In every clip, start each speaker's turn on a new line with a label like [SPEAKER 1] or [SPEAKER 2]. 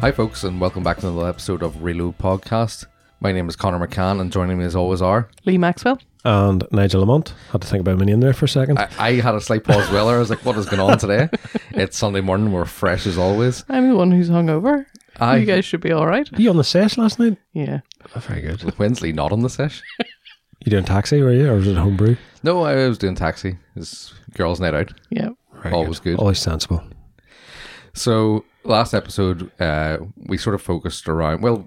[SPEAKER 1] Hi, folks, and welcome back to another episode of Reload Podcast. My name is Connor McCann, and joining me as always are.
[SPEAKER 2] Lee Maxwell.
[SPEAKER 3] and Nigel Lamont. Had to think about my name there for a second.
[SPEAKER 1] I, I had a slight pause as well. I was like, what is going on today? it's Sunday morning. We're fresh as always.
[SPEAKER 2] I'm the one who's hungover.
[SPEAKER 1] I,
[SPEAKER 2] You guys should be all right.
[SPEAKER 3] you on the sesh last night?
[SPEAKER 2] Yeah.
[SPEAKER 3] Oh, very good.
[SPEAKER 1] Wednesday, not on the sesh.
[SPEAKER 3] You doing taxi, were you, or was it homebrew?
[SPEAKER 1] No, I was doing taxi. It's girls' night out.
[SPEAKER 2] Yeah.
[SPEAKER 3] Very
[SPEAKER 1] Always good.
[SPEAKER 3] Always sensible.
[SPEAKER 1] So last episode, uh, we sort of focused around. Well,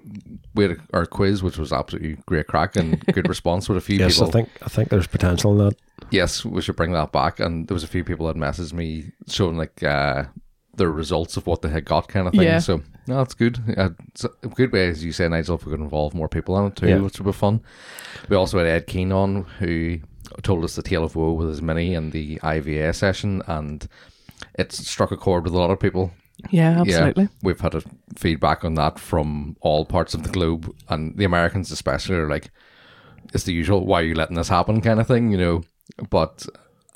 [SPEAKER 1] we had our quiz, which was absolutely great crack and good response with a few
[SPEAKER 3] Yes,
[SPEAKER 1] people.
[SPEAKER 3] I think I think there's potential in that.
[SPEAKER 1] yes, we should bring that back. And there was a few people that messaged me showing like uh, their results of what they had got, kind of thing.
[SPEAKER 2] Yeah.
[SPEAKER 1] So no, that's good. Uh, it's a good way, as you say, Nigel, if we could involve more people on it too,
[SPEAKER 3] Yeah.
[SPEAKER 1] which would be fun. We also had Ed Keane on, who told us the tale of woe with his mini and the IVA session, and it struck a chord with a lot of people.
[SPEAKER 2] Yeah, absolutely.
[SPEAKER 1] Yeah, we've had a feedback on that from all parts of the globe, and the Americans especially are like, "It's the usual. Why are you letting this happen?" kind of thing, you know. But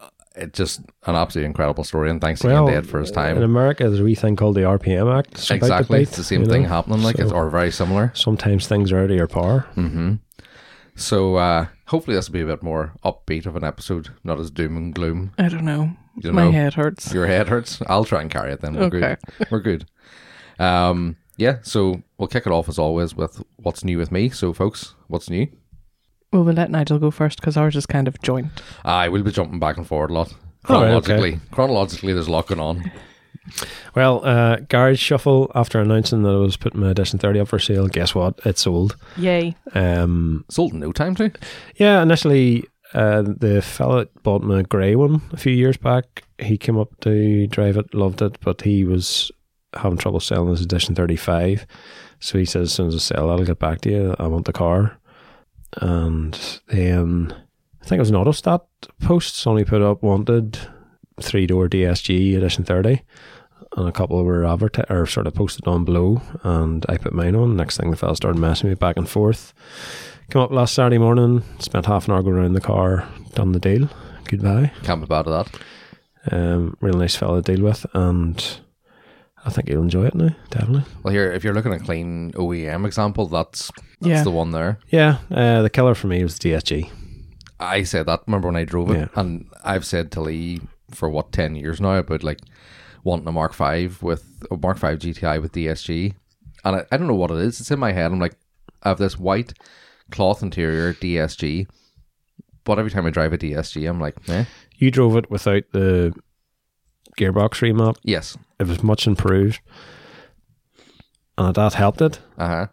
[SPEAKER 1] uh, it just an absolutely incredible story, and thanks
[SPEAKER 3] Well, uh,
[SPEAKER 1] again to Ed for his
[SPEAKER 3] In
[SPEAKER 1] time.
[SPEAKER 3] America, there's a wee thing called the RPM Act. It's about
[SPEAKER 1] Exactly,
[SPEAKER 3] debate,
[SPEAKER 1] it's the same
[SPEAKER 3] you
[SPEAKER 1] thing
[SPEAKER 3] know.
[SPEAKER 1] happening, like it's
[SPEAKER 3] So
[SPEAKER 1] or very similar.
[SPEAKER 3] Sometimes things are out of your power.
[SPEAKER 1] Hmm. So uh, hopefully this will be a bit more upbeat of an episode, not as doom and gloom.
[SPEAKER 2] I don't know.
[SPEAKER 1] You
[SPEAKER 2] My
[SPEAKER 1] know.
[SPEAKER 2] head hurts.
[SPEAKER 1] Your head hurts. I'll try and carry it then. We're
[SPEAKER 2] Okay.
[SPEAKER 1] good. We're good. Um, yeah, so we'll kick it off as always with what's new with me. So, folks, what's new?
[SPEAKER 2] Well, we'll let Nigel go first because ours is kind of joint.
[SPEAKER 1] I will be jumping back and forward a lot.
[SPEAKER 3] All right,
[SPEAKER 1] Chronologically, chronologically, there's a lot going on.
[SPEAKER 3] Well, uh, Garage Shuffle, after announcing that I was putting my Edition 30 up for sale, guess what? It sold.
[SPEAKER 2] Yay.
[SPEAKER 3] Um,
[SPEAKER 1] Sold in no time too.
[SPEAKER 3] Yeah, initially, uh, the fella that bought my grey one a few years back, he came up to drive it, loved it, but he was having trouble selling his edition 35. So he says, as soon as I sell that, I'll get back to you. I want the car. And then I think it was an Autostat post. Somebody put up wanted three door DSG edition 30. And a couple were advertised or sort of posted on below, and I put mine on. Next thing, the fella started messaging me back and forth. Came up last Saturday morning, spent half an hour going around the car, done the deal. Goodbye.
[SPEAKER 1] Can't be bad at that.
[SPEAKER 3] Um, real nice fella to deal with, and I think you'll enjoy it now, definitely.
[SPEAKER 1] Well, here, if you're looking at clean OEM example, that's that's
[SPEAKER 2] Yeah.
[SPEAKER 1] the one there.
[SPEAKER 3] Yeah, uh, the killer for me was the DSG.
[SPEAKER 1] I said that. Remember when I drove it?
[SPEAKER 3] Yeah.
[SPEAKER 1] And I've said to Lee for what ten years now about like wanting a Mark Five with a Mark Five GTI with DSG, and I, I don't know what it is. It's in my head. I'm like, I have this white cloth interior DSG, but every time I drive a DSG, I'm like, eh,
[SPEAKER 3] You drove it without the gearbox remap.
[SPEAKER 1] yes,
[SPEAKER 3] It was much improved, and that helped it.
[SPEAKER 1] uh huh,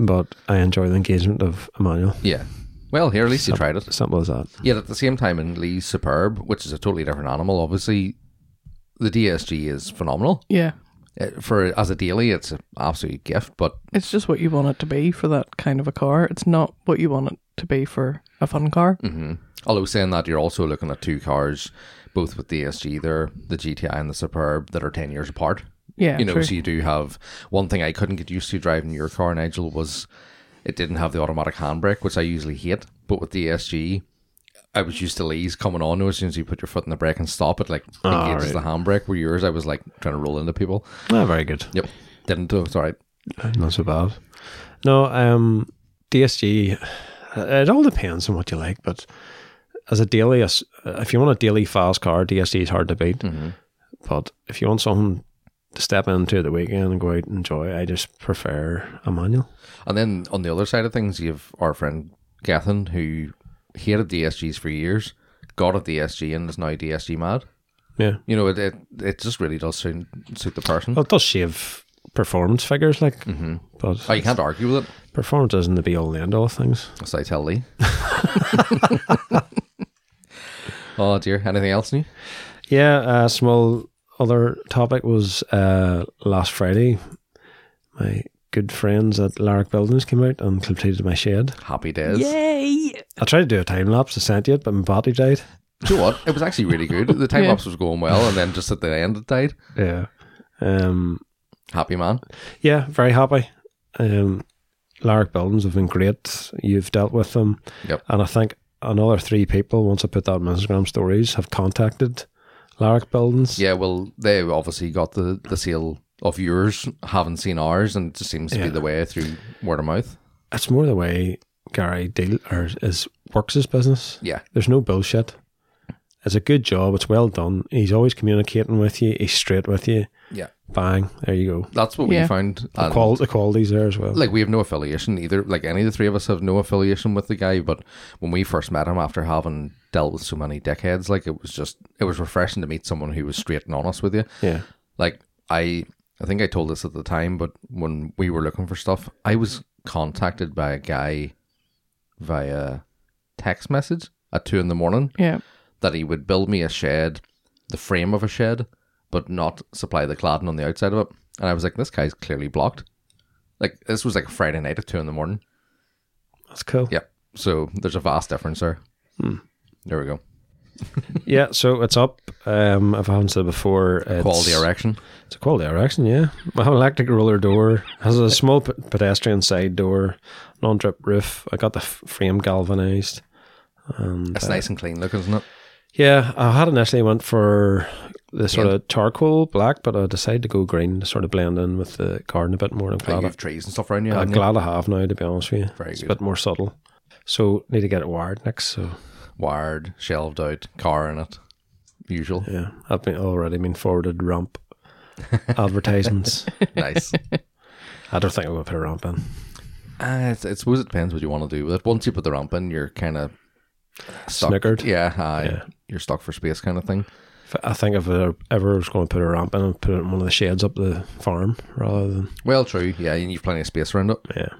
[SPEAKER 3] But I enjoy the engagement of a manual.
[SPEAKER 1] yeah. Well, here at least you tried it.
[SPEAKER 3] Simple as that.
[SPEAKER 1] Yet at the same time, in Lee's Superb, which is a totally different animal, obviously, the DSG is phenomenal.
[SPEAKER 2] Yeah.
[SPEAKER 1] Uh, For as a daily, it's an absolute gift. But
[SPEAKER 2] It's just what you want it to be for that kind of a car. It's not what you want it to be for a fun car.
[SPEAKER 1] mhm. although saying that, you're also looking at two cars, both with DSG, there, the GTI and the Superb, that are ten years apart.
[SPEAKER 2] Yeah.
[SPEAKER 1] you know,
[SPEAKER 2] true.
[SPEAKER 1] so you do have one thing I couldn't get used to driving your car, Nigel, was it didn't have the automatic handbrake, which I usually hate. But with the SG, I was used to Lee's coming on. As soon as you put your foot in the brake and stop, it like engages the handbrake. Where yours, I was like trying to roll into people.
[SPEAKER 3] Ah, very good.
[SPEAKER 1] Yep, didn't do. It's all right.
[SPEAKER 3] Not so bad. No, um, DSG. uh, It all depends on what you like, but as a daily, as- if you want a daily fast car, DSG is hard to beat.
[SPEAKER 1] Mm-hmm.
[SPEAKER 3] But if you want something to step into at the weekend and go out and enjoy, I just prefer a manual.
[SPEAKER 1] And then on the other side of things, you have our friend Gethin, who hated the SGs for years, got at the SG, and is now DSG mad.
[SPEAKER 3] Yeah.
[SPEAKER 1] You know, it it, it just really does suit suit the person.
[SPEAKER 3] Well, it does shave performance figures, like, but
[SPEAKER 1] Oh, you can't argue with it.
[SPEAKER 3] performance isn't the be all and end all of things.
[SPEAKER 1] So I tell Lee. oh dear. Anything else new?
[SPEAKER 3] Yeah, a small other topic was uh, last Friday. My good friends at Larrick Buildings came out and completed my shed.
[SPEAKER 1] Happy days.
[SPEAKER 2] Yay.
[SPEAKER 3] I tried to do a time lapse, I sent you it, but my battery died.
[SPEAKER 1] Do you know what? It was actually really good. The time
[SPEAKER 2] Yeah.
[SPEAKER 1] lapse was going well, and then just at the end it died.
[SPEAKER 3] Yeah. Um,
[SPEAKER 1] Happy man.
[SPEAKER 3] yeah, very happy. Um, Larrick Buildings have been great. You've dealt with them.
[SPEAKER 1] Yep.
[SPEAKER 3] And I think another three people, once I put that in my Instagram stories, have contacted Larrick Buildings.
[SPEAKER 1] Yeah. Well, they obviously got the the sale of yours haven't seen ours, and it just seems to
[SPEAKER 3] Yeah.
[SPEAKER 1] be the way through word of mouth.
[SPEAKER 3] It's more the way Gary deal or is works his business.
[SPEAKER 1] Yeah,
[SPEAKER 3] There's no bullshit. It's a good job. It's well done. He's always communicating with you. He's straight with you.
[SPEAKER 1] Yeah.
[SPEAKER 3] Bang. There you go.
[SPEAKER 1] that's what
[SPEAKER 2] Yeah.
[SPEAKER 1] we found.
[SPEAKER 3] The,
[SPEAKER 1] and-
[SPEAKER 3] qual- the quality's there as well.
[SPEAKER 1] like we have no affiliation either. Like any of the three of us have no affiliation with the guy. But when we first met him, after having dealt with so many dickheads, like it was just it was refreshing to meet someone who was straight and honest with you.
[SPEAKER 3] yeah.
[SPEAKER 1] Like I, I think I told this at the time, but when we were looking for stuff, I was contacted by a guy via text message at two in the morning
[SPEAKER 2] Yeah.
[SPEAKER 1] that he would build me a shed, the frame of a shed, but not supply the cladding on the outside of it. And I was like, this guy's clearly blocked. Like this was like Friday night at two in the morning.
[SPEAKER 3] That's cool.
[SPEAKER 1] Yeah. So there's a vast difference there.
[SPEAKER 3] Hmm.
[SPEAKER 1] There we go.
[SPEAKER 3] Yeah, so it's up. Um, if I haven't said it before, it's,
[SPEAKER 1] Quality erection.
[SPEAKER 3] It's a quality erection, yeah. I have an electric roller door, has a small p- pedestrian side door, non drip roof. I got the f- frame galvanized. And,
[SPEAKER 1] It's
[SPEAKER 3] uh,
[SPEAKER 1] nice and clean looking, isn't it?
[SPEAKER 3] Yeah, I had initially went for the sort
[SPEAKER 1] Yeah.
[SPEAKER 3] of charcoal black, but I decided to go green to sort of blend in with the garden a bit more. I'm
[SPEAKER 1] Like
[SPEAKER 3] glad,
[SPEAKER 1] you
[SPEAKER 3] I, Uh,
[SPEAKER 1] have trees and stuff around you.
[SPEAKER 3] I'm
[SPEAKER 1] haven't you?
[SPEAKER 3] glad I have now, to be honest with you.
[SPEAKER 1] Very
[SPEAKER 3] it's
[SPEAKER 1] good.
[SPEAKER 3] a bit more subtle. So, need to get it wired next. So,
[SPEAKER 1] Wired, shelved out, car in it. Usual.
[SPEAKER 3] yeah, I've been already been forwarded ramp advertisements.
[SPEAKER 1] nice.
[SPEAKER 3] I don't think I'm going to put a ramp in.
[SPEAKER 1] Uh, it's, I suppose it depends what you want to do with it. Once you put the ramp in, you're kind of stuck.
[SPEAKER 3] Sniggered.
[SPEAKER 1] Yeah, aye.
[SPEAKER 3] Yeah.
[SPEAKER 1] You're stuck for space kind of thing.
[SPEAKER 3] If- I think if I ever was going to put a ramp in, I'd put it in one of the sheds up the farm rather than.
[SPEAKER 1] Well, true. Yeah, you need plenty of space around it.
[SPEAKER 3] Yeah.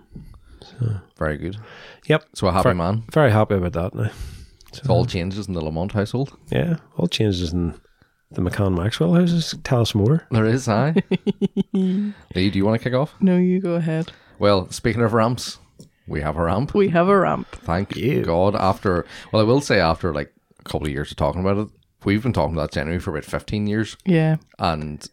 [SPEAKER 1] Very good.
[SPEAKER 3] Yep.
[SPEAKER 1] So a happy
[SPEAKER 3] Fair-
[SPEAKER 1] man.
[SPEAKER 3] Very happy about that now.
[SPEAKER 1] It's all changes in the Lamont household.
[SPEAKER 3] Yeah. All changes in the McCann Maxwell houses. Tell us more.
[SPEAKER 1] There is, aye. Lee, do you want to kick off?
[SPEAKER 2] No, you go ahead.
[SPEAKER 1] Well, speaking of ramps, we have a ramp.
[SPEAKER 2] We have a ramp.
[SPEAKER 1] Thank
[SPEAKER 3] Yeah.
[SPEAKER 1] God. After, well, I will say after like a couple of years of talking about it, we've been talking about January for about 15 years
[SPEAKER 2] Yeah.
[SPEAKER 1] and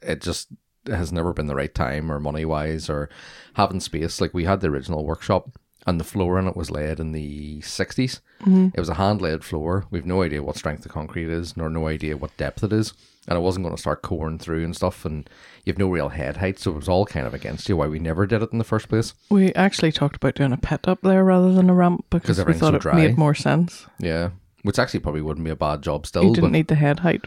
[SPEAKER 1] it just has never been the right time or money wise or having space. Like we had the original workshop and the floor in it was laid in the 60s.
[SPEAKER 2] Mm-hmm.
[SPEAKER 1] It was a hand laid floor. We've no idea what strength the concrete is, nor no idea what depth it is. And I wasn't going to start coring through and stuff. And you have no real head height. So it was all kind of against you why we never did it in the first place.
[SPEAKER 2] We actually talked about doing a pit up there rather than a ramp because we
[SPEAKER 1] everything's
[SPEAKER 2] thought
[SPEAKER 1] so
[SPEAKER 2] it
[SPEAKER 1] dry.
[SPEAKER 2] made more sense.
[SPEAKER 1] Yeah. Which actually probably wouldn't be a bad job still.
[SPEAKER 2] You didn't
[SPEAKER 1] but
[SPEAKER 2] need the head height.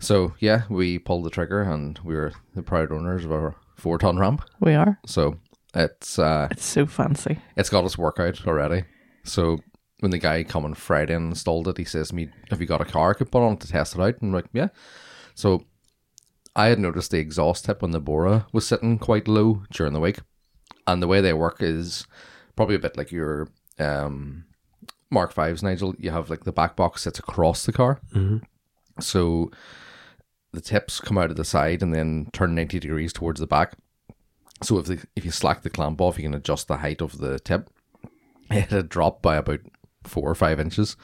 [SPEAKER 1] so yeah, we pulled the trigger and we were the proud owners of our four ton ramp.
[SPEAKER 2] We are.
[SPEAKER 1] So it's uh
[SPEAKER 2] It's so fancy.
[SPEAKER 1] it's got us workout already. So when the guy coming Friday and installed it, he says to me, Have you got a car I could put on it to test it out? And I'm like, Yeah. So I had noticed the exhaust tip on the Bora was sitting quite low during the week. And the way they work is probably a bit like your um, Mark Fives, Nigel. You have like the back box that's across the car.
[SPEAKER 3] Mhm.
[SPEAKER 1] So the tips come out of the side and then turn 90 degrees towards the back. So if the, if you slack the clamp off, you can adjust the height of the tip. It had dropped by about four or five inches.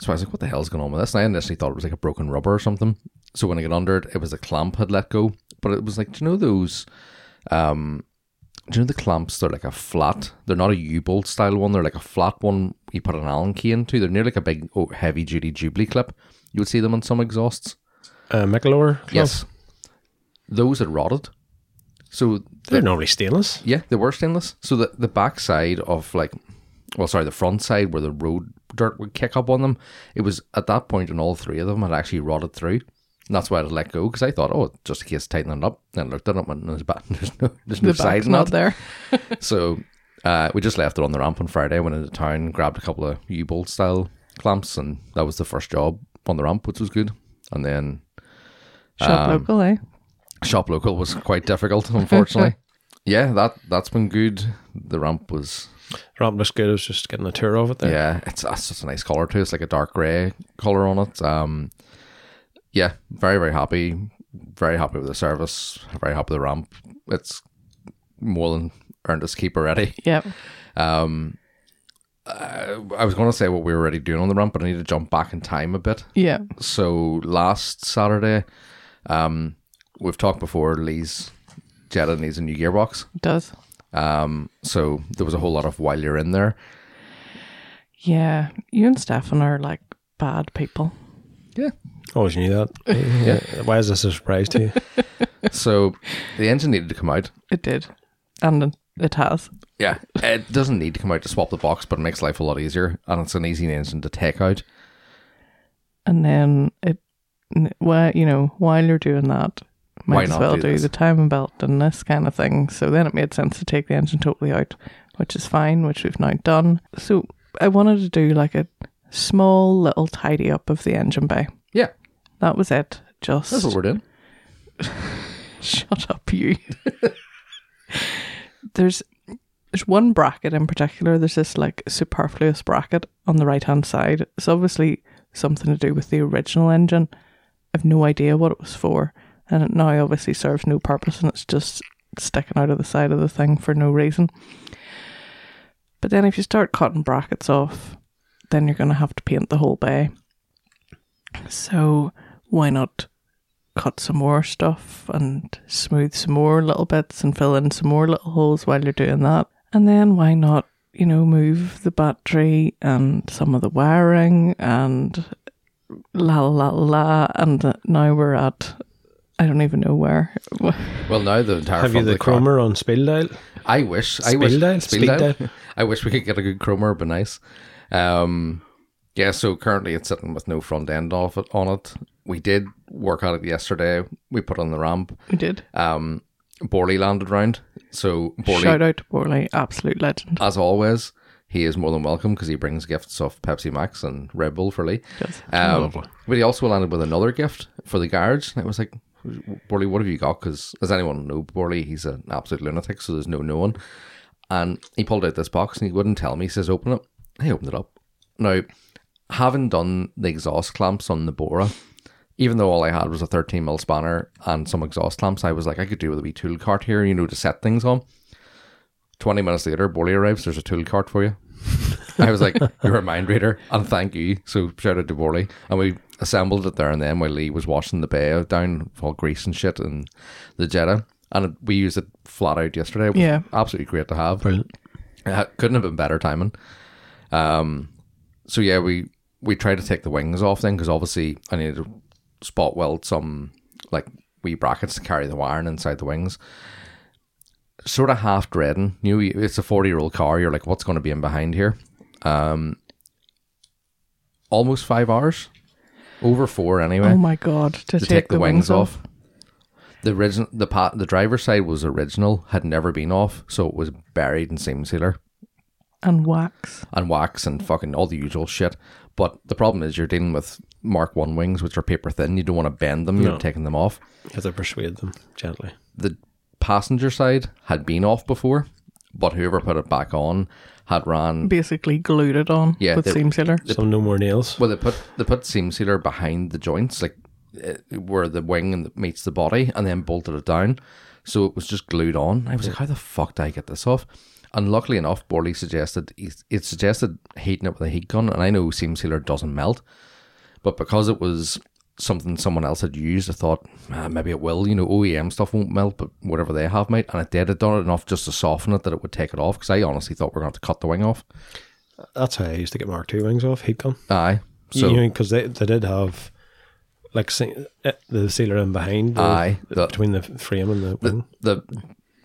[SPEAKER 1] So I was like, what the hell's going on with this? And I initially thought it was like a broken rubber or something. So when I got under it, it was the clamp had let go. But it was like, do you know those um do you know the clamps? They're like a flat. They're not a U-bolt style one. They're like a flat one. You put an Allen key into. They're near like a big, oh, heavy-duty Jubilee clip. You would see them on some exhausts.
[SPEAKER 3] Uh, Michelor Club.
[SPEAKER 1] Yes, those had rotted. So
[SPEAKER 3] They're normally stainless.
[SPEAKER 1] yeah, they were stainless. So the the back side of like, well, sorry, the front side where the road dirt would kick up on them, it was at that point in all three of them had actually rotted through. And that's why I let go because I thought, oh, just in case tightening it up. Then I looked at it and went, there's, ba- there's no, there's no
[SPEAKER 2] The
[SPEAKER 1] side
[SPEAKER 2] back's
[SPEAKER 1] in
[SPEAKER 2] not
[SPEAKER 1] that.
[SPEAKER 2] there.
[SPEAKER 1] So uh, we just left it on the ramp on Friday. Went into town, grabbed a couple of U-bolt style clamps, and that was the first job on the ramp, which was good. And then
[SPEAKER 2] Shop local, eh?
[SPEAKER 1] shop local was quite difficult, unfortunately. yeah, that that's been good. The ramp was
[SPEAKER 3] Ramp looks good. I was just getting a tour of it there.
[SPEAKER 1] Yeah, it's that's just a nice color too. It's like a dark gray color on it. Um, yeah, very very happy, very happy with the service. Very happy with the ramp. It's more than earned its keep already.
[SPEAKER 2] Yeah.
[SPEAKER 1] Um, I, I was going to say what we were already doing on the ramp, but I need to jump back in time a bit.
[SPEAKER 2] Yeah.
[SPEAKER 1] So last Saturday, um, we've talked before. Lee's Jetta needs a new gearbox.
[SPEAKER 2] It does.
[SPEAKER 1] Um, so there was a whole lot of while you're in there.
[SPEAKER 2] Yeah. You and Stefan are like bad people.
[SPEAKER 1] Yeah,
[SPEAKER 3] Always knew that. yeah. Why is this a surprise to you?
[SPEAKER 1] so the engine needed to come out.
[SPEAKER 2] It did. And it has.
[SPEAKER 1] Yeah, it doesn't need to come out to swap the box, but it makes life a lot easier, and it's an easy engine to take out.
[SPEAKER 2] And then it, well, you know, while you're doing that, might
[SPEAKER 1] Why
[SPEAKER 2] as
[SPEAKER 1] not
[SPEAKER 2] well
[SPEAKER 1] do
[SPEAKER 2] do,
[SPEAKER 1] this?
[SPEAKER 2] the timing belt and this kind of thing. So then it made sense to take the engine totally out, which is fine, which we've now done. So I wanted to do like a small little tidy up of the engine bay.
[SPEAKER 1] Yeah,
[SPEAKER 2] That was it. Just
[SPEAKER 1] that's what we're doing.
[SPEAKER 2] Shut up, you. there's there's one bracket in particular. There's this like superfluous bracket on the right hand side. It's obviously something to do with the original engine. I've no idea what it was for, and it now obviously serves no purpose, and it's just sticking out of the side of the thing for no reason. But then, if you start cutting brackets off, then you're going to have to paint the whole bay. So why not cut some more stuff and smooth some more little bits and fill in some more little holes while you're doing that. And then why not, you know, move the battery and some of the wiring and la la la la. And now we're at, I don't even know where.
[SPEAKER 1] Well, now the entire
[SPEAKER 3] Have you
[SPEAKER 1] front
[SPEAKER 3] the
[SPEAKER 1] of the car-
[SPEAKER 3] chromer on speed dial?
[SPEAKER 1] I wish. I
[SPEAKER 3] Speed
[SPEAKER 1] wish.
[SPEAKER 3] dial? Speed
[SPEAKER 1] dial.
[SPEAKER 3] dial?
[SPEAKER 1] I wish we could get a good chromer, it'd be nice. Um, yeah, so currently it's sitting with no front end off it, on it. We did work on it yesterday. We put on the ramp.
[SPEAKER 2] We did.
[SPEAKER 1] Um, Borley landed round. So Borley,
[SPEAKER 2] Shout out to Borley, absolute legend.
[SPEAKER 1] as always, he is more than welcome because he brings gifts of Pepsi Max and Red Bull for Lee.
[SPEAKER 2] Does.
[SPEAKER 1] Um, but he also landed with another gift for the garage. And I was like, Borley, what have you got? Because, as anyone know, Borley, he's an absolute lunatic, so there's no knowing. And he pulled out this box and he wouldn't tell me. He says, open it. I opened it up. Now, having done the exhaust clamps on the Bora, even though all I had was a 13 mil spanner and some exhaust clamps, I was like, I could do with a wee tool cart here, you know, to set things on. 20 minutes later, Borley arrives. There's a tool cart for you. I was like, you're a mind reader, and thank you. So shout out to Borley. And we assembled it there and then while Lee was washing the bay down with all grease and shit and the Jetta. And it, we used it flat out yesterday. It was
[SPEAKER 2] Yeah.
[SPEAKER 1] Absolutely great to have.
[SPEAKER 3] Brilliant.
[SPEAKER 1] Uh, couldn't have been better timing. Um, so yeah, we we tried to take the wings off then because obviously I needed to spot weld some like wee brackets to carry the wiring inside the wings. Sort of half dreading. New, it's a forty year old car. You're like, what's going to be in behind here? Um, almost five hours, over four anyway
[SPEAKER 2] Oh my God, to,
[SPEAKER 1] to take, the, wings, off. The original, the pat, the driver's side was original, had never been off, so it was buried in seam sealer
[SPEAKER 2] And wax.
[SPEAKER 1] and wax and fucking all the usual shit. But the problem is, you're dealing with Mark One wings, which are paper thin. You don't want to bend them. You're
[SPEAKER 3] No.
[SPEAKER 1] taking them off.
[SPEAKER 3] You have to persuade them gently.
[SPEAKER 1] The passenger side had been off before, but whoever put it back on had ran.
[SPEAKER 2] Basically glued it on
[SPEAKER 1] Yeah,
[SPEAKER 2] with
[SPEAKER 1] they-
[SPEAKER 2] seam sealer.
[SPEAKER 3] Some no more nails.
[SPEAKER 1] Well, they put they put seam sealer behind the joints, like uh, where the wing and the, meets the body, and then bolted it down. So it was just glued on. I was like, how the fuck did I get this off? And luckily enough, Borley suggested it suggested heating it with a heat gun, and I know seam sealer doesn't melt, but because it was something someone else had used, I thought ah, maybe it will. You know, OEM stuff won't melt, but whatever they have might. And it did. It done it enough just to soften it that it would take it off. Because I honestly thought we are going to have to cut the wing off.
[SPEAKER 3] That's how I used to get Mark II wings off, heat gun.
[SPEAKER 1] Aye.
[SPEAKER 3] So,
[SPEAKER 1] So
[SPEAKER 3] you know, because they, they did have like se- eh, the sealer in behind, the,
[SPEAKER 1] aye. The,
[SPEAKER 3] between the frame and the wing.
[SPEAKER 1] the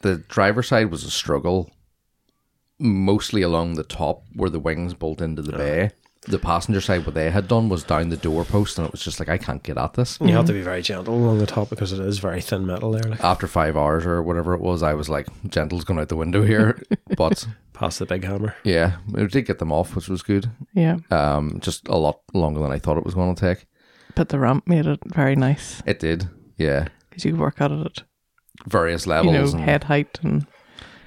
[SPEAKER 1] the driver's side was a struggle, mostly along the top where the wings bolt into the bay. The passenger side, what they had done was down the door post, and it was just like I can't get at this.
[SPEAKER 3] You have to be very gentle along the top because it is very thin metal there. Like
[SPEAKER 1] After five hours or whatever it was, I was like, "Gentle's going out the window here." but
[SPEAKER 3] past the big hammer.
[SPEAKER 1] yeah, it did get them off, which was good.
[SPEAKER 2] Yeah.
[SPEAKER 1] Um, just a lot longer than I thought it was going to take.
[SPEAKER 2] But the ramp made it very nice
[SPEAKER 1] It did, yeah.
[SPEAKER 2] because you could work at it,
[SPEAKER 1] Various
[SPEAKER 2] at,
[SPEAKER 1] levels,
[SPEAKER 2] you know,
[SPEAKER 1] and
[SPEAKER 2] head height and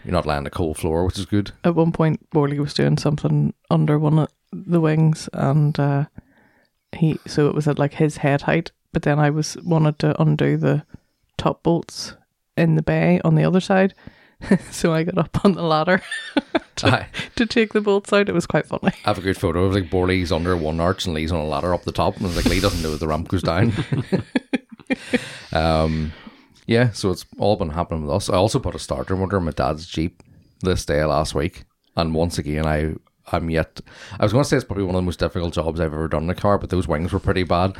[SPEAKER 1] you're not laying a cold floor, which is good.
[SPEAKER 2] at one point Borley was doing something under one of the wings and uh, he so it was at like his head height but then I was wanted to undo the top bolts in the bay on the other side so I got up on the ladder
[SPEAKER 1] Aye.
[SPEAKER 2] to take the bolts out it was quite funny
[SPEAKER 1] I have a good photo of like Borley's under one arch and Lee's on a ladder up the top, and it's like Lee doesn't know the ramp goes down. um, yeah, so it's all been happening with us. I also put a starter motor in my dad's Jeep this day last week, and once again, I I'm yet I was going to say it's probably one of the most difficult jobs I've ever done in a car, but those wings were pretty bad.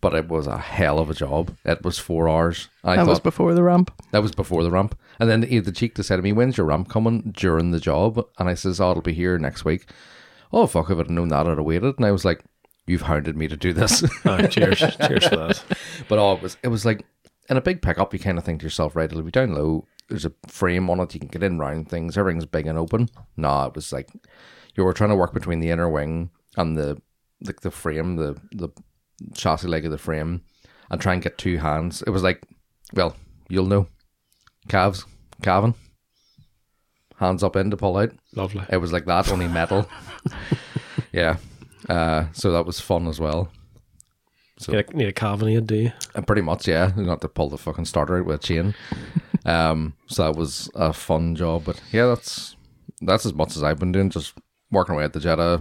[SPEAKER 1] but it was a hell of a job. It was four hours. I
[SPEAKER 2] that
[SPEAKER 1] thought
[SPEAKER 2] was before the ramp.
[SPEAKER 1] that was before the ramp. And then he had the cheek to say to me, When's your ramp coming during the job? And I says, Oh, it'll be here next week. Oh, fuck, if I'd known that, I'd have waited. And I was like, You've hounded me to do this.
[SPEAKER 3] Oh, cheers, cheers for that.
[SPEAKER 1] But oh, it was it was like in a big pickup, you kind of think to yourself, right, it'll be down low. There's a frame on it. You can get in round things. Everything's big and open. Nah, it was like you were trying to work between the inner wing and the the, the frame, the the chassis leg of the frame, and try and get two hands. It was like, well, you'll know, calves, calving, hands up in to pull out.
[SPEAKER 3] Lovely.
[SPEAKER 1] It was like that, only metal. yeah. Uh, so that was fun as well.
[SPEAKER 3] Need a, need a Cavani, do you?
[SPEAKER 1] Uh, Pretty much, yeah. You have to pull the fucking starter out with a chain. um, so that was a fun job, but yeah, that's that's as much as I've been doing, just working away at the Jetta,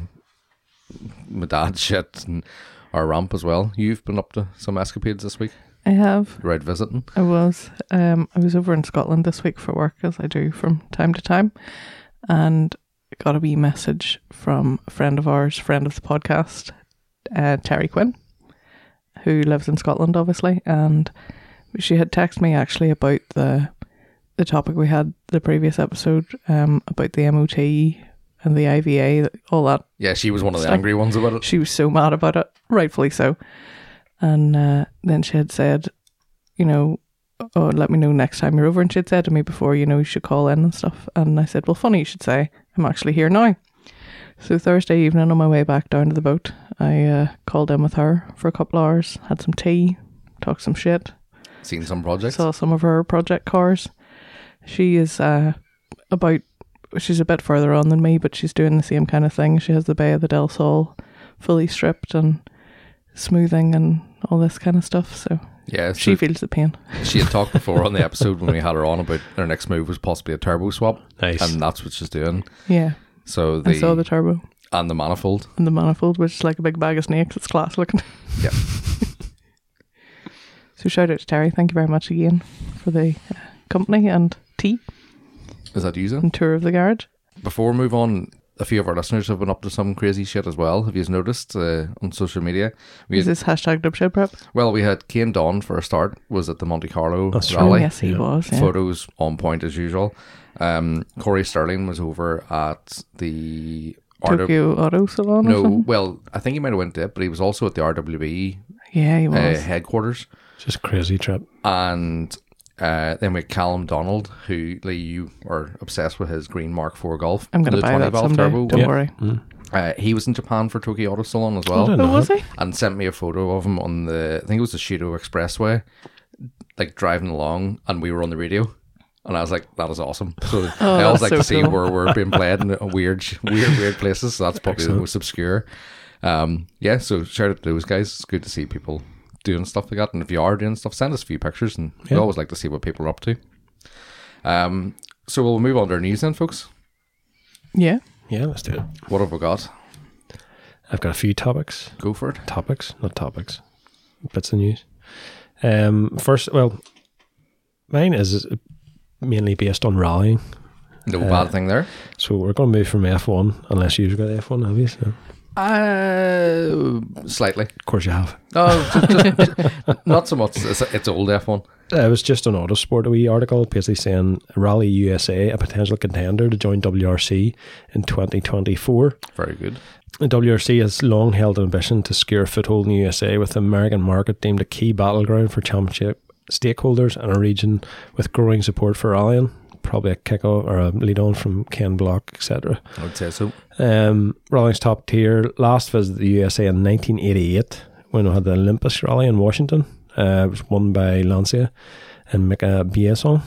[SPEAKER 1] my dad's shit, and our ramp as well. You've been up to some escapades this week,
[SPEAKER 2] I have.
[SPEAKER 1] right? Visiting.
[SPEAKER 2] I was. Um, I was over in Scotland this week for work, as I do from time to time, and got a wee message from a friend of ours, friend of the podcast, uh, Terry Quinn, who lives in Scotland, obviously, and she had texted me actually about the the topic we had the previous episode um, about the MOT and the IVA, all that
[SPEAKER 1] Yeah, she was one of the
[SPEAKER 2] Sorry.
[SPEAKER 1] angry ones about it.
[SPEAKER 2] she was so mad about it, rightfully so. And uh, then she had said, you know, oh, let me know next time you're over. And she had said to me before, you know, you should call in and stuff. And I said, well, funny you should say, I'm actually here now. So Thursday evening on my way back down to the boat, I uh, called in with her for a couple hours, had some tea, talked some shit,
[SPEAKER 1] Seen some projects.
[SPEAKER 2] saw some of her project cars. She is uh, about, she's a bit further on than me, but she's doing the same kind of thing. She has the Bay of the Del Sol fully stripped and smoothing and all this kind of stuff. So
[SPEAKER 1] yeah, so
[SPEAKER 2] she
[SPEAKER 1] she,
[SPEAKER 2] feels the pain.
[SPEAKER 1] had talked before on the episode when we had her on about her next move was possibly a turbo swap,
[SPEAKER 3] Nice.
[SPEAKER 1] and that's what she's doing.
[SPEAKER 2] Yeah.
[SPEAKER 1] So the,
[SPEAKER 2] I saw the turbo
[SPEAKER 1] and the manifold.
[SPEAKER 2] and the manifold, which is like a big bag of snakes. It's class looking.
[SPEAKER 1] Yeah.
[SPEAKER 2] so shout out to Terry. Thank you very much again for the uh, company and tea
[SPEAKER 1] Is that using?
[SPEAKER 2] and tour of the garage.
[SPEAKER 1] Before we move on, a few of our listeners have been up to some crazy shit as well. Have you noticed uh, on social media? We
[SPEAKER 2] Is
[SPEAKER 1] had,
[SPEAKER 2] this hashtag dub show prep?
[SPEAKER 1] well, we had Kane Don for a start. Was at the Monte Carlo
[SPEAKER 3] That's
[SPEAKER 2] Oh,
[SPEAKER 1] rally.
[SPEAKER 2] yes, he
[SPEAKER 3] Yeah.
[SPEAKER 2] was. Yeah.
[SPEAKER 1] Photos on point as usual. Um, Corey Sterling was over at the RW
[SPEAKER 2] Tokyo Auto Salon. or
[SPEAKER 1] No,
[SPEAKER 2] something?
[SPEAKER 1] well, I think he might have went to it, but he was also at the RWB
[SPEAKER 2] yeah, he
[SPEAKER 1] uh,
[SPEAKER 2] was.
[SPEAKER 1] headquarters.
[SPEAKER 3] Just crazy trip.
[SPEAKER 1] and uh, then we had Callum Donald, who Lee, you are obsessed with his green Mark IV Golf.
[SPEAKER 2] I'm going to
[SPEAKER 1] the
[SPEAKER 2] buy
[SPEAKER 1] 20
[SPEAKER 2] that
[SPEAKER 1] valve
[SPEAKER 2] someday.
[SPEAKER 1] turbo
[SPEAKER 2] Don't
[SPEAKER 1] one.
[SPEAKER 2] worry.
[SPEAKER 3] Mm.
[SPEAKER 1] Uh, he was in Japan for Tokyo Auto Salon as well,
[SPEAKER 3] I don't
[SPEAKER 2] Oh,
[SPEAKER 3] know.
[SPEAKER 2] was he?
[SPEAKER 1] and sent me a photo of him on the I think it was the Shido Expressway, like driving along, and we were on the radio. And I was like, "That is awesome!" So I always
[SPEAKER 2] Oh, that's
[SPEAKER 1] like
[SPEAKER 2] so
[SPEAKER 1] to see
[SPEAKER 2] cool.
[SPEAKER 1] where we're being played in weird, weird, weird places. So that's probably the
[SPEAKER 3] Excellent.
[SPEAKER 1] most obscure. Um, yeah, so shout out to those guys. It's good to see people doing stuff like that. And if you are doing stuff, send us a few pictures, and we
[SPEAKER 3] Yeah.
[SPEAKER 1] always like to see what people are up to. Um, so we'll move on to our news then, folks.
[SPEAKER 2] Yeah.
[SPEAKER 3] Yeah, let's do it.
[SPEAKER 1] What have we got?
[SPEAKER 3] I've got a few topics.
[SPEAKER 1] Go for it.
[SPEAKER 3] Topics, not topics. Bits of news. Um, first, well, mine is mainly based on rallying.
[SPEAKER 1] No
[SPEAKER 3] Uh,
[SPEAKER 1] bad thing there.
[SPEAKER 3] So we're going to move from F1, unless you've got F1, have you? So,
[SPEAKER 1] Uh, slightly.
[SPEAKER 3] of course you have.
[SPEAKER 1] No, just, just- just- not so much. It's, it's old F one.
[SPEAKER 3] Uh, It was just an Autosport a wee article basically saying Rally USA, a potential contender to join WRC in 2024.
[SPEAKER 1] Very good.
[SPEAKER 3] The WRC has long held an ambition to secure a foothold in the USA, with the American market deemed a key battleground for championship stakeholders and a region with growing support for rallying. Probably a kick off or a lead on from Ken Block, etc.
[SPEAKER 1] I would say so.
[SPEAKER 3] Um, rallying's top tier last visited the USA in 1988 when we had the Olympus Rally in Washington. Uh, it was won by Lancia and uh, Mika Bieson.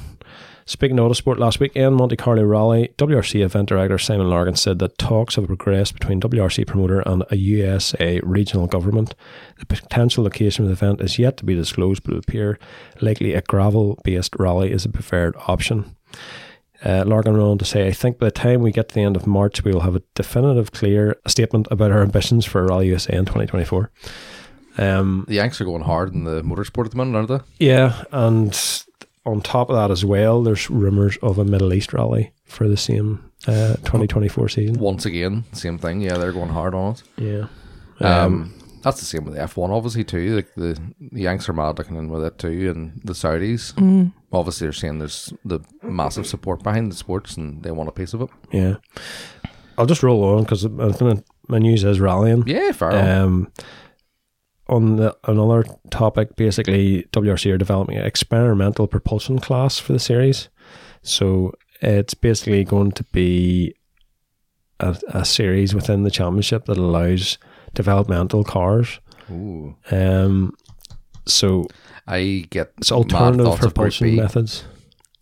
[SPEAKER 3] Speaking of autosport last weekend, Monte Carlo Rally, WRC event director Simon Larkin said that talks have progressed between WRC promoter and a USA regional government. The potential location of the event is yet to be disclosed, but it would appear likely a gravel based rally is a preferred option. Uh, Largan went on to say, I think by the time we get to the end of March, we will have a definitive, clear statement about our ambitions for Rally USA in 2024. Um,
[SPEAKER 1] The Yanks are going hard in the motorsport at the moment, aren't they?
[SPEAKER 3] yeah, and on top of that as well, there's rumours of a Middle East rally for the same uh, 2024 season.
[SPEAKER 1] Once again, same thing. Yeah, they're going hard on it.
[SPEAKER 3] Yeah.
[SPEAKER 1] Um,
[SPEAKER 3] Um,
[SPEAKER 1] That's the same with the F1, obviously, too. Like the, the Yanks are mad looking in with it, too, and the Saudis. Obviously, they're saying there's the massive support behind the sports and they want a piece of it.
[SPEAKER 3] Yeah. I'll just roll on because my news is rallying.
[SPEAKER 1] Yeah, fair. enough.
[SPEAKER 3] Um, on the, another topic, basically, WRC are developing an experimental propulsion class for the series. So it's basically going to be a, a series within the championship that allows developmental cars.
[SPEAKER 1] Ooh.
[SPEAKER 3] Um, so
[SPEAKER 1] I get
[SPEAKER 3] it's
[SPEAKER 1] mad
[SPEAKER 3] alternative
[SPEAKER 1] thoughts of Group
[SPEAKER 3] propulsion
[SPEAKER 1] B.
[SPEAKER 3] methods.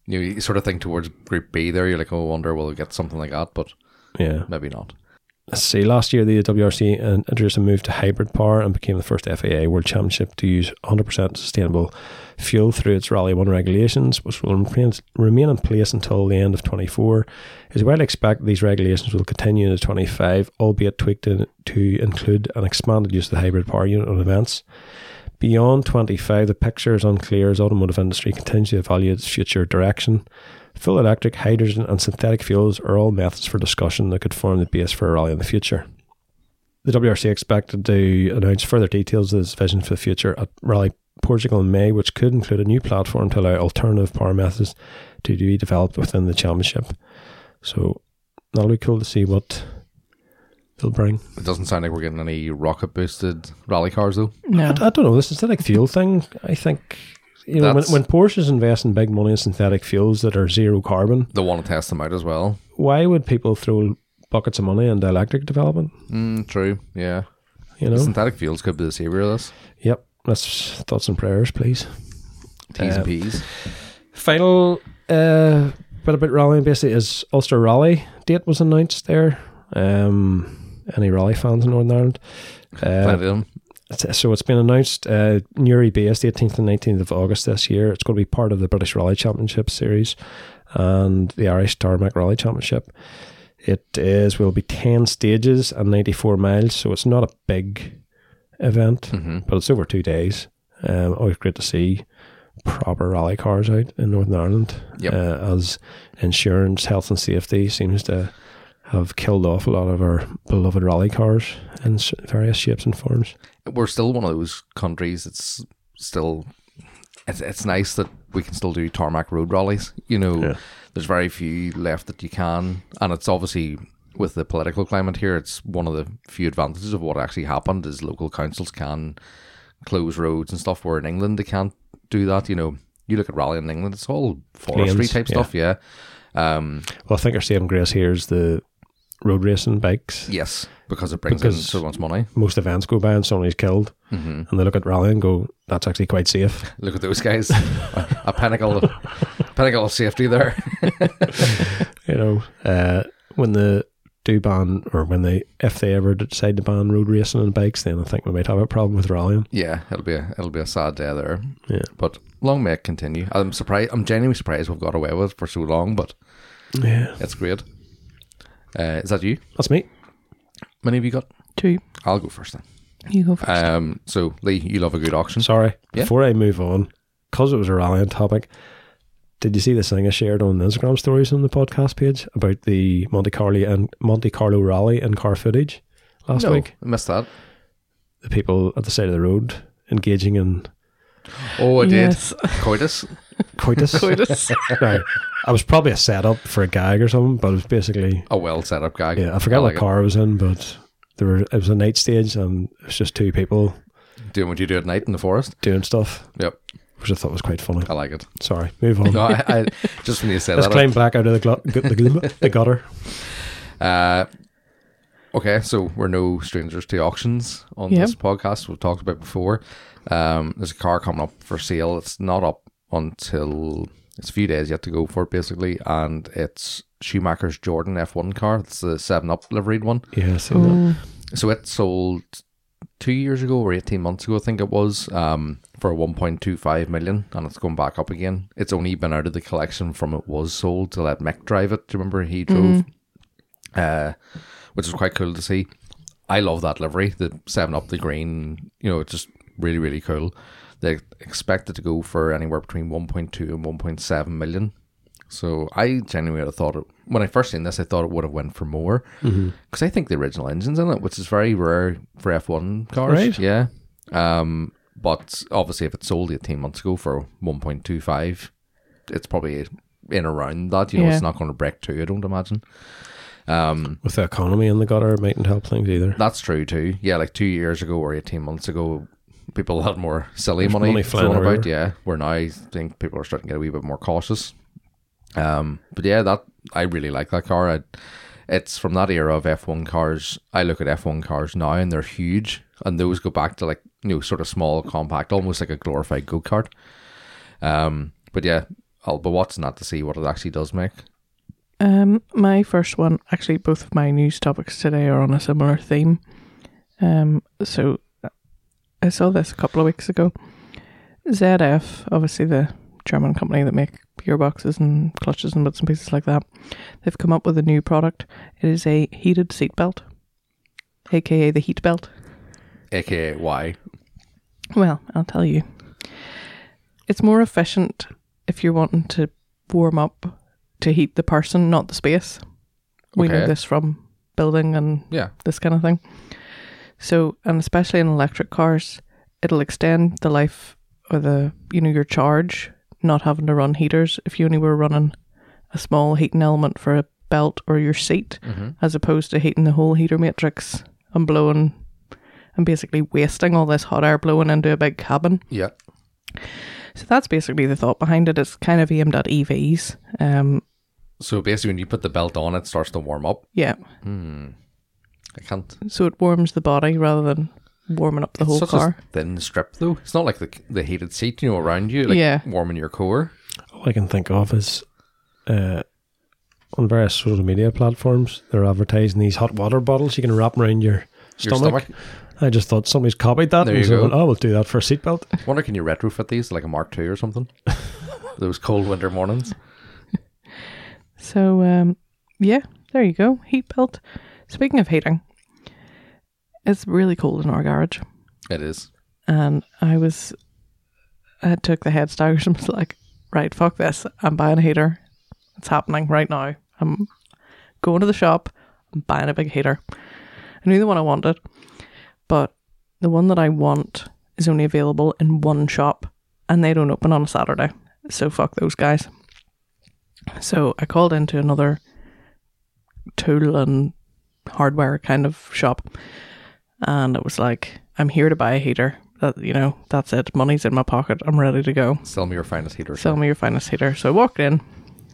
[SPEAKER 1] You, know, you sort of think towards Group B there. You're like, oh, I wonder, will we get something like that? But
[SPEAKER 3] Yeah.
[SPEAKER 1] maybe not.
[SPEAKER 3] Let's see, last year the WRC in- introduced a move to hybrid power and became the first FAA World Championship to use 100% sustainable fuel through its Rally 1 regulations, which will remain, remain in place until the end of 24. It is well expected these regulations will continue into 25, albeit tweaked in, to include an expanded use of the hybrid power unit on events. Beyond 25, the picture is unclear as automotive industry continues to evaluate its future direction. Full electric, hydrogen, and synthetic fuels are all methods for discussion that could form the base for a rally in the future. The WRC expected to announce further details of this vision for the future at Rally Portugal in May, which could include a new platform to allow alternative power methods to be developed within the championship. So that'll be cool to see what they'll bring.
[SPEAKER 1] It doesn't sound like we're getting any rocket boosted rally cars, though.
[SPEAKER 2] No.
[SPEAKER 3] I, I don't know. This synthetic fuel thing, I think, you know, when,
[SPEAKER 1] That's-
[SPEAKER 3] when Porsche's investing big money in synthetic fuels that are zero carbon,
[SPEAKER 1] They want to test them out as well.
[SPEAKER 3] why would people throw buckets of money into electric development?
[SPEAKER 1] Mm, true. Yeah.
[SPEAKER 3] You know?
[SPEAKER 1] Synthetic fuels could be the savior of this.
[SPEAKER 3] Yep. That's thoughts and prayers, please.
[SPEAKER 1] T's
[SPEAKER 3] Um,
[SPEAKER 1] and P's.
[SPEAKER 3] Final uh, bit about rallying basically is Ulster Rally date was announced there. Um, any rally fans in Northern Ireland? Uh,
[SPEAKER 1] Plenty of them.
[SPEAKER 3] It's- So it's been announced uh, Newry Base, the 18th and 19th of August this year. It's going to be part of the British Rally Championship Series and the Irish Tarmac Rally Championship. It is will be 10 stages and 94 miles, so it's not a big event,
[SPEAKER 1] hmm
[SPEAKER 3] but it's over two days. Um, always great to see proper rally cars out in Northern Ireland
[SPEAKER 1] Yep.
[SPEAKER 3] uh, as insurance, health, and safety seems to have killed off a lot of our beloved rally cars in s- various shapes and forms.
[SPEAKER 1] we're still one of those countries that's still it's, it's nice that we can still do tarmac road rallies you know
[SPEAKER 3] Yeah.
[SPEAKER 1] there's very few left that you can and it's obviously with the political climate here it's one of the few advantages of what actually happened is local councils can close roads and stuff where in england they can't do that you know you look at rallying in england it's all forestry
[SPEAKER 3] Lanes,
[SPEAKER 1] type
[SPEAKER 3] yeah.
[SPEAKER 1] stuff yeah um
[SPEAKER 3] Well, I think our saving grace here is the road racing bikes.
[SPEAKER 1] yes because it brings in
[SPEAKER 3] Because-
[SPEAKER 1] so much money
[SPEAKER 3] Most events go by and somebody's killed,
[SPEAKER 1] hmm
[SPEAKER 3] and they look at rally and go, "That's actually quite safe."
[SPEAKER 1] look at those guys a, a pinnacle of, pinnacle of safety there
[SPEAKER 3] You know, uh, when they do ban, or when they, if they ever decide to ban road racing and bikes, then I think we might have a problem with rallying.
[SPEAKER 1] Yeah, it'll be a it'll be a sad day there.
[SPEAKER 3] Yeah.
[SPEAKER 1] But long may it continue. I'm surprised. I'm genuinely surprised we've got away with it for so long, but
[SPEAKER 3] Yeah,
[SPEAKER 1] it's great. Uh, is that you?
[SPEAKER 3] that's me.
[SPEAKER 1] Mm-hmm. Many of you got?
[SPEAKER 2] Two.
[SPEAKER 1] I'll go first then.
[SPEAKER 2] You go first.
[SPEAKER 1] Um, so Lee, you love a good auction.
[SPEAKER 3] Sorry.
[SPEAKER 1] Yeah.
[SPEAKER 3] Before I move on, because it was a rallying topic. Did you see this thing I shared on the Instagram stories on the podcast page about the Monte Carlo and Monte Carlo rally and car footage last
[SPEAKER 1] no,
[SPEAKER 3] week?
[SPEAKER 1] I missed that.
[SPEAKER 3] the people at the side of the road engaging in
[SPEAKER 1] Oh, I
[SPEAKER 2] yes.
[SPEAKER 1] did. Coitus.
[SPEAKER 3] coitus.
[SPEAKER 2] Coitus.
[SPEAKER 3] now, I was probably a setup for a gag or something, but it was basically
[SPEAKER 1] A well set up guy.
[SPEAKER 3] yeah. I forgot
[SPEAKER 1] like
[SPEAKER 3] what car I was in, but there were it was a night stage and it was just two people
[SPEAKER 1] it. Doing what you do at night in the forest.
[SPEAKER 3] doing stuff,
[SPEAKER 1] Yep,
[SPEAKER 3] which I thought was quite funny.
[SPEAKER 1] I like it.
[SPEAKER 3] Sorry, move on.
[SPEAKER 1] No, I, I just when you said
[SPEAKER 3] Let's
[SPEAKER 1] that. I-
[SPEAKER 3] climb back out of the, glu- gu- the, glu- the gutter.
[SPEAKER 1] Uh, okay, so we're no strangers to auctions on
[SPEAKER 2] Yeah.
[SPEAKER 1] this podcast. We've talked about before. Um, there's a car coming up for sale. It's not up until it's a few days yet to go for it, basically, and it's Schumacher's Jordan F1 car. It's the Seven Up liveried one.
[SPEAKER 3] Yeah, so that-
[SPEAKER 2] Ooh.
[SPEAKER 1] So it sold two years ago or eighteen months ago, I think it was, um, for one point two five million, and it's going back up again. It's only been out of the collection from it was sold to let Mick drive it. Do you remember he drove? Uh, which is quite cool to see. I love that livery, the seven up, the green. You know, it's just really really cool. They expect it to go for anywhere between one point two and one point seven million. So I genuinely would have thought it, when I first seen this, I thought it would have went for more because I think the original engine's in it, which is very rare for F one cars.
[SPEAKER 3] Right.
[SPEAKER 1] Yeah. Um, but obviously, if it sold eighteen months ago for one point two five, it's probably in around that. You know,
[SPEAKER 2] Yeah.
[SPEAKER 1] it's not going to break two. I don't imagine. Um,
[SPEAKER 3] With the economy in the gutter, it mightn't help things either.
[SPEAKER 1] that's true too. Yeah, like two years ago or eighteen months ago, people had more silly money,
[SPEAKER 3] money flying
[SPEAKER 1] thrown about.
[SPEAKER 3] around.
[SPEAKER 1] Yeah, where now I think people are starting to get a wee bit more cautious. Um, but yeah, that I really like that car. I, it's from that era of F one cars. I look at F one cars now, and they're huge, and those go back to like you know sort of small, compact, almost like a glorified go kart. Um, but yeah, I'll be watching that to see what it actually does make.
[SPEAKER 2] Um, my first one, actually, both of my news topics today are on a similar theme. Um, so I saw this a couple of weeks ago. ZF, obviously the German company that make gearboxes and clutches and bits and pieces like that, they've come up with a new product. It is a heated seat belt, aka the heat belt.
[SPEAKER 1] AKA why?
[SPEAKER 2] Well, I'll tell you. It's more efficient if you're wanting to warm up to heat the person, not the space. We know
[SPEAKER 1] Okay.
[SPEAKER 2] this from building and
[SPEAKER 1] Yeah,
[SPEAKER 2] this kind of thing. So, and especially in electric cars, it'll extend the life or the, you know, your charge, not having to run heaters if you only were running a small heating element for a belt or your seat,
[SPEAKER 1] Mm-hmm.
[SPEAKER 2] as opposed to heating the whole heater matrix and blowing and basically wasting all this hot air blowing into a big cabin.
[SPEAKER 1] yeah,
[SPEAKER 2] So that's basically the thought behind it. It's kind of aimed at EVs. Um,
[SPEAKER 1] So basically, when you put the belt on, it starts to warm up.
[SPEAKER 2] yeah.
[SPEAKER 1] I can't.
[SPEAKER 2] So it warms the body rather than warming up the whole
[SPEAKER 1] Such
[SPEAKER 2] car.
[SPEAKER 1] a thin strip, though. It's not like the the heated seat, you know, around you, like
[SPEAKER 2] Yeah.
[SPEAKER 1] warming your core.
[SPEAKER 3] All I can think of is uh, on various social media platforms, they're advertising these hot water bottles you can wrap around your
[SPEAKER 1] Your
[SPEAKER 3] stomach.
[SPEAKER 1] stomach.
[SPEAKER 3] I just thought somebody's copied that.
[SPEAKER 1] There
[SPEAKER 3] and
[SPEAKER 1] you
[SPEAKER 3] so
[SPEAKER 1] go.
[SPEAKER 3] went, oh, we'll do that for a seatbelt.
[SPEAKER 1] Wonder can you retrofit these to, like a Mark II or something? Those cold winter mornings.
[SPEAKER 2] So, um, yeah, there you go. Heat belt. Speaking of heating, it's really cold in our garage,
[SPEAKER 1] It is.
[SPEAKER 2] and Um, I was, I took the head staggers and was like, right, fuck this. I'm buying a heater. It's happening right now. I'm going to the shop. I'm buying a big heater. I knew the one I wanted, but the one that I want is only available in one shop, and they don't open on a Saturday. So fuck those guys. So I called into another tool and hardware kind of shop, and it was like, "I'm here to buy a heater. That you know, that's it. Money's in my pocket. I'm ready to go.
[SPEAKER 1] Sell me your finest heater.
[SPEAKER 2] Sell me your finest heater." So I walked in.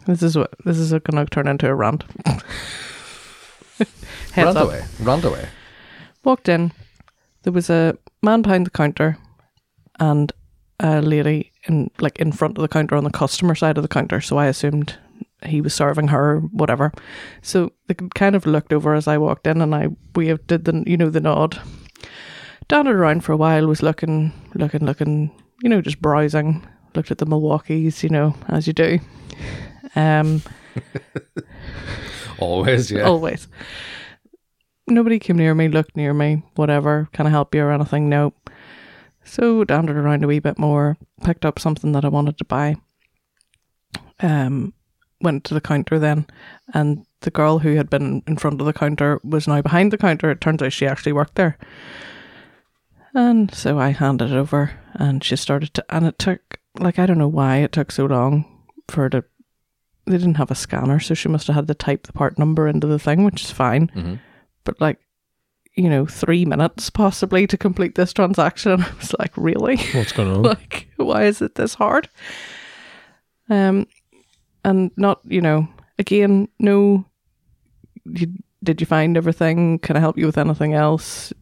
[SPEAKER 2] This is what this is going to turn into a rant. Heads
[SPEAKER 1] Rand
[SPEAKER 2] up.
[SPEAKER 1] away. Rand away.
[SPEAKER 2] Walked in. There was a man behind the counter and a lady in like in front of the counter on the customer side of the counter. So I assumed he was serving her, whatever. So they kind of looked over as I walked in, and I waved, did the you know the nod. Dandered around for a while, was looking, looking, looking, you know, just browsing. Looked at the Milwaukee's, you know, as you do. Um,
[SPEAKER 1] Always, yeah.
[SPEAKER 2] always. Nobody came near me, looked near me, whatever. Can I help you or anything? No. So dandered around a wee bit more, picked up something that I wanted to buy. Um, went to the counter then, and the girl who had been in front of the counter was now behind the counter. It turns out she actually worked there. And so I handed it over, and she started to. And it took like I don't know why it took so long for her to they didn't have a scanner, so she must have had to type the part number into the thing, which is fine.
[SPEAKER 1] Mhm.
[SPEAKER 2] But like, you know, three minutes possibly to complete this transaction. And I was like, really?
[SPEAKER 3] What's going on?
[SPEAKER 2] like, why is it this hard? Um, and not, you know, again, no. You, did you find everything? Can I help you with anything else?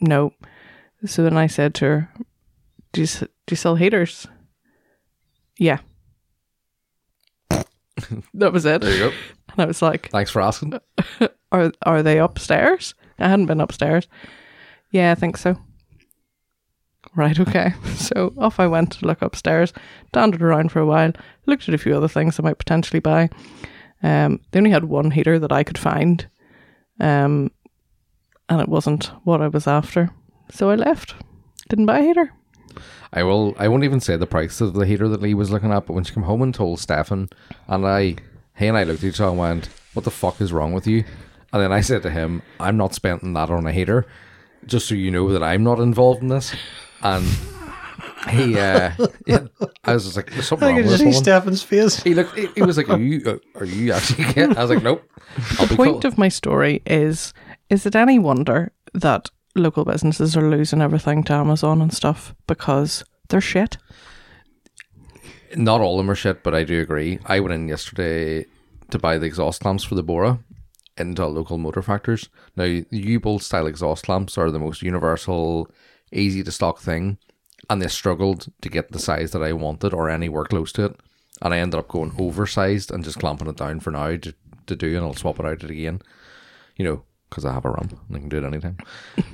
[SPEAKER 2] No. So then I said to her, "Do you s- do you sell haters?" Yeah. that was it.
[SPEAKER 1] There you go.
[SPEAKER 2] And I was like,
[SPEAKER 1] Thanks for asking.
[SPEAKER 2] are are they upstairs? I hadn't been upstairs. Yeah, I think so. Right, okay. So off I went to look upstairs, dandered around for a while, looked at a few other things I might potentially buy. Um, they only had one heater that I could find, um, and it wasn't what I was after. So I left. Didn't buy a heater.
[SPEAKER 1] I will. I won't even say the price of the heater that Lee was looking at. But when she came home and told Stefan, and I, he and I looked at each other and went, "What the fuck is wrong with you?" And then I said to him, "I'm not spending that on a heater, just so you know that I'm not involved in this." And he, uh, yeah, I was just like, "There's something wrong with this woman."
[SPEAKER 3] Stefan's face.
[SPEAKER 1] He looked. He, he was like, "Are you? Are you actually?" gay?" I was like, "Nope." I'll be
[SPEAKER 2] Point
[SPEAKER 1] cool.
[SPEAKER 2] of my story is: is it any wonder that local businesses are losing everything to Amazon and stuff because they're shit?
[SPEAKER 1] Not all of them are shit, but I do agree. I went in yesterday to buy the exhaust lamps for the Bora into local motor factors. Now, the U-Bolt style exhaust lamps are the most universal, easy to stock thing, and they struggled to get the size that I wanted or anywhere close to it. And I ended up going oversized and just clamping it down for now to, to do, and I'll swap it out again, you know, because I have a RAM and I can do it anytime.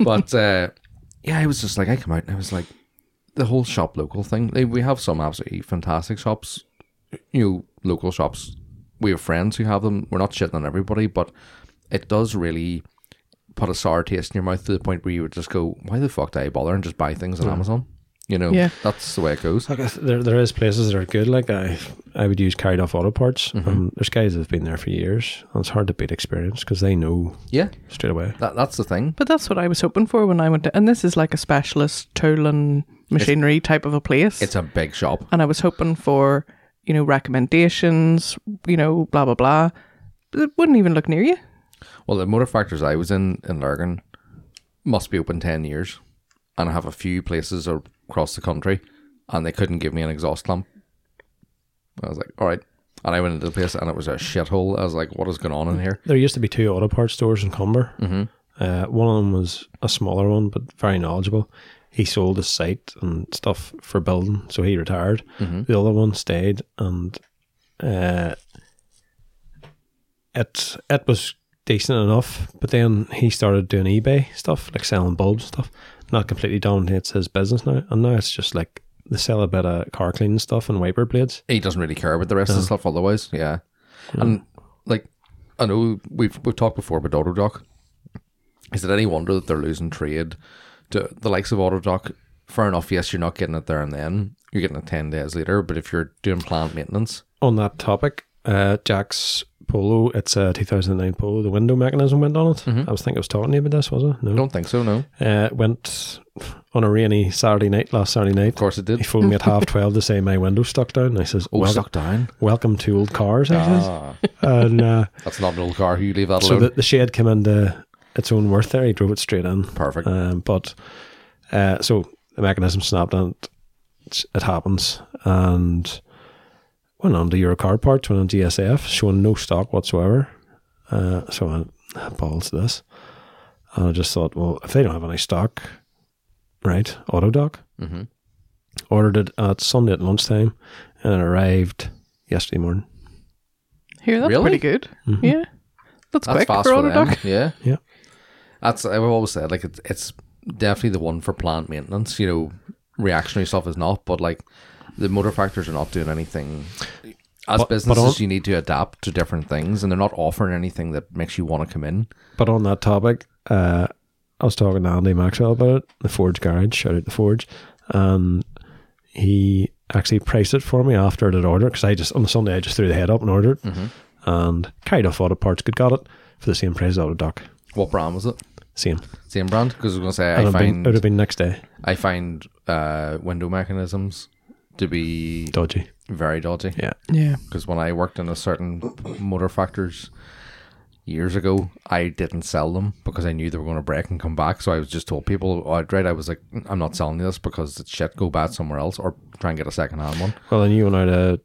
[SPEAKER 1] but uh, yeah, I was just like, I come out and I was like, the whole shop local thing. Like, We have some absolutely fantastic shops, you know, local shops. We have friends who have them. We're not shitting on everybody, but it does really put a sour taste in your mouth to the point where you would just go, "Why the fuck do I bother and just buy things on Amazon?" You know,
[SPEAKER 2] Yeah.
[SPEAKER 1] that's the way it goes.
[SPEAKER 3] Like I th- there, there is places that are good. Like I, I would use carried off auto parts.
[SPEAKER 1] Mm-hmm.
[SPEAKER 3] Um, there's guys that have been there for years. And it's hard to beat experience because they know
[SPEAKER 1] Yeah,
[SPEAKER 3] straight away.
[SPEAKER 1] that, that's the thing.
[SPEAKER 2] But that's what I was hoping for when I went. To, and this is like a specialist tool and machinery type of a place.
[SPEAKER 1] It's a big shop.
[SPEAKER 2] and I was hoping for, you know, recommendations, you know, blah blah blah. But it wouldn't even look near you.
[SPEAKER 1] Well, the motor factors I was in in Lurgan must be open ten years, and I have a few places ar- across the country, and they couldn't give me an exhaust lamp. I was like, all right, and I went into the place, and it was a shithole. I was like, what is going on in here?
[SPEAKER 3] There used to be two auto parts stores in Cumber. Mm-hmm. Uh, one of them was a smaller one, but very knowledgeable. He sold his site and stuff for building, so he retired. The other one stayed, and uh, it it was decent enough. But then he started doing eBay stuff, like selling bulbs and stuff. Not completely dominates his business now, and now it's just like they sell a bit of car cleaning stuff and wiper blades.
[SPEAKER 1] He doesn't really care about the rest of the stuff otherwise. Yeah, and like I know we've we've talked before about Autodoc. Is it any wonder that they're losing trade to the likes of Autodoc? Fair enough. Yes, you're not getting it there and then. You're getting it ten days later. But if you're doing plant maintenance.
[SPEAKER 3] on that topic, uh, Jack's polo, it's a 2009 polo, the window mechanism went on it. I was thinking I was talking to you about this, was it?
[SPEAKER 1] I
[SPEAKER 3] No.
[SPEAKER 1] Mm-hmm. don't think so, no.
[SPEAKER 3] Uh, it went on a rainy Saturday night, last Saturday night.
[SPEAKER 1] Of course it
[SPEAKER 3] He
[SPEAKER 1] did.
[SPEAKER 3] phoned me at half 12 to say my window stuck down. And I says,
[SPEAKER 1] Oh,
[SPEAKER 3] "Welcome-
[SPEAKER 1] stuck down.
[SPEAKER 3] Welcome to old cars, I says.
[SPEAKER 1] Ah,
[SPEAKER 3] And uh,
[SPEAKER 1] that's not an old car. You leave that
[SPEAKER 3] so
[SPEAKER 1] alone.
[SPEAKER 3] the, the shade came into its own worth there. He drove it straight in.
[SPEAKER 1] Perfect.
[SPEAKER 3] Um, but uh, so the mechanism snapped and it, it happens and went on to Eurocar parts, went on GSF, showing no stock whatsoever. Uh, so I had balls to this. And I just thought, well, if they don't have any stock, right, Autodoc.
[SPEAKER 1] Mhm.
[SPEAKER 3] Ordered it at Sunday at lunchtime and it arrived yesterday morning.
[SPEAKER 2] Here, that's
[SPEAKER 1] Really? Mm-hmm.
[SPEAKER 2] pretty good. Yeah, that's,
[SPEAKER 1] that's
[SPEAKER 2] quick
[SPEAKER 1] fast
[SPEAKER 2] for
[SPEAKER 1] for them.
[SPEAKER 2] Autodoc.
[SPEAKER 1] Yeah.
[SPEAKER 3] Yeah.
[SPEAKER 1] That's, I've always said, like, it's, it's definitely the one for plant maintenance. You know, reactionary stuff is not, but like, the motor factors are not doing anything. As
[SPEAKER 3] But- but
[SPEAKER 1] businesses,
[SPEAKER 3] on-
[SPEAKER 1] you need to adapt to different things, and they're not offering anything that makes you want to come in.
[SPEAKER 3] But on that topic, uh, I was talking to Andy Maxwell about it, the Forge Garage, shout out the Forge, and he actually priced it for me after it had ordered because I just on the Sunday I just threw the head up and ordered
[SPEAKER 1] Mm-hmm.
[SPEAKER 3] and carried off auto parts, good got it for the same price as Autodoc.
[SPEAKER 1] What brand was it?
[SPEAKER 3] Same.
[SPEAKER 1] Same brand? Because I was going to say,
[SPEAKER 3] And
[SPEAKER 1] I
[SPEAKER 3] it'd been-
[SPEAKER 1] find,
[SPEAKER 3] it would have been next day.
[SPEAKER 1] I find uh, window mechanisms to be
[SPEAKER 3] Dodgy.
[SPEAKER 1] very dodgy.
[SPEAKER 3] Yeah.
[SPEAKER 2] Yeah,
[SPEAKER 1] because when I worked in a certain motor factors years ago, I didn't sell them because I knew they were going to break and come back. So I was just told people outright, I was like, "Mm, I'm not selling you this because it's shit. Go bad somewhere else or try and get a second hand one.
[SPEAKER 3] Well, the new one out of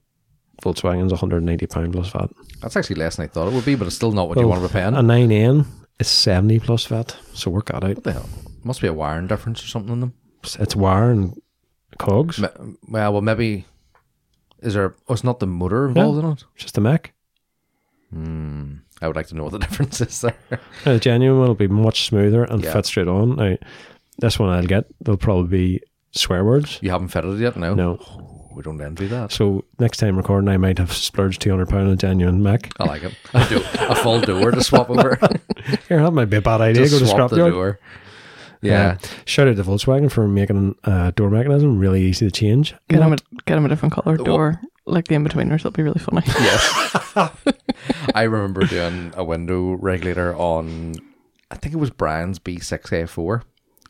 [SPEAKER 3] Volkswagen's 180 pound plus VAT.
[SPEAKER 1] That's actually less than I thought it would be, but it's still not what you
[SPEAKER 3] Well,
[SPEAKER 1] want to be paying.
[SPEAKER 3] A nine N is 70 plus VAT, so work that out.
[SPEAKER 1] what the hell? Must be a wiring difference or something in them.
[SPEAKER 3] It's wire and cogs.
[SPEAKER 1] Me- Well, well, maybe. Is there? Oh, it's not the motor involved in it.
[SPEAKER 3] It's just a mech.
[SPEAKER 1] Hmm. I would like to know what the difference is there.
[SPEAKER 3] Uh, the genuine one will be much smoother and
[SPEAKER 1] Yeah.
[SPEAKER 3] fit straight on. Now, this one I'll get, there'll probably be swear words.
[SPEAKER 1] You haven't fitted it yet, no?
[SPEAKER 3] No.
[SPEAKER 1] We don't envy that.
[SPEAKER 3] So next time recording, I might have splurged £200 on a genuine Mac.
[SPEAKER 1] I like it. I do. A full door to swap over.
[SPEAKER 3] Here, that might be a bad idea.
[SPEAKER 1] Just
[SPEAKER 3] Go to
[SPEAKER 1] swap the
[SPEAKER 3] scrapyard.
[SPEAKER 1] door. Yeah.
[SPEAKER 3] Shout out to Volkswagen for making a uh, door mechanism really easy to change.
[SPEAKER 2] Get
[SPEAKER 3] Not-
[SPEAKER 2] him a get him a different color
[SPEAKER 1] What?
[SPEAKER 2] door, like the in betweeners. That'll be really funny.
[SPEAKER 1] Yes. I remember doing a window regulator on, I think it was Brian's B6A4,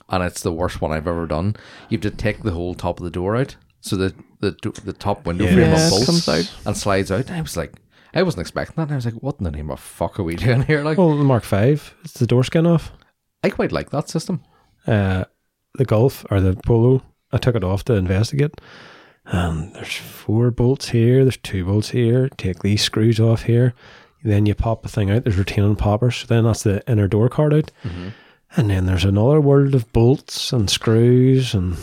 [SPEAKER 1] and it's the worst one I've ever done. You have to take the whole top of the door out, so the the, do- the top window frame
[SPEAKER 2] Yeah, it
[SPEAKER 1] unbolts
[SPEAKER 2] comes out.
[SPEAKER 1] and slides out. And I was like, I wasn't expecting that. And I was like, what in the name of fuck are we doing here? Like,
[SPEAKER 3] Well, the Mark Five, it's the door skin off.
[SPEAKER 1] I quite like that system.
[SPEAKER 3] Uh, the Golf or the Polo, I took it off to investigate. And there's four bolts here. There's two bolts here. Take these screws off here. Then you pop the thing out. There's retaining poppers. Then that's the inner door card out.
[SPEAKER 1] Mm-hmm.
[SPEAKER 3] And then there's another world of bolts and screws and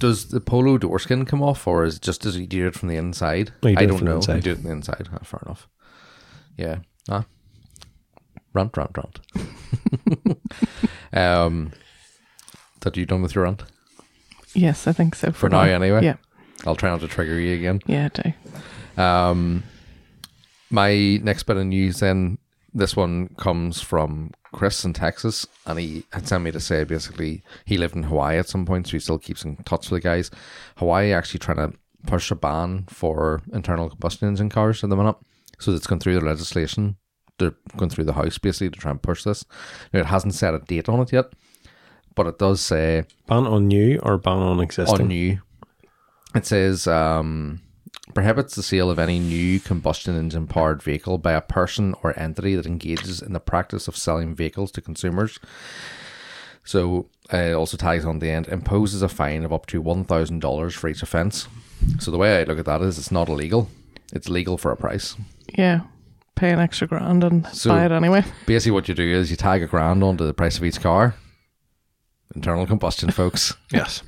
[SPEAKER 1] Does the polo door skin come off, or is it just as you do it from the inside?
[SPEAKER 3] No, you do
[SPEAKER 1] I
[SPEAKER 3] it
[SPEAKER 1] don't
[SPEAKER 3] from the
[SPEAKER 1] know. You
[SPEAKER 3] inside.
[SPEAKER 1] do it from the inside. Ah, fair enough. Yeah. Ah. Rant, rant, rant. um, that you done with your rant
[SPEAKER 2] Yes, I think so.
[SPEAKER 1] for now, anyway.
[SPEAKER 2] Yeah,
[SPEAKER 1] I'll try not to trigger you again.
[SPEAKER 2] yeah, I do.
[SPEAKER 1] Um, my next bit of news then, this one comes from Chris in Texas, and he had sent me to say basically he lived in Hawaii at some point, so he still keeps in touch with the guys. Hawaii actually trying to push a ban for internal combustion engine cars at the minute, so it's going through the legislation. They're going through the house basically to try and push this. Now it hasn't set a date on it yet, but it does say
[SPEAKER 3] ban on new or ban on existing.
[SPEAKER 1] on new. It says um, prohibits the sale of any new combustion engine powered vehicle by a person or entity that engages in the practice of selling vehicles to consumers. So uh, it also tags on the end imposes a fine of up to one thousand dollars for each offence. So the way I look at that is it's not illegal. It's legal for a price.
[SPEAKER 2] Yeah, pay an extra grand and
[SPEAKER 1] So-
[SPEAKER 2] buy it anyway.
[SPEAKER 1] Basically, what you do is you tag a grand onto the price of each car. Internal combustion, folks.
[SPEAKER 3] Yes.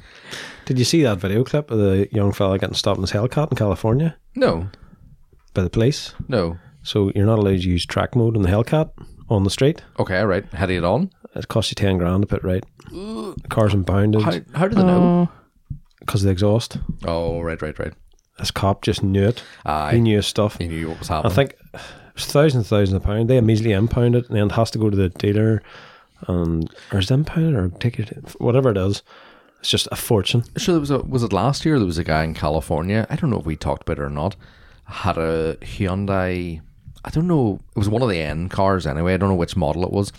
[SPEAKER 3] Did you see that video clip of the young fella getting stopped in his Hellcat in California
[SPEAKER 1] No,
[SPEAKER 3] by the police?
[SPEAKER 1] no.
[SPEAKER 3] So you're not allowed to use track mode on the Hellcat on the street.
[SPEAKER 1] Okay, right. Had it on.
[SPEAKER 3] It costs you 10 grand to put right. The car's impounded
[SPEAKER 1] How, how do they know?
[SPEAKER 2] Oh,
[SPEAKER 3] because of the exhaust.
[SPEAKER 1] Oh, right, right, right.
[SPEAKER 3] This cop just knew it. He
[SPEAKER 1] Aye.
[SPEAKER 3] knew his stuff.
[SPEAKER 1] He knew what was
[SPEAKER 3] I
[SPEAKER 1] happening.
[SPEAKER 3] think it was thousands and thousands of pounds. They immediately impound it and then it has to go to the dealer and or is it impounded or take it, whatever it is. It's just a fortune.
[SPEAKER 1] sure there was a was it last year there was a guy in California. I don't know if we talked about it or not. Had a Hyundai I don't know it was one of the N cars anyway, I don't know which model it was.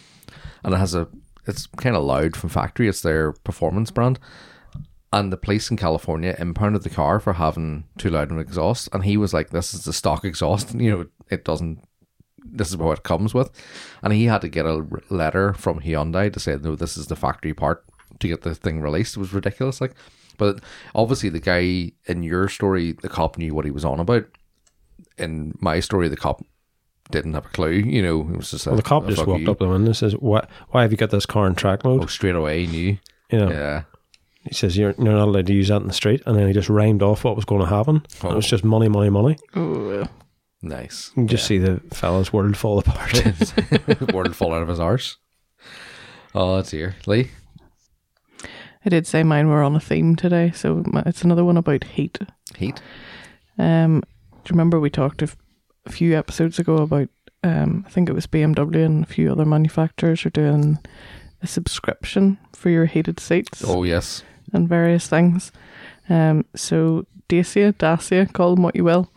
[SPEAKER 1] And it has a it's kinda loud from factory, it's their performance brand. And the police in California impounded the car for having too loud an exhaust and he was like, This is the stock exhaust, you know, it doesn't this is what it comes with. And he had to get a r- letter from Hyundai to say, no, this is the factory part to get the thing released. It was ridiculous. Like, but obviously the guy in your story, the cop knew what he was on about. In my story, the cop didn't have a clue. You know, it was just
[SPEAKER 3] Well, the cop
[SPEAKER 1] "Oh,
[SPEAKER 3] just
[SPEAKER 1] fuck
[SPEAKER 3] walked
[SPEAKER 1] you."
[SPEAKER 3] up to him and says, "Why? Why have you got this car in track mode?"
[SPEAKER 1] Oh, straight away he knew.
[SPEAKER 3] you know,
[SPEAKER 1] Yeah.
[SPEAKER 3] he says, "You're you're not allowed to use that in the street." And then he just rhymed off what was going to happen. It was
[SPEAKER 1] Oh.
[SPEAKER 3] just money, money, money.
[SPEAKER 2] Oh. ooh.
[SPEAKER 1] Nice.
[SPEAKER 3] You can just see the fella's world fall apart.
[SPEAKER 1] Word fall out of his arse. Oh dear, Lee.
[SPEAKER 2] I did say mine were on a theme today, so my- it's another one about heat.
[SPEAKER 1] Heat.
[SPEAKER 2] Um, do you remember we talked a f- a few episodes ago about? Um, I think it was BMW and a few other manufacturers are doing a subscription for your heated seats
[SPEAKER 1] Oh yes.
[SPEAKER 2] and various things. Um, so Dacia, Dacia, call them what you will,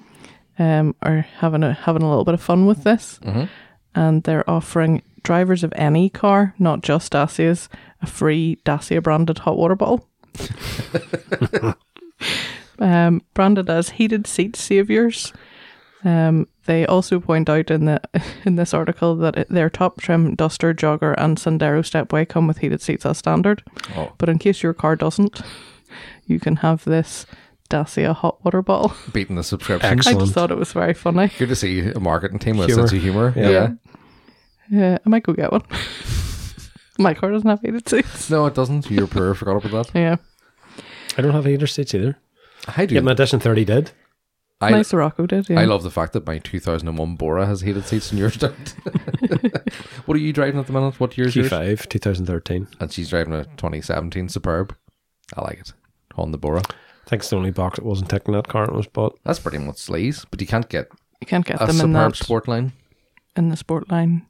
[SPEAKER 2] um, are having a having a little bit of fun with this,
[SPEAKER 1] Mhm.
[SPEAKER 2] and they're offering drivers of any car, not just Dacias, a free Dacia branded hot water bottle. um, branded as heated seat saviors. Um, they also point out in the in this article that it- their top trim Duster, Jogger, and Sandero Stepway come with heated seats as standard.
[SPEAKER 1] Oh,
[SPEAKER 2] But in case your car doesn't, you can have this Dacia hot water bottle.
[SPEAKER 1] beating the subscription.
[SPEAKER 3] Ex-
[SPEAKER 2] I
[SPEAKER 3] Excellent.
[SPEAKER 2] just thought it was very funny.
[SPEAKER 1] Good to see a marketing team with a
[SPEAKER 3] Humor.
[SPEAKER 1] sense of humor.
[SPEAKER 3] Yeah.
[SPEAKER 1] yeah.
[SPEAKER 2] Yeah, Uh, I might go get one. My car doesn't have heated seats.
[SPEAKER 1] No, it doesn't. You're poor. Forgot about that.
[SPEAKER 2] Yeah,
[SPEAKER 3] I don't have heater seats either.
[SPEAKER 1] I do.
[SPEAKER 3] Yeah, my edition thirty did.
[SPEAKER 1] I,
[SPEAKER 2] my Sirocco did. Yeah.
[SPEAKER 1] I love the fact that my 2001 Bora has heated seats and yours don't. what are you driving at the minute? What year's
[SPEAKER 3] Q
[SPEAKER 1] yours?
[SPEAKER 3] five, two thousand thirteen.
[SPEAKER 1] And she's driving a 2017 Superb. I like it. On the Bora.
[SPEAKER 3] I think it's the only box that wasn't ticking that car it was bought.
[SPEAKER 1] That's pretty much sleaze, but you can't get
[SPEAKER 2] you can't get
[SPEAKER 1] a
[SPEAKER 2] them in
[SPEAKER 1] superb
[SPEAKER 2] that
[SPEAKER 1] sport line.
[SPEAKER 2] in the sport line.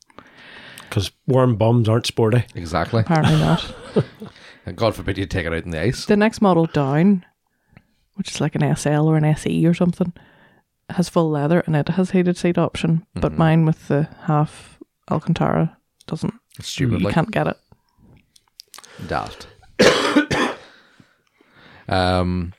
[SPEAKER 3] Because warm bums aren't sporty.
[SPEAKER 1] Exactly.
[SPEAKER 2] Apparently not.
[SPEAKER 1] And God forbid you take it out in the ice.
[SPEAKER 2] The next model down, which is like an SL or an SE or something, has full leather and it has heated seat option.
[SPEAKER 1] Mm-hmm.
[SPEAKER 2] But mine with the half Alcantara doesn't.
[SPEAKER 1] It's
[SPEAKER 2] You
[SPEAKER 1] stupid. Like,
[SPEAKER 2] can't get it.
[SPEAKER 1] daft. um,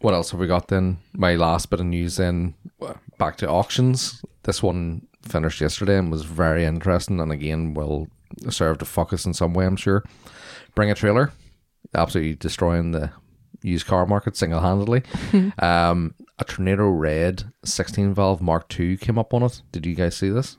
[SPEAKER 1] what else have we got then? My last bit of news then, w- back to auctions. This one finished yesterday and was very interesting, and again will serve to focus in some way, I'm sure. Bring a trailer, absolutely destroying the used car market single handedly. um, a Tornado Red 16 valve Mark II came up on it. Did you guys see this?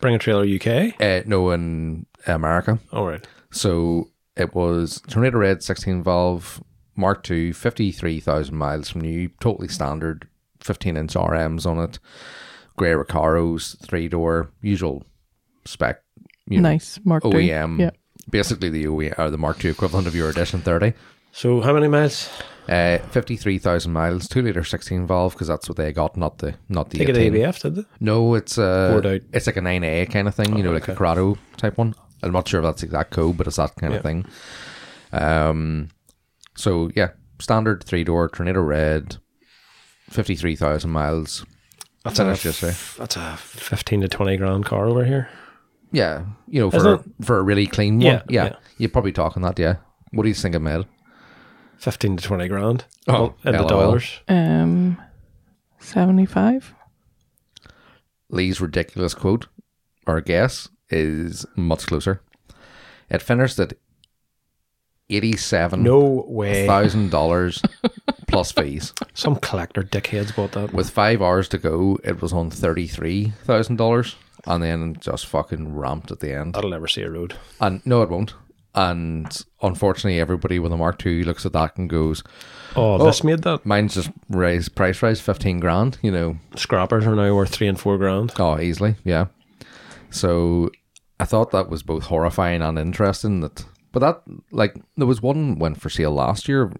[SPEAKER 3] Bring a trailer UK.
[SPEAKER 1] Uh, no, in America.
[SPEAKER 3] All right.
[SPEAKER 1] So it was Tornado Red 16 valve Mark II, 53,000 miles from new, totally standard, 15 inch RMs on it, grey Recaros, three door, usual spec, you know,
[SPEAKER 2] nice Mark II.
[SPEAKER 1] OEM,
[SPEAKER 2] Yeah.
[SPEAKER 1] basically the OEM or the Mark II equivalent of your Edition 30.
[SPEAKER 3] So how many miles?
[SPEAKER 1] Uh, 53,000 miles, 2 litre 16 valve, because that's what they got, not the not the
[SPEAKER 3] Take it
[SPEAKER 1] 18.
[SPEAKER 3] ABF, did they?
[SPEAKER 1] No, it's
[SPEAKER 3] Poured
[SPEAKER 1] a
[SPEAKER 3] out. Oh,
[SPEAKER 1] it's like a nine A kind of thing. You know, like a Corrado type one. I'm not sure if that's the exact code, but it's that kind
[SPEAKER 3] Yeah.
[SPEAKER 1] of thing. Um, so yeah, standard three door Tornado Red, fifty three thousand miles.
[SPEAKER 3] That's
[SPEAKER 1] Finished yesterday.
[SPEAKER 3] That's a fifteen to twenty grand car over here.
[SPEAKER 1] Yeah, you know, for
[SPEAKER 3] Isn't
[SPEAKER 1] for a really clean one.
[SPEAKER 3] Yeah,
[SPEAKER 1] Yeah,
[SPEAKER 3] yeah.
[SPEAKER 1] you're probably talking that. Yeah, what do you think of Mel?
[SPEAKER 3] Fifteen to twenty grand.
[SPEAKER 1] Oh,
[SPEAKER 3] in the
[SPEAKER 1] LOL.
[SPEAKER 3] dollars.
[SPEAKER 2] Um, seventy-five.
[SPEAKER 1] Lee's ridiculous quote or guess is much closer. It finished at eighty seven thousand
[SPEAKER 3] No way.
[SPEAKER 1] dollars plus fees.
[SPEAKER 3] Some collector dickheads bought that.
[SPEAKER 1] With five hours to go, it was on thirty-three thousand dollars, and then just fucking ramped at the end.
[SPEAKER 3] That'll never see a road.
[SPEAKER 1] And no, it won't. And unfortunately, everybody with a Mark II looks at that and goes,
[SPEAKER 3] Oh, this made that.
[SPEAKER 1] "Mine's just raised price rise fifteen grand." You know,
[SPEAKER 3] Scrappers are now worth three and four grand.
[SPEAKER 1] oh, easily, yeah. So I thought that was both horrifying and interesting. That, but that like there was one went for sale last year,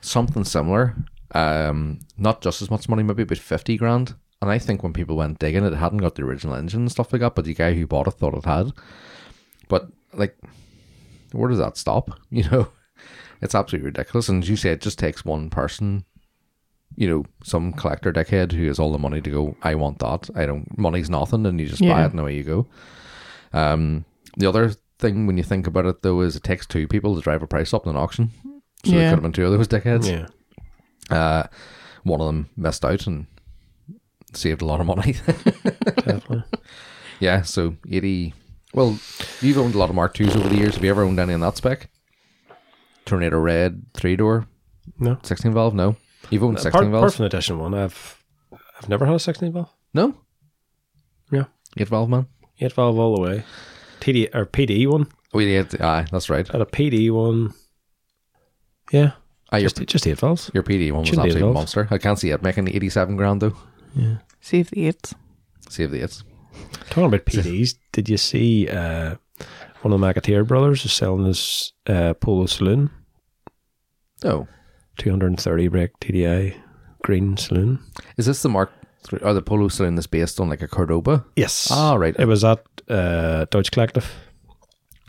[SPEAKER 1] something similar. Um, not just as much money, maybe about fifty grand. And I think when people went digging, it hadn't got the original engine and stuff like that. But the guy who bought it thought it had. But like, where does that stop? You know, it's absolutely ridiculous. And as you say, it just takes one person. You know, some collector dickhead who has all the money to go. I want that. I don't. Money's nothing, and you just buy
[SPEAKER 2] Yeah.
[SPEAKER 1] it, and away you go. Um, the other thing when you think about it though is it takes two people to drive a price up in an auction. So there
[SPEAKER 2] Yeah.
[SPEAKER 1] could have been two of those dickheads.
[SPEAKER 3] Yeah.
[SPEAKER 1] Uh, one of them missed out and saved a lot of money.
[SPEAKER 3] Definitely.
[SPEAKER 1] yeah, so 80. Well, you've owned a lot of Mark IIs over the years. Have you ever owned any in that spec? Tornado Red, three door,
[SPEAKER 3] No.
[SPEAKER 1] 16 valve? No. You've owned 16
[SPEAKER 3] Apart, apart
[SPEAKER 1] valves?
[SPEAKER 3] from the edition one, I've I've never had a sixteen valve.
[SPEAKER 1] No?
[SPEAKER 3] Yeah.
[SPEAKER 1] 8 valve, man?
[SPEAKER 3] Eight valve all the way. TD or PD one.
[SPEAKER 1] Oh, yeah, aye, that's right.
[SPEAKER 3] Had a PD one. Yeah.
[SPEAKER 1] Aye, your,
[SPEAKER 3] Just just eight valves.
[SPEAKER 1] your PD one was
[SPEAKER 3] Shouldn't be
[SPEAKER 1] absolutely a
[SPEAKER 3] involved.
[SPEAKER 1] monster. I can't see it making 87 grand, though.
[SPEAKER 2] Save the eights.
[SPEAKER 1] Save the eights.
[SPEAKER 3] Talking about PDs, did you see uh, one of the McAteer brothers is selling his uh, Polo Saloon,
[SPEAKER 1] No.
[SPEAKER 3] 230 brake TDI green saloon?
[SPEAKER 1] Is this the Mark III, or the Polo saloon that's based on like a Cordoba?
[SPEAKER 3] Yes.
[SPEAKER 1] Ah, right.
[SPEAKER 3] It was at uh, Deutsche Collective.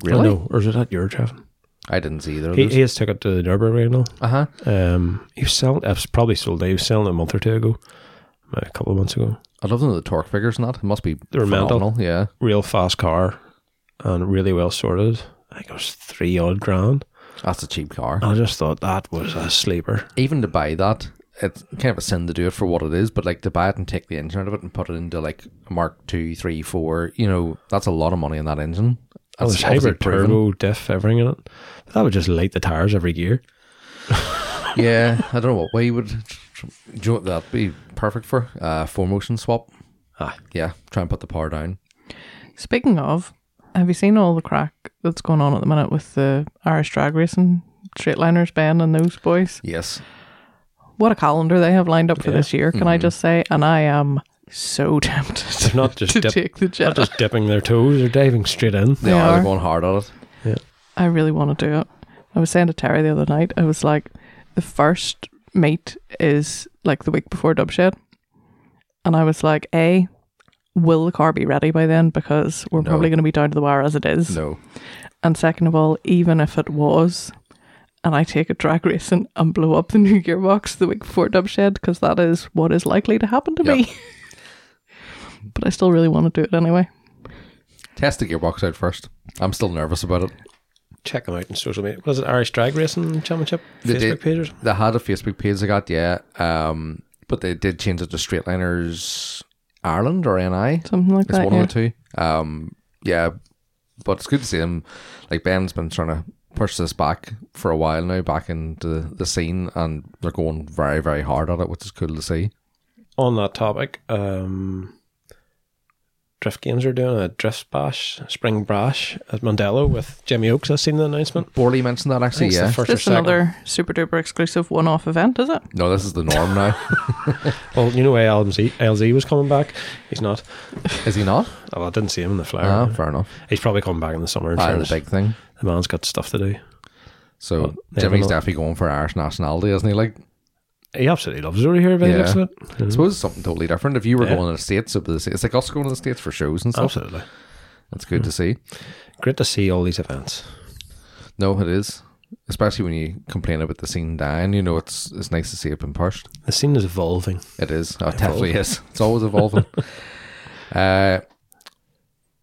[SPEAKER 1] Really?
[SPEAKER 3] Oh, no, or is it at your Trevin?
[SPEAKER 1] I didn't see either of
[SPEAKER 3] He,
[SPEAKER 1] those.
[SPEAKER 3] he has took it to the Derby Arena.
[SPEAKER 1] Uh huh.
[SPEAKER 3] Um, he was selling, it was probably sold out. He was selling it a month or two ago, a couple of months ago.
[SPEAKER 1] I'd love to know the torque figures and that. It must be
[SPEAKER 3] They're mental.
[SPEAKER 1] phenomenal. Yeah.
[SPEAKER 3] Real fast car and really well sorted. I think it was three odd grand.
[SPEAKER 1] That's a cheap car.
[SPEAKER 3] I just thought that was a sleeper.
[SPEAKER 1] Even to buy that, it's kind of a sin to do it for what it is, but like to buy it and take the engine out of it and put it into like a Mark II, 3, 4, you know, that's a lot of money in that engine.
[SPEAKER 3] Oh,
[SPEAKER 1] That's
[SPEAKER 3] there's
[SPEAKER 1] obviously
[SPEAKER 3] hybrid turbo, diff, everything in it. That would just light the tires every gear.
[SPEAKER 1] yeah. I don't know what way you would. Do you know what that'd be perfect for? Uh, four motion swap.
[SPEAKER 3] Ah.
[SPEAKER 1] Yeah. Try and put the power down.
[SPEAKER 2] Speaking of, have you seen all the crack that's going on at the minute with the Irish drag racing, straightliners band, and those boys?
[SPEAKER 1] Yes.
[SPEAKER 2] What a calendar they have lined up for this year, can
[SPEAKER 3] Mm-hmm.
[SPEAKER 2] I just say? And I am so tempted
[SPEAKER 3] They're not just
[SPEAKER 2] to
[SPEAKER 3] dip,
[SPEAKER 2] take the
[SPEAKER 3] not
[SPEAKER 2] jet.
[SPEAKER 3] just dipping their toes, they're diving straight in.
[SPEAKER 1] They,
[SPEAKER 2] They
[SPEAKER 1] are.
[SPEAKER 2] are.
[SPEAKER 1] They're going hard at it.
[SPEAKER 2] I really want to do it. I was saying to Terry the other night, I was like, the first meet is like the week before Dubshed. And I was like, A, will the car be ready by then? Because we're
[SPEAKER 1] No.
[SPEAKER 2] probably going to be down to the wire as it is.
[SPEAKER 1] No.
[SPEAKER 2] And second of all, even if it was, and I take a drag racing and blow up the new gearbox the week before Dubshed, because that is what is likely to happen to me. but I still really want to do it anyway.
[SPEAKER 1] Test the gearbox out first. I'm still nervous about it.
[SPEAKER 3] Check them out on social media. Was it Irish Drag Racing Championship
[SPEAKER 1] They
[SPEAKER 3] Facebook
[SPEAKER 1] did.
[SPEAKER 3] page? or something?
[SPEAKER 1] They had a Facebook page they got, yeah. Um, but they did change it to Straightliners Ireland or NI.
[SPEAKER 2] Something like
[SPEAKER 1] It's
[SPEAKER 2] that.
[SPEAKER 1] one
[SPEAKER 2] yeah.
[SPEAKER 1] of the two. Um, yeah, but it's good to see him. Like Ben's been trying to push this back for a while now, back into the, the scene, and they're going very, very hard at it, which is cool to see.
[SPEAKER 3] On that topic, um, Drift Games are doing a Drift Bash, Spring Brash at Mandela with Jimmy Oaks. I've seen the announcement.
[SPEAKER 1] Borley mentioned that
[SPEAKER 3] I
[SPEAKER 1] actually.
[SPEAKER 3] think it's
[SPEAKER 1] Yeah,
[SPEAKER 3] the first
[SPEAKER 2] Just
[SPEAKER 3] or second.
[SPEAKER 2] another super duper exclusive one off event, is it?
[SPEAKER 1] no, this is the norm now.
[SPEAKER 3] Well, you know why LZ, LZ was coming back? He's not.
[SPEAKER 1] is he not?
[SPEAKER 3] Oh, I didn't see him in the flyer.
[SPEAKER 1] Ah, fair enough.
[SPEAKER 3] He's probably coming back in the summer. in
[SPEAKER 1] Ah, the
[SPEAKER 3] fairness.
[SPEAKER 1] big thing.
[SPEAKER 3] the man's got stuff to do.
[SPEAKER 1] So
[SPEAKER 3] Well, they have
[SPEAKER 1] Jimmy's
[SPEAKER 3] another-
[SPEAKER 1] definitely going for Irish nationality, isn't he? Like,
[SPEAKER 3] He absolutely loves it over here by
[SPEAKER 1] Yeah.
[SPEAKER 3] the looks of
[SPEAKER 1] I
[SPEAKER 3] it.
[SPEAKER 1] suppose it's something totally different. If you were
[SPEAKER 3] Mm-hmm. Yeah.
[SPEAKER 1] going to the states, it'd be the same. it's like us going to the states for shows and stuff.
[SPEAKER 3] Absolutely. Mm-hmm.
[SPEAKER 1] That's good to see.
[SPEAKER 3] Great to see all these events.
[SPEAKER 1] No, it is. Especially when you complain about the scene dying, you know it's it's nice to see it been pushed.
[SPEAKER 3] The scene is evolving.
[SPEAKER 1] It is. Oh, It definitely is. It's always evolving. uh,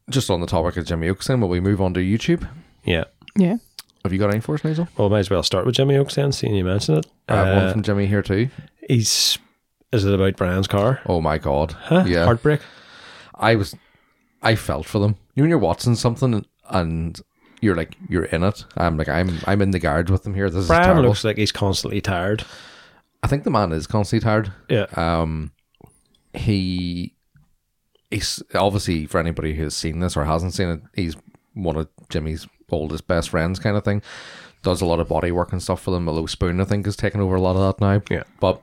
[SPEAKER 1] just on the topic of Jimmy Oaks, then, will we move on to YouTube?
[SPEAKER 3] Yeah.
[SPEAKER 2] Yeah.
[SPEAKER 1] Have you got any for us, Nigel?
[SPEAKER 3] Well, might as well start with Jimmy Oaks then, seeing you mentioned it.
[SPEAKER 1] I have
[SPEAKER 3] Uh,
[SPEAKER 1] one from Jimmy here too.
[SPEAKER 3] He's. Is it about Brian's car?
[SPEAKER 1] Oh my god!
[SPEAKER 3] Huh?
[SPEAKER 1] Yeah,
[SPEAKER 3] Heartbreak?
[SPEAKER 1] I was, I felt for them. You when you're watching something and, and you're like you're in it. I'm like I'm I'm in the guards with them here. This is
[SPEAKER 3] Brian
[SPEAKER 1] terrible.
[SPEAKER 3] looks like he's constantly tired.
[SPEAKER 1] I think the man is constantly tired.
[SPEAKER 3] Yeah.
[SPEAKER 1] um, he he's obviously for anybody who's seen this or hasn't seen it, he's one of Jimmy's oldest best friends, kind of thing. Does a lot of body work and stuff for them. Although Spoon, I think, has taken over a lot of that now.
[SPEAKER 3] Yeah.
[SPEAKER 1] but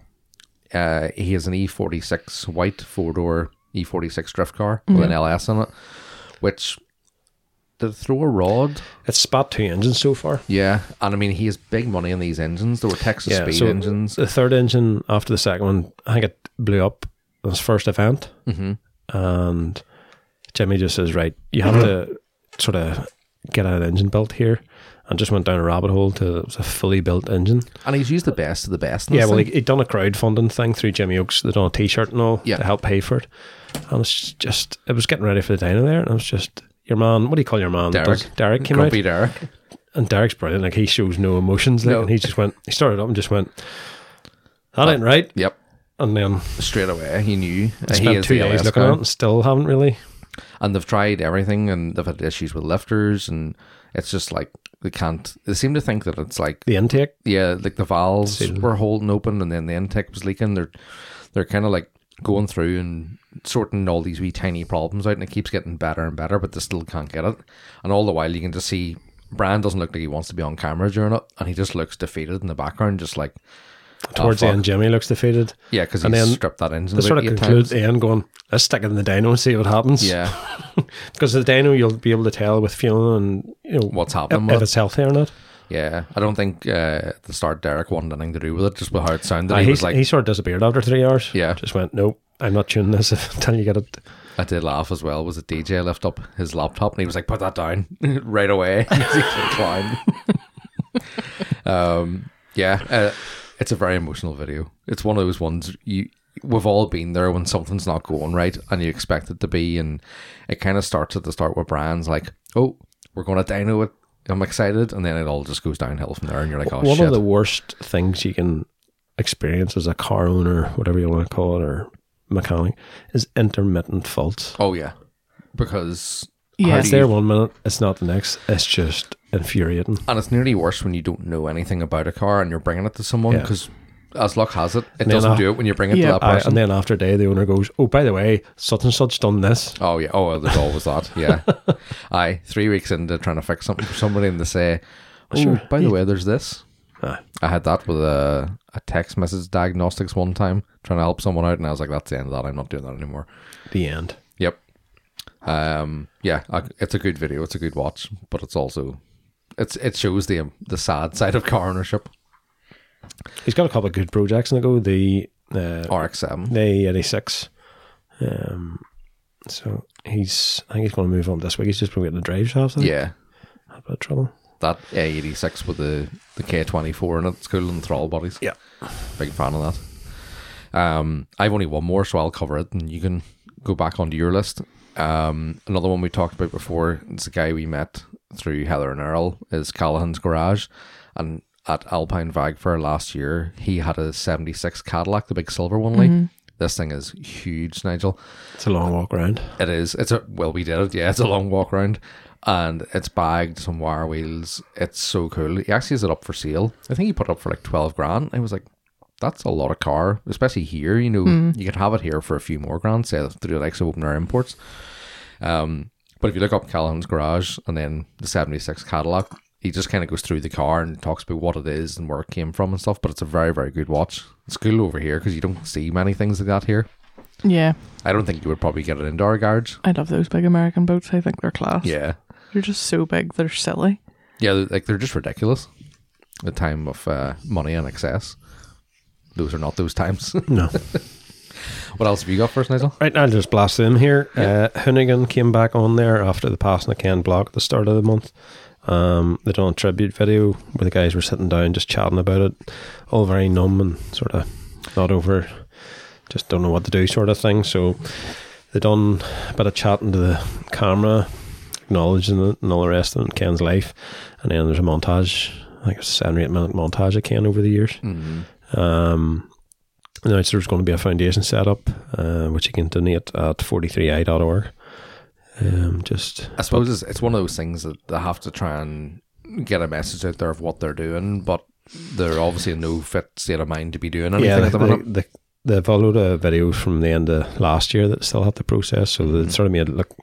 [SPEAKER 1] uh, he has an E46 white four door E46 drift car with
[SPEAKER 3] Mm-hmm.
[SPEAKER 1] an LS in it, which did it throw a rod.
[SPEAKER 3] It's spat two engines so far.
[SPEAKER 1] Yeah, and I mean he has big money in these engines. They were Texas speed
[SPEAKER 3] so uh,
[SPEAKER 1] engines.
[SPEAKER 3] The third engine after the second one, I think it blew up on his first event.
[SPEAKER 1] hmm
[SPEAKER 3] and Jimmy just says, "Right, you have to sort of get an engine built here," and just went down a rabbit hole to it was a fully built engine.
[SPEAKER 1] And he's used the best of the best. in
[SPEAKER 3] yeah,
[SPEAKER 1] this
[SPEAKER 3] well,
[SPEAKER 1] thing.
[SPEAKER 3] he he done a crowdfunding thing through Jimmy Oaks. They done a T-shirt and all
[SPEAKER 1] Yeah.
[SPEAKER 3] to help pay for it, and it's just it was getting ready for the dyno there, and it was just your man. What do you call your man?
[SPEAKER 1] Derek.
[SPEAKER 3] Derek came out,
[SPEAKER 1] Grumpy Derek.
[SPEAKER 3] and Derek's brilliant. Like he shows no emotions, like,
[SPEAKER 1] No.
[SPEAKER 3] and he just went. He started up and just went. That ain't right.
[SPEAKER 1] Yep.
[SPEAKER 3] And then
[SPEAKER 1] straight away. He knew uh, he
[SPEAKER 3] spent
[SPEAKER 1] is
[SPEAKER 3] two
[SPEAKER 1] the
[SPEAKER 3] days
[SPEAKER 1] LS
[SPEAKER 3] looking
[SPEAKER 1] guy.
[SPEAKER 3] at it and still haven't really.
[SPEAKER 1] and they've tried everything, and they've had issues with lifters, and it's just like they can't. They seem to think that it's like
[SPEAKER 3] The intake
[SPEAKER 1] yeah, like the valves
[SPEAKER 3] Sealed.
[SPEAKER 1] were holding open, and then the intake was leaking. They're they're kind of like going through and sorting all these wee tiny problems out, and it keeps getting better and better, but they still can't get it. And all the while, you can just see. Brand doesn't look like he wants to be on camera during it, and he just looks defeated in the background, just like
[SPEAKER 3] towards
[SPEAKER 1] oh,
[SPEAKER 3] the
[SPEAKER 1] fuck.
[SPEAKER 3] end, Jimmy looks defeated.
[SPEAKER 1] Yeah, because
[SPEAKER 3] And
[SPEAKER 1] he
[SPEAKER 3] then
[SPEAKER 1] stripped that engine.
[SPEAKER 3] They sort
[SPEAKER 1] about
[SPEAKER 3] of
[SPEAKER 1] eight
[SPEAKER 3] conclude
[SPEAKER 1] times.
[SPEAKER 3] the end going, let's stick it in the dyno and see what happens.
[SPEAKER 1] Yeah,
[SPEAKER 3] Because the dyno, you'll be able to tell with feeling and, you know,
[SPEAKER 1] what's happening?
[SPEAKER 3] if,
[SPEAKER 1] with
[SPEAKER 3] if
[SPEAKER 1] it.
[SPEAKER 3] it's healthy or not.
[SPEAKER 1] Yeah, I don't think uh, at the start Derek wanted anything to do with it, just with how it sounded.
[SPEAKER 3] Uh,
[SPEAKER 1] he
[SPEAKER 3] he,
[SPEAKER 1] was like,
[SPEAKER 3] he sort of disappeared after three hours.
[SPEAKER 1] Yeah.
[SPEAKER 3] Just went, nope, I'm not tuning this until you get it.
[SPEAKER 1] I did laugh as well. Was it DJ left up his laptop and he was like, put that down right away? 'Cause He's a clown. um, yeah, uh, it's a very emotional video. It's one of those ones you we've all been there when something's not going right and you expect it to be, and it kind of starts at the start with brands like, oh, we're going to dyno it. I'm excited, and then it all just goes downhill from there, and you're like, oh
[SPEAKER 3] One
[SPEAKER 1] shit.
[SPEAKER 3] of the worst things you can experience as a car owner, whatever you want to call it, or mechanic, is intermittent faults.
[SPEAKER 1] oh yeah, because
[SPEAKER 2] Yeah.
[SPEAKER 3] It's there one minute, it's not the next. It's just infuriating.
[SPEAKER 1] And it's nearly worse when you don't know anything about a car and you're bringing it to someone
[SPEAKER 3] Yeah.
[SPEAKER 1] because, as luck has it, it
[SPEAKER 3] then
[SPEAKER 1] doesn't
[SPEAKER 3] I-
[SPEAKER 1] do it when you bring it
[SPEAKER 2] Yeah.
[SPEAKER 1] to that
[SPEAKER 3] Uh,
[SPEAKER 1] person.
[SPEAKER 3] and then after a day, the owner goes, oh, by the way, such and such done this.
[SPEAKER 1] oh yeah, oh well, there's always that. Yeah, aye. Three weeks into trying to fix something for somebody, and they say, "Oh, by the way, there's this."
[SPEAKER 3] Aye.
[SPEAKER 1] I had that with a, a text message diagnostics one time trying to help someone out, and I was like, "That's the end of that. I'm not doing that anymore."
[SPEAKER 3] The end.
[SPEAKER 1] Yep. Um. Yeah. I, it's a good video. It's a good watch, but it's also it's it shows the um, the sad side of car ownership.
[SPEAKER 3] He's got a couple of good projects in the go. The uh,
[SPEAKER 1] RX7.
[SPEAKER 3] the eighty six, um, So he's, I think he's going to move on this week. He's just been getting the drive shafts. I think.
[SPEAKER 1] Yeah.
[SPEAKER 3] Had a bit of trouble.
[SPEAKER 1] That A86 with the, the K24 in it. It's cool and throttle bodies.
[SPEAKER 3] Yeah.
[SPEAKER 1] Big fan of that. Um, I've only one more, so I'll cover it and you can go back onto your list. Um, another one we talked about before, it's a guy we met through Heather and Earl, is Callahan's Garage. And at Alpine Vag Fair last year, he had a 76 Cadillac, the big silver one, Lee. This thing is huge, Nigel.
[SPEAKER 3] It's a long walk around.
[SPEAKER 1] It is. It's a well, we did it. Yeah, it's a long walk round, and it's bagged some wire wheels. It's so cool. He actually has it up for sale. I think he put it up for like twelve grand. I was like, that's a lot of car, especially here. You know, you could have it here for a few more grand, say through the likes of open air imports. Um, but if you look up Callahan's garage and then the '76 Cadillac, he just kind of goes through the car and talks about what it is and where it came from and stuff. But it's a very, very good watch. It's cool over here because you don't see many things like that here.
[SPEAKER 2] Yeah,
[SPEAKER 1] I don't think you would probably get it in our garage.
[SPEAKER 2] I love those big American boats. I think they're class.
[SPEAKER 1] Yeah.
[SPEAKER 2] They're just so big, they're silly.
[SPEAKER 1] Yeah, they're- like they're just ridiculous. The time of uh, money and excess. Those are not those times.
[SPEAKER 3] No.
[SPEAKER 1] what else have you got for us, Nigel?
[SPEAKER 3] Right, I'll just blast in here. Uh, Hoonigan came back on there after the passing of Ken Block at the start of the month. Um, they done a tribute video where the guys were sitting down just chatting about it, all very numb and sort of not over, just don't know what to do sort of thing. So they done a bit of chatting to the camera, acknowledging it and all the rest of it in Ken's life. And then there's a montage, I think it's a seven or eight minute montage of Ken over the years.
[SPEAKER 1] Mm-hmm.
[SPEAKER 3] Um, now it's- there's going to be a foundation set up, uh, which you can donate at 43i.org. Um, just
[SPEAKER 1] I suppose it's, it's one of those things that they have to try and get a message out there of what they're doing, but they're obviously in no fit state of mind to be doing anything
[SPEAKER 3] yeah,
[SPEAKER 1] at the
[SPEAKER 3] they,
[SPEAKER 1] moment.
[SPEAKER 3] they, they followed a video from the end of last year that still had the process, so they sort of made it look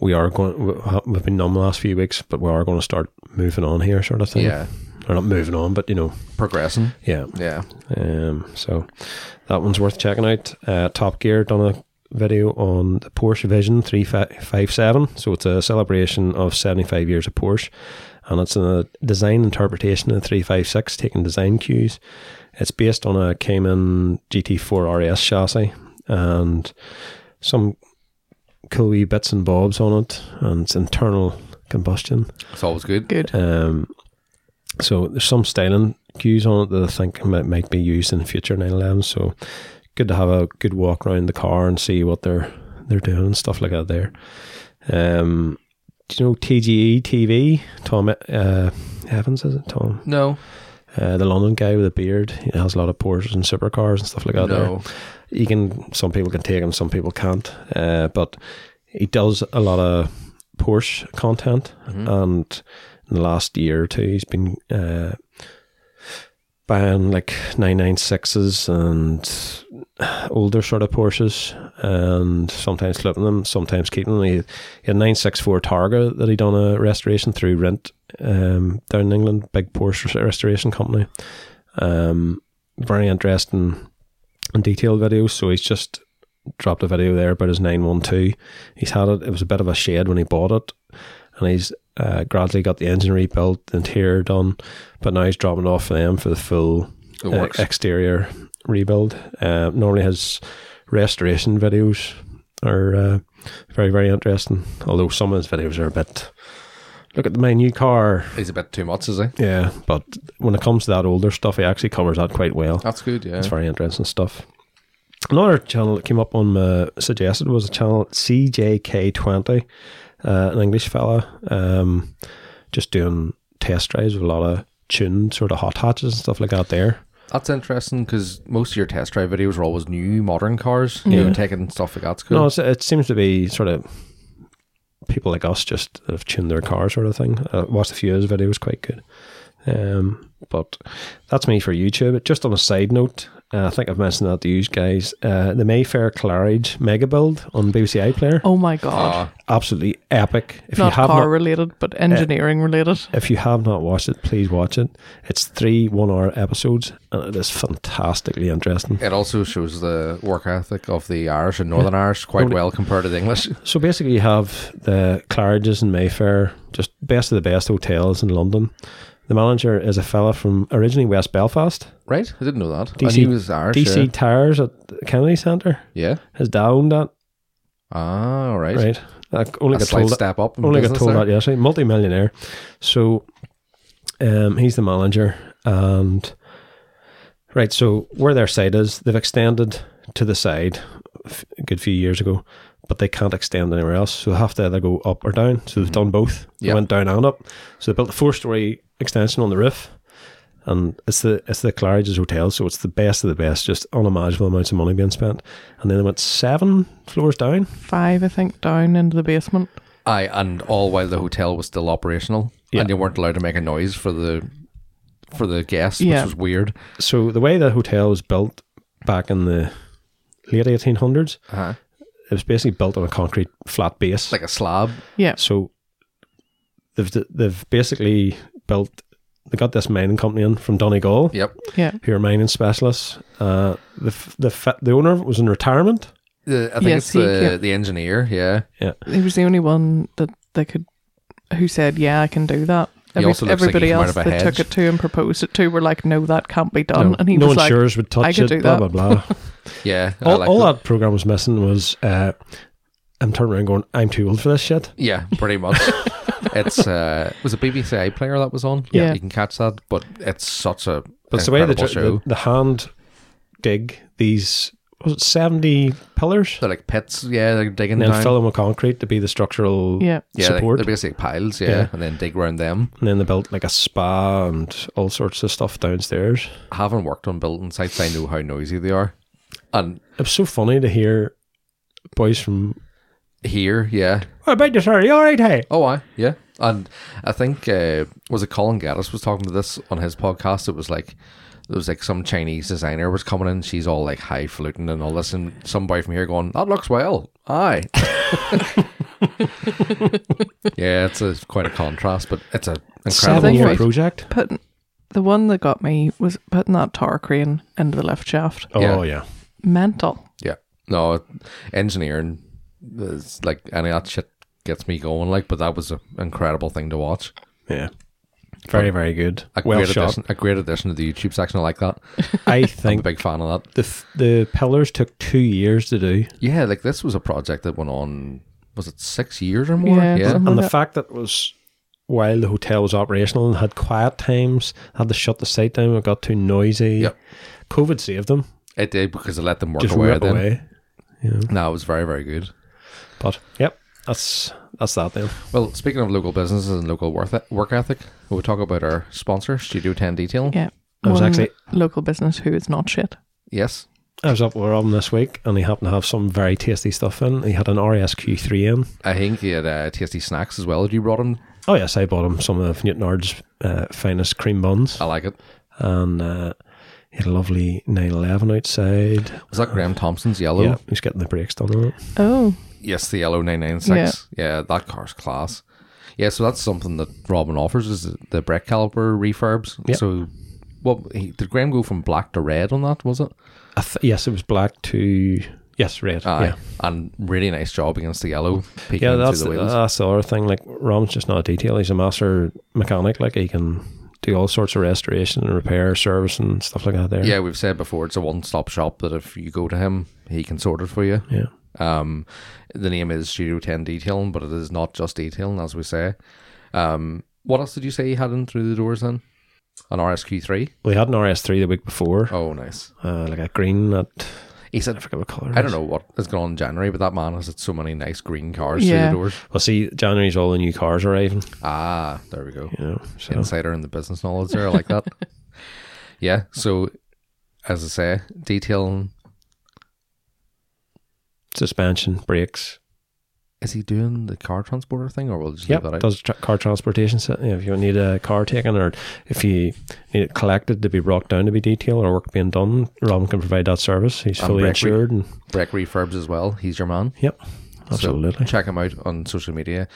[SPEAKER 3] we are going. we ha- We've been numb the last few weeks, but we are going to start moving on here, sort of thing.
[SPEAKER 1] Yeah,
[SPEAKER 3] or not moving on, but you know,
[SPEAKER 1] progressing.
[SPEAKER 3] yeah.
[SPEAKER 1] Yeah,
[SPEAKER 3] Um, so that one's worth checking out. Uh, Top Gear done a video on the Porsche Vision 357. So it's a celebration of 75 years of Porsche. And it's a design interpretation of the 356, taking design cues. It's based on a Cayman GT4 RS chassis and some cool wee bits and bobs on it. And it's internal combustion.
[SPEAKER 1] it's always good.
[SPEAKER 2] Good.
[SPEAKER 3] Um, so there's some styling cues on it that I think might, might be used in future 911s. So good to have a good walk around the car and see what they're they're doing and stuff like that there. Um, do you know TGE TV? Tom uh, Evans is it? Tom,
[SPEAKER 1] No,
[SPEAKER 3] uh, the London guy with a beard. He has a lot of Porsches and supercars and stuff like that. there
[SPEAKER 1] no.
[SPEAKER 3] you can some people can take him some people can't uh, but he does a lot of Porsche content
[SPEAKER 1] Mm-hmm.
[SPEAKER 3] and in the last year or two he's been uh, buying like 996s and older sort of Porsches and sometimes flipping them sometimes keeping them he, he had a 964 Targa that he done a restoration through Rent um, down in England big Porsche restoration company um, very interesting and detailed videos. So he's just dropped a video there about his 912. He's had it, it was a bit of a shed when he bought it, and he's uh, gradually got the engine rebuilt, the interior done, but now he's dropping it off for them for the full
[SPEAKER 1] It
[SPEAKER 3] uh,
[SPEAKER 1] works.
[SPEAKER 3] exterior rebuild. Uh, normally his restoration videos are uh, very, very interesting, although some of his videos are a bit. Look at my new car.
[SPEAKER 1] He's a bit too much, is he?
[SPEAKER 3] Yeah, but when it comes to that older stuff, he actually covers that quite well.
[SPEAKER 1] That's good. Yeah,
[SPEAKER 3] It's very interesting stuff. Another channel that came up on my suggested was a channel CJK20, uh, an English fella, um, just doing test drives with a lot of tuned sort of hot hatches and stuff like that there.
[SPEAKER 1] that's interesting because most of your test drive videos are always new, modern cars. You know, taking stuff like that's cool.
[SPEAKER 3] No, it's, it seems to be sort of people like us just have tuned their car sort of thing. Uh, watched a few of his videos, quite good. Um, but that's me for YouTube. But Just on a side note, uh, I think I've mentioned that to you guys. Uh, the Mayfair Claridge Mega Build on BBC iPlayer.
[SPEAKER 2] Oh my god.
[SPEAKER 1] Ah,
[SPEAKER 3] absolutely epic. If
[SPEAKER 2] Not
[SPEAKER 3] you have
[SPEAKER 2] car
[SPEAKER 3] not,
[SPEAKER 2] related, but engineering related.
[SPEAKER 3] if you have not watched it, please watch it. It's three one-hour episodes, and it is fantastically interesting.
[SPEAKER 1] It also shows the work ethic of the Irish and Northern Irish quite
[SPEAKER 3] Only-
[SPEAKER 1] well compared to the English.
[SPEAKER 3] So basically, you have the Claridges in Mayfair, just best of the best hotels in London. The manager is a fella from originally West Belfast,
[SPEAKER 1] Right? I didn't know that. I
[SPEAKER 3] DC
[SPEAKER 1] knew he was Irish.
[SPEAKER 3] DC Tires at the Kennedy Centre.
[SPEAKER 1] Yeah.
[SPEAKER 3] Has downed that,
[SPEAKER 1] Ah, all right.
[SPEAKER 3] right? I only
[SPEAKER 1] A
[SPEAKER 3] got
[SPEAKER 1] slight
[SPEAKER 3] told
[SPEAKER 1] step up. In
[SPEAKER 3] only got
[SPEAKER 1] business
[SPEAKER 3] told
[SPEAKER 1] there.
[SPEAKER 3] that yesterday. Multi-millionaire. So, um, he's the manager, and right. So where their site is, they've extended to the side f- a good few years ago, but they can't extend anywhere else. So they have to either go up or down. So they've done both. They
[SPEAKER 1] Mm-hmm. Yeah.
[SPEAKER 3] went down and up. So they built a four-story extension on the roof. And it's the it's the Claridge's Hotel, so it's the best of the best. Just unimaginable amounts of money being spent, and then they went seven floors down.
[SPEAKER 2] Five, I think, down into the basement.
[SPEAKER 1] Aye, and all while the hotel was still operational,
[SPEAKER 3] Yeah.
[SPEAKER 1] and they weren't allowed to make a noise for the for the guests,
[SPEAKER 2] Yeah.
[SPEAKER 1] which was weird.
[SPEAKER 3] so the way the hotel was built back in the late 1800s,
[SPEAKER 1] Uh-huh.
[SPEAKER 3] it was basically built on a concrete flat base.
[SPEAKER 1] It's like a slab.
[SPEAKER 2] Yeah.
[SPEAKER 3] so they've they've basically built. They got this mining company in from Donegal,
[SPEAKER 1] Yep.
[SPEAKER 2] Yeah.
[SPEAKER 3] who are mining specialists. Uh, the f- the fa- the owner was in retirement.
[SPEAKER 1] The, I think
[SPEAKER 2] Yes,
[SPEAKER 1] it's
[SPEAKER 2] he-
[SPEAKER 1] the,
[SPEAKER 2] yeah.
[SPEAKER 1] the engineer. Yeah.
[SPEAKER 2] He was the only one that they could, who said, "Yeah, I can do that."
[SPEAKER 1] He also looks like he
[SPEAKER 2] everybody
[SPEAKER 1] came out
[SPEAKER 2] else
[SPEAKER 1] of a
[SPEAKER 2] that took
[SPEAKER 1] hedge.
[SPEAKER 2] it to and proposed it to were like, "No, that can't be done."
[SPEAKER 3] no
[SPEAKER 2] and he
[SPEAKER 3] no
[SPEAKER 2] was like,
[SPEAKER 3] insurers would touch
[SPEAKER 2] "I could
[SPEAKER 3] it.
[SPEAKER 2] do
[SPEAKER 3] blah
[SPEAKER 2] that."
[SPEAKER 3] blah blah.
[SPEAKER 1] Yeah. I
[SPEAKER 3] all
[SPEAKER 1] like
[SPEAKER 3] all
[SPEAKER 1] the-
[SPEAKER 3] that. program was missing was uh, I'm turning around going, I'm too old for this shit.
[SPEAKER 1] Yeah, pretty much. it's uh, it was a BBC player that was on.
[SPEAKER 2] Yeah.
[SPEAKER 1] you can catch that. But it's such a
[SPEAKER 3] But it's the way the,
[SPEAKER 1] incredible show.
[SPEAKER 3] the, the hand dig these was it seventy pillars
[SPEAKER 1] They're like pits. Yeah, they're digging
[SPEAKER 3] and then
[SPEAKER 1] down.
[SPEAKER 3] fill them with concrete to be the structural
[SPEAKER 2] "Yeah,
[SPEAKER 1] yeah, they-
[SPEAKER 3] support.
[SPEAKER 1] they're basically piles. Yeah,
[SPEAKER 3] Yeah.
[SPEAKER 1] and then dig around them.
[SPEAKER 3] and then they built like a spa and all sorts of stuff downstairs.
[SPEAKER 1] I haven't worked on building sites. I know how noisy they are. And
[SPEAKER 3] It was so funny to hear boys from
[SPEAKER 1] here, yeah,
[SPEAKER 3] Oh I bet you sorry, you alright hey.
[SPEAKER 1] Oh, I yeah, and I think uh, was it Colin Gaddis was talking to this on his podcast. It was like it was like some Chinese designer was coming in. She's all like highfalutin and all this, and somebody from here going, "That looks well." Aye. yeah, it's a, quite a contrast, but it's a incredible
[SPEAKER 3] Seven year
[SPEAKER 1] feat.
[SPEAKER 3] project.
[SPEAKER 2] putting the one that got me was putting that tower crane into the lift shaft.
[SPEAKER 3] Oh
[SPEAKER 1] Yeah.
[SPEAKER 3] yeah.
[SPEAKER 2] Mental.
[SPEAKER 1] Yeah, no engineering, is like any of that shit gets me going. Like, but that was an incredible thing to watch.
[SPEAKER 3] Yeah. Very, very good.
[SPEAKER 1] A
[SPEAKER 3] Well
[SPEAKER 1] great
[SPEAKER 3] shot.
[SPEAKER 1] addition, a great addition to the YouTube section. I like that.
[SPEAKER 3] I
[SPEAKER 1] I'm a
[SPEAKER 3] think
[SPEAKER 1] big fan of that.
[SPEAKER 3] the f- the pillars took two years to do.
[SPEAKER 1] Yeah, like this was a project that went on. Was it six years or more?
[SPEAKER 2] Yeah, something
[SPEAKER 3] and
[SPEAKER 2] like
[SPEAKER 3] the
[SPEAKER 2] that.
[SPEAKER 3] fact that it was while the hotel was operational and had quiet times, had to shut the site down when it got too noisy.
[SPEAKER 1] Yep.
[SPEAKER 3] COVID saved them.
[SPEAKER 1] it did because it let them work
[SPEAKER 3] Just
[SPEAKER 1] away.
[SPEAKER 3] rip
[SPEAKER 1] Then
[SPEAKER 3] away. Yeah.
[SPEAKER 1] no, it was very very good.
[SPEAKER 3] But yep, that's that's that then.
[SPEAKER 1] Well, speaking of local businesses and local worth work ethic, we'll talk about our sponsor, Studio Ten Detail.
[SPEAKER 2] Yeah.
[SPEAKER 3] I was
[SPEAKER 2] One
[SPEAKER 3] actually-
[SPEAKER 2] local business who is not shit.
[SPEAKER 1] Yes,
[SPEAKER 3] I was up with Robin this week and he happened to have some very tasty stuff in. He had an RSQ3 in.
[SPEAKER 1] I think he had uh, tasty snacks as well. Did you brought him?
[SPEAKER 3] Oh yes, I bought him some of Newtonard's uh, finest cream buns
[SPEAKER 1] I like it.
[SPEAKER 3] and uh, he had a lovely 911 outside.
[SPEAKER 1] Was that Graham Thompson's yellow?
[SPEAKER 3] Yeah, he's getting the brakes done on it.
[SPEAKER 2] Oh,
[SPEAKER 1] Yes, the yellow nine nine six. Yeah, that car's class. Yeah, so that's something that Robin offers is the brake caliper refurbs.
[SPEAKER 3] Yep.
[SPEAKER 1] So, what he, did Graham go from black to red on that? Was it?
[SPEAKER 3] I th- yes, it was black to yes red.
[SPEAKER 1] Aye.
[SPEAKER 3] yeah.
[SPEAKER 1] And really nice job against the yellow. Peeking
[SPEAKER 3] Yeah,
[SPEAKER 1] into
[SPEAKER 3] that's Uh,
[SPEAKER 1] the
[SPEAKER 3] the,
[SPEAKER 1] wheels.
[SPEAKER 3] that's the other thing. Like Rom's just not a detail; he's a master mechanic. Like he can do all sorts of restoration and repair, service, and stuff like that. There,
[SPEAKER 1] yeah, we've said before it's a one stop shop that if you go to him, he can sort it for you.
[SPEAKER 3] yeah.
[SPEAKER 1] Um, the name is Studio 10 Detailing, but it is not just detailing, as we say. Um, what else did you say you had in through the doors then? An RSQ3?
[SPEAKER 3] We had an RS three the week before,
[SPEAKER 1] Oh, nice.
[SPEAKER 3] uh, like a green. That
[SPEAKER 1] He
[SPEAKER 3] I
[SPEAKER 1] said,
[SPEAKER 3] forget what color.
[SPEAKER 1] I don't know what is going on in January, but that man has had so many nice green cars through
[SPEAKER 2] Yeah.
[SPEAKER 1] the doors.
[SPEAKER 3] Well, see, January's all the new cars arriving.
[SPEAKER 1] Ah, there we go.
[SPEAKER 3] You know, so
[SPEAKER 1] insider and the business knowledge there. I like that. yeah. So, as I say, detailing.
[SPEAKER 3] suspension, brakes.
[SPEAKER 1] Is he doing the car transporter thing, or we'll just
[SPEAKER 3] Yep,
[SPEAKER 1] leave that out?
[SPEAKER 3] does tra- car transportation. So, yeah, if you need a car taken or if you need it collected to be brought down to be detailed or work being done, Robin can provide that service. He's
[SPEAKER 1] And
[SPEAKER 3] fully
[SPEAKER 1] brake re-
[SPEAKER 3] insured and
[SPEAKER 1] Brake refurbs as well. He's your man.
[SPEAKER 3] yep,
[SPEAKER 1] So
[SPEAKER 3] absolutely.
[SPEAKER 1] check him out on social media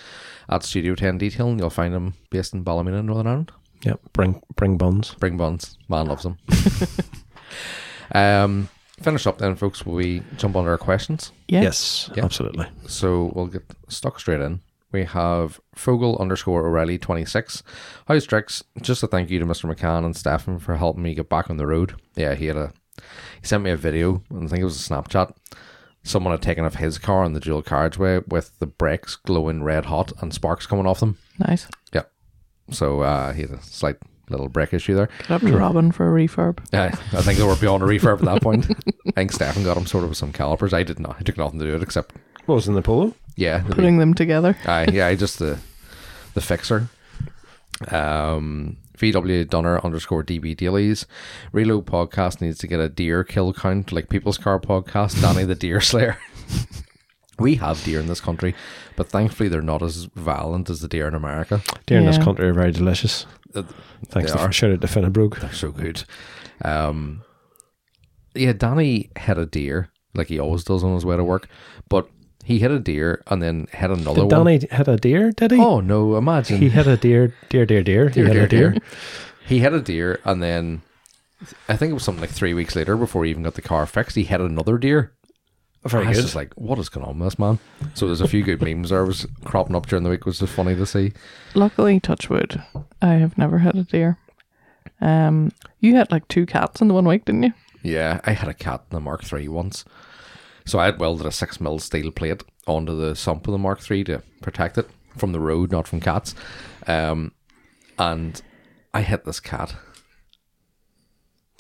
[SPEAKER 1] at Studio Ten Detailing. You'll find him based in Ballymena, Northern Ireland.
[SPEAKER 3] Yep, bring bring buns.
[SPEAKER 1] Bring buns. Man loves them. um, finish up then, folks. We jump on to our questions.
[SPEAKER 2] yeah.
[SPEAKER 3] Yes,
[SPEAKER 1] Yeah.
[SPEAKER 3] absolutely.
[SPEAKER 1] So we'll get stuck straight in. We have Fogel underscore O'Reilly 26. How's Tricks? Just a thank you to Mr. McCann and Stefan for helping me get back on the road. Yeah, he had a he sent me a video and I think it was a Snapchat someone had taken off his car on the dual carriageway with the brakes glowing red hot and sparks coming off them.
[SPEAKER 2] Nice.
[SPEAKER 1] So uh, he had a slight little brake issue there.
[SPEAKER 2] Get up to Robin for a refurb.
[SPEAKER 1] Uh, I think they were beyond a refurb at that point. I think Stefan got him sort of with some calipers. I did not. I took nothing to do with it except
[SPEAKER 3] What was in the polo?
[SPEAKER 1] yeah, the
[SPEAKER 2] Putting them together.
[SPEAKER 1] Aye, yeah, just the the fixer. Um, VW Donner underscore DB Dailies. Reload podcast needs to get a deer kill count like People's Car podcast. Danny the Deer Slayer. we have deer in this country, but thankfully they're not as violent as the deer in America.
[SPEAKER 3] Deer in this
[SPEAKER 2] Yeah.
[SPEAKER 3] country are very delicious.
[SPEAKER 1] Uh,
[SPEAKER 3] Thanks
[SPEAKER 1] they
[SPEAKER 3] to
[SPEAKER 1] are.
[SPEAKER 3] shout out to Finnebrook.
[SPEAKER 1] They're so good. Um, yeah, Danny hit a deer like he always does on his way to work, but he hit a deer and then hit another
[SPEAKER 3] Did
[SPEAKER 1] one.
[SPEAKER 3] Danny had a deer? Did he?
[SPEAKER 1] Oh no! Imagine
[SPEAKER 3] He had a deer, deer, deer, deer.
[SPEAKER 1] Deer,
[SPEAKER 3] he had
[SPEAKER 1] deer,
[SPEAKER 3] a deer.
[SPEAKER 1] deer. He hit a deer, and then I think it was something like three weeks later, before he even got the car fixed, he hit another deer.
[SPEAKER 3] Oh, Very
[SPEAKER 1] I was
[SPEAKER 3] good.
[SPEAKER 1] just like, what is going on with this man? So there's a few good memes there was cropping up during the week, which was funny to see.
[SPEAKER 2] Luckily, Touchwood, I have never had a deer. Um, you had like two cats in the one week, didn't you?
[SPEAKER 1] Yeah, I had a cat in the Mark III once. So I had welded a six mil steel plate onto the sump of the Mark III to protect it from the road, not from cats. Um, and I hit this cat.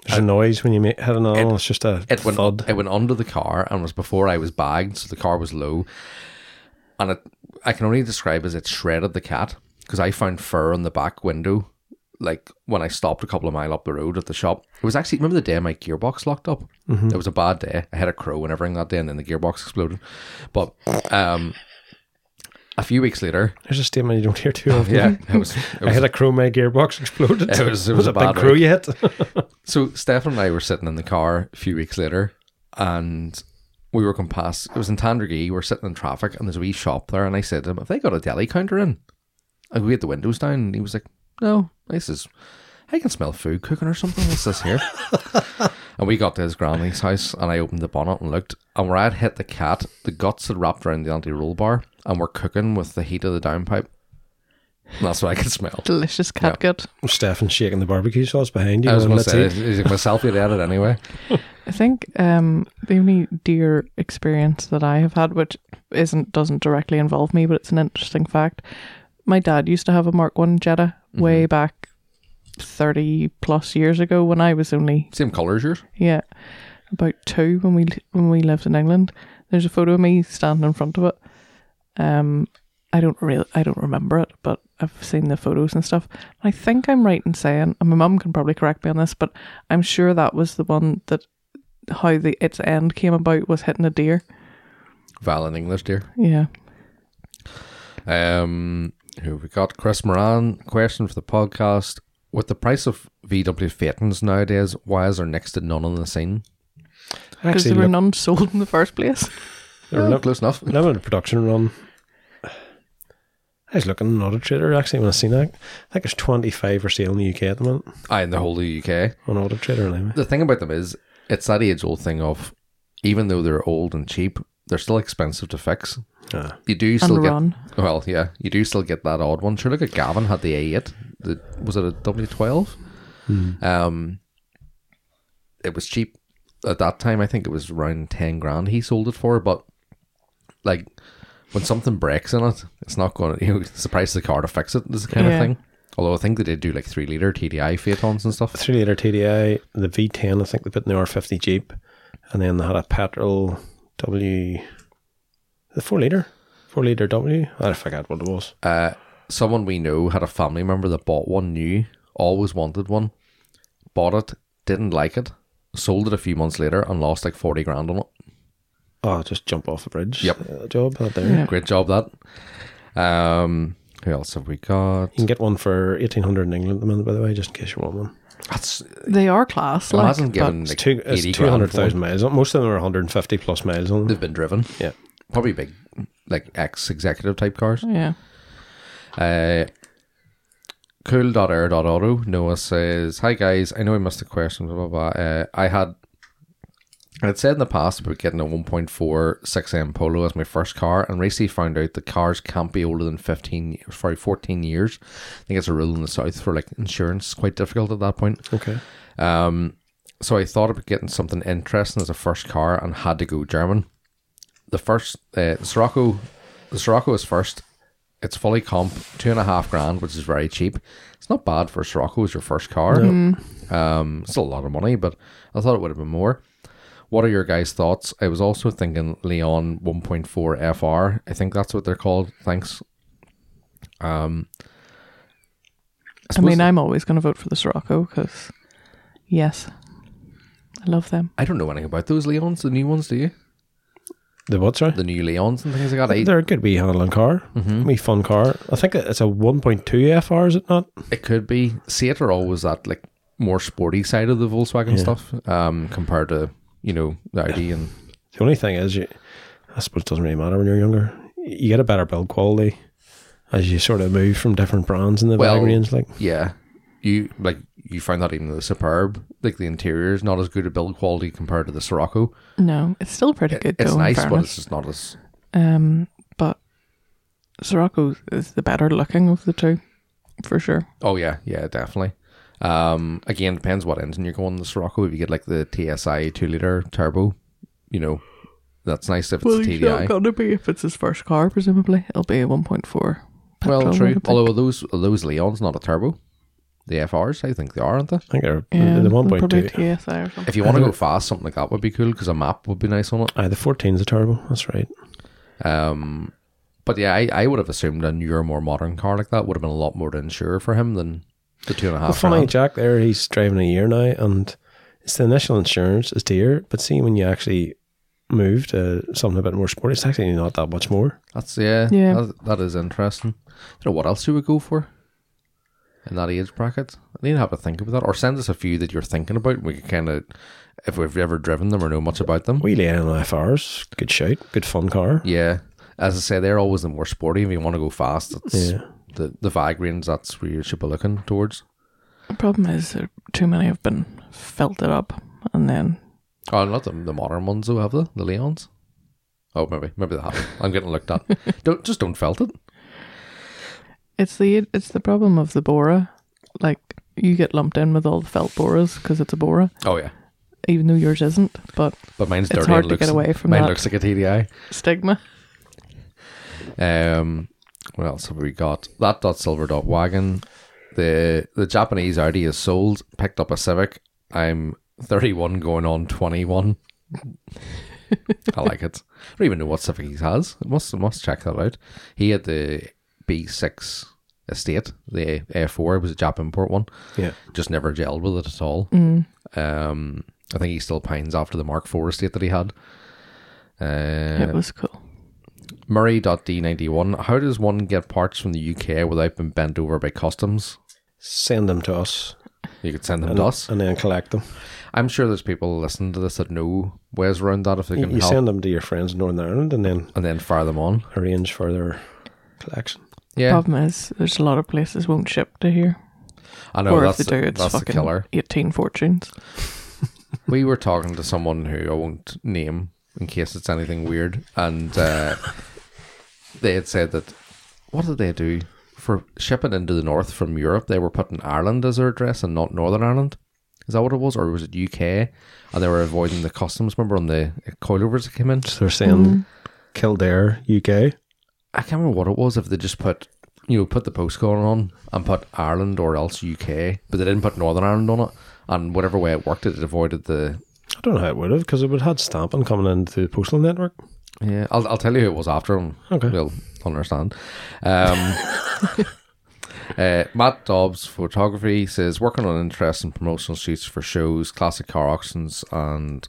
[SPEAKER 3] There's a noise when you make, hit an animal. it's just a
[SPEAKER 1] it went
[SPEAKER 3] thud.
[SPEAKER 1] it went under the car and was before I was bagged, so the car was low. And it I can only describe as it shredded the cat because I found fur on the back window. Like when I stopped a couple of mile up the road at the shop, it was actually remember the day my gearbox locked up. It was a bad day. I had a crow and everything that day, and then the gearbox exploded. But um, a few weeks later,
[SPEAKER 3] There's a statement you don't hear too often.
[SPEAKER 1] yeah, it was. It was
[SPEAKER 3] I had a crow, my gearbox exploded.
[SPEAKER 1] It was- it was a
[SPEAKER 3] big
[SPEAKER 1] bad
[SPEAKER 3] crow
[SPEAKER 1] week.
[SPEAKER 3] you hit.
[SPEAKER 1] So Stefan and I were sitting in the car a few weeks later, and we were going past. It was in Tandragee. We were sitting in traffic, and there's a wee shop there. And I said to him, "Have they got a deli counter in?" Like we had the windows down, and he was like, "No." I says, "I can smell food cooking or something. What's this here?" and we got to his granny's house, and I opened the bonnet and looked, and where I'd hit the cat, the guts had wrapped around the anti-roll bar, and were cooking with the heat of the downpipe. And that's what I could smell.
[SPEAKER 2] Delicious cat gut.
[SPEAKER 3] Stefan shaking the barbecue sauce behind you.
[SPEAKER 1] I was going
[SPEAKER 3] going
[SPEAKER 1] to say, is it myself you'd add it anyway?
[SPEAKER 2] I think um, the only deer experience that I have had, which isn't doesn't directly involve me, but it's an interesting fact. My dad used to have a Mark One Jetta way back thirty plus years ago when I was only
[SPEAKER 1] Same colour as yours.
[SPEAKER 2] yeah about two when we when we lived in England. There's a photo of me standing in front of it. Um, I don't really I don't remember it, but I've seen the photos and stuff. I think I'm right in saying, and my mum can probably correct me on this, but I'm sure that was the one that how the its end came about was hitting a deer.
[SPEAKER 1] Val in English, dear.
[SPEAKER 2] Yeah,
[SPEAKER 1] Um, who have we got? Chris Moran, question for the podcast. With the price of VW Phaetons nowadays, why is there next to none on the scene?
[SPEAKER 2] because
[SPEAKER 3] Actually,
[SPEAKER 2] there were
[SPEAKER 3] look-
[SPEAKER 2] none sold in the first place.
[SPEAKER 3] They were
[SPEAKER 1] Oh,
[SPEAKER 3] not-
[SPEAKER 1] close enough.
[SPEAKER 3] limited production run. I was looking at another trader actually when I seen that. I think it's 25 for sale in the UK at the moment
[SPEAKER 1] Aye, in the whole of the UK.
[SPEAKER 3] on Auto Trader anyway.
[SPEAKER 1] The thing about them is, it's that age old thing of even though they're old and cheap, they're still expensive to fix.
[SPEAKER 3] Ah.
[SPEAKER 1] You do still
[SPEAKER 2] And
[SPEAKER 1] get
[SPEAKER 2] run.
[SPEAKER 1] well, yeah. You do still get that odd one. Sure, look at Gavin had the A8. The, was it a W12? Um, it was cheap at that time. I think it was around ten grand. He sold it for, but like when something breaks in it, it's not going to. You know, it's the price of the car to fix it. Is the kind
[SPEAKER 2] Yeah.
[SPEAKER 1] of thing. Although I think they did do like three liter TDI Phaetons and stuff.
[SPEAKER 3] 3 litre TDI, the V10, I think they put in the R50 Jeep, and then they had a petrol W, the 4 litre, 4 litre W. I forgot what it was.
[SPEAKER 1] someone we know had a family member that bought one new, always wanted one, bought it, didn't like it, sold it a few months later, and lost like 40 grand on it.
[SPEAKER 3] Oh, just jump off the bridge.
[SPEAKER 1] Yep.
[SPEAKER 3] Uh, job out there.
[SPEAKER 2] Yeah.
[SPEAKER 1] Great job, that. Um, who else have we got?
[SPEAKER 3] You can get one for 1800 in England at the minute, by the way, just in case you want one.
[SPEAKER 1] That's,
[SPEAKER 2] They are class.
[SPEAKER 1] I
[SPEAKER 2] Like,
[SPEAKER 1] hasn't
[SPEAKER 2] but
[SPEAKER 1] given
[SPEAKER 3] It's,
[SPEAKER 1] like
[SPEAKER 3] two, it's
[SPEAKER 1] 80 grand for
[SPEAKER 3] 200,000
[SPEAKER 1] one.
[SPEAKER 3] miles. Most of them are 150 plus miles on them.
[SPEAKER 1] They've been driven.
[SPEAKER 3] Yeah.
[SPEAKER 1] Probably big, like ex executive type cars.
[SPEAKER 2] yeah,
[SPEAKER 1] Uh, cool.air.auto. Noah says, Hi guys, I know I missed a question, blah, blah, blah. Uh, I had. I had said in the past about getting a 1.4 6M Polo as my first car, and recently found out that cars can't be older than 15, years- sorry, 14 years. I think it's a rule in the South for like insurance. It's quite difficult at that point.
[SPEAKER 3] Okay.
[SPEAKER 1] Um, so I thought about getting something interesting as a first car and had to go German. the first uh, the Sirocco, the Sirocco is first. It's fully comp, two and a half grand, which is very cheap. It's not bad for a Sirocco as your first car.
[SPEAKER 2] Mm.
[SPEAKER 1] Um, still a lot of money, but I thought it would have been more. What are your guys' thoughts? I was also thinking Leon 1.4 FR. I think that's what they're called. Thanks. Um,
[SPEAKER 2] I mean,
[SPEAKER 1] suppose-
[SPEAKER 2] I'm always going to vote for the Sirocco because, yes, I love them.
[SPEAKER 1] I don't know anything about those Leons, the new ones. Do you?
[SPEAKER 3] The what, sorry?
[SPEAKER 1] The new Leons and things like that. I,
[SPEAKER 3] They're a good wee handling car. mm Wee fun car. I think it's a 1.2 FR, is it not?
[SPEAKER 1] It could be. Seat are always that like more sporty side of the Volkswagen stuff, um, compared to you know the Audi and
[SPEAKER 3] The only thing is, you, I suppose it doesn't really matter when you're younger. You get a better build quality as you sort of move from different brands in the
[SPEAKER 1] Well-
[SPEAKER 3] bag range. Like,
[SPEAKER 1] yeah. You like you find that even the Superb, like the interior is not as good a build quality compared to the Sirocco.
[SPEAKER 2] No, it's still pretty good.
[SPEAKER 1] it's
[SPEAKER 2] though, in
[SPEAKER 1] nice, but
[SPEAKER 2] fairness.
[SPEAKER 1] it's just not as
[SPEAKER 2] Um, but Sirocco is the better looking of the two, for sure.
[SPEAKER 1] Oh yeah, yeah, definitely. Um, again, depends what engine you're going. The Sirocco, if you get like the TSI two liter turbo, you know, that's nice if it's a
[SPEAKER 2] he's
[SPEAKER 1] TDI.
[SPEAKER 2] going to be if it's his first car, presumably. It'll be a 1.4.
[SPEAKER 1] Well,
[SPEAKER 2] petrol, I
[SPEAKER 1] true.
[SPEAKER 2] would think.
[SPEAKER 1] Although uh, those those Leons not a turbo, the FRs, I think they are, aren't they?
[SPEAKER 3] I think they're
[SPEAKER 2] Yeah,
[SPEAKER 3] the
[SPEAKER 2] probably
[SPEAKER 3] 1.2.
[SPEAKER 2] TSI or something.
[SPEAKER 1] If you want to go fast, something like that would be cool because a map would be nice on it.
[SPEAKER 3] Aye, the 14 is a turbo. That's right.
[SPEAKER 1] Um, but yeah, I, I would have assumed a newer, more modern car like that would have been a lot more to insure for him than the two and a
[SPEAKER 3] Well,
[SPEAKER 1] half.
[SPEAKER 3] funny,
[SPEAKER 1] grand.
[SPEAKER 3] Jack there, he's driving a year now, and it's the initial insurance is dear, but see, when you actually move to something a bit more sporty, it's actually not that much more.
[SPEAKER 1] That's yeah,
[SPEAKER 2] Yeah.
[SPEAKER 1] that- that is interesting. You know what else you would go for in that age bracket? I need to have to think about that, or send us a few that you're thinking about. We could kind of, if we've ever driven them or know much about them.
[SPEAKER 3] We lay in on FRs, good shout, good fun car.
[SPEAKER 1] Yeah, as I say, they're always the more sporty. If you want to go fast, it's
[SPEAKER 3] Yeah.
[SPEAKER 1] the the Vag range. That's where you should be looking towards.
[SPEAKER 2] The problem is there- too many have been felted up and then
[SPEAKER 1] Oh, not the, the modern ones though, have they? The Leons? Oh, maybe, maybe they have. I'm getting looked at. Don't just don't felt it.
[SPEAKER 2] It's the it's the problem of the Bora. Like you get lumped in with all the felt Boras because it's a Bora,
[SPEAKER 1] Oh yeah,
[SPEAKER 2] even though yours isn't. But
[SPEAKER 1] but mine's
[SPEAKER 2] It's
[SPEAKER 1] dirty.
[SPEAKER 2] hard
[SPEAKER 1] and
[SPEAKER 2] to
[SPEAKER 1] looks,
[SPEAKER 2] get away from
[SPEAKER 1] Mine
[SPEAKER 2] that.
[SPEAKER 1] looks like a TDI.
[SPEAKER 2] stigma.
[SPEAKER 1] Um, what else have we got? That dot silver dot wagon. The the Japanese Audi is sold. Picked up a Civic. I'm 31 going on 21. I like it. I don't even know what Civic he has. I must I must check that out. He had the B6 estate. The A4 was a Jap import one.
[SPEAKER 3] Yeah.
[SPEAKER 1] Just never gelled with it at all. Um, I think he still pines after the Mark IV estate that he had. Uh,
[SPEAKER 2] it was cool.
[SPEAKER 1] Murray.d91. How does one get parts from the UK without being bent over by customs?
[SPEAKER 3] Send them to us
[SPEAKER 1] You could send them
[SPEAKER 3] and,
[SPEAKER 1] to us.
[SPEAKER 3] and uh, then collect them.
[SPEAKER 1] I'm sure there's people listening to this that know ways around that if they
[SPEAKER 3] You,
[SPEAKER 1] can
[SPEAKER 3] you
[SPEAKER 1] help
[SPEAKER 3] send them to your friends in Northern Ireland and then
[SPEAKER 1] and then fire them on.
[SPEAKER 3] arrange for their collection.
[SPEAKER 1] Yeah,
[SPEAKER 2] Problem is there's a lot of places won't ship to here,
[SPEAKER 1] I know
[SPEAKER 2] or if
[SPEAKER 1] that's,
[SPEAKER 2] they do, it's
[SPEAKER 1] that's the
[SPEAKER 2] fucking
[SPEAKER 1] killer.
[SPEAKER 2] eighteen fortunes.
[SPEAKER 1] we were talking to someone who I won't name in case it's anything weird, and uh, they had said that what did they do for shipping into the north from Europe? They were putting Ireland as their address and not Northern Ireland. Is that what it was, or was it UK? And they were avoiding the customs. Remember on the coilovers that came in?
[SPEAKER 3] So they're saying Kildare, UK.
[SPEAKER 1] I can't remember what it was. If they just put you know put the postcode on and put Ireland or else UK, but they didn't put Northern Ireland on it. And whatever way it worked, it avoided the
[SPEAKER 3] I don't know how it would have because it would have had stamping coming into the postal network.
[SPEAKER 1] Yeah, I'll, I'll tell you who it was after him.
[SPEAKER 3] Okay.
[SPEAKER 1] You'll understand. Um, uh, Matt Dobbs Photography says, working on interesting promotional shoots for shows, classic car auctions, and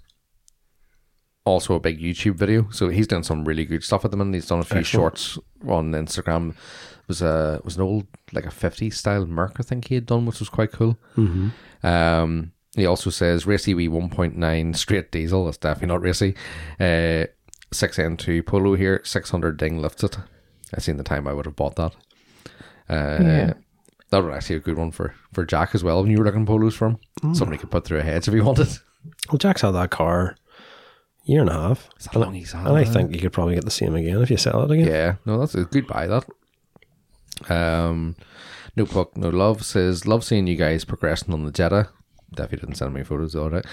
[SPEAKER 1] also a big YouTube video. So he's done some really good stuff at the minute. He's done a few shorts on Instagram. It was a it was an old like a 50s style Merc I think he had done, which was quite cool. Um, he also says racy wee 1.9 straight diesel. That's definitely not racy. Uh, six N2 Polo here, 600 ding lifted. I seen the time I would have bought that. Uh,
[SPEAKER 2] Yeah.
[SPEAKER 1] That would actually be a good one for, for Jack as well. When you were looking polos from, somebody could put through a hedge if he wanted.
[SPEAKER 3] Well, Jack's had that car a year and a half.
[SPEAKER 1] That's how long he's had.
[SPEAKER 3] And I
[SPEAKER 1] that.
[SPEAKER 3] think you could probably get the same again if you sell it again.
[SPEAKER 1] Uh-huh. Yeah, no, that's a good buy. That. Um, no puck, no love says love seeing you guys progressing on the Jetta. Daffy didn't send me photos of it.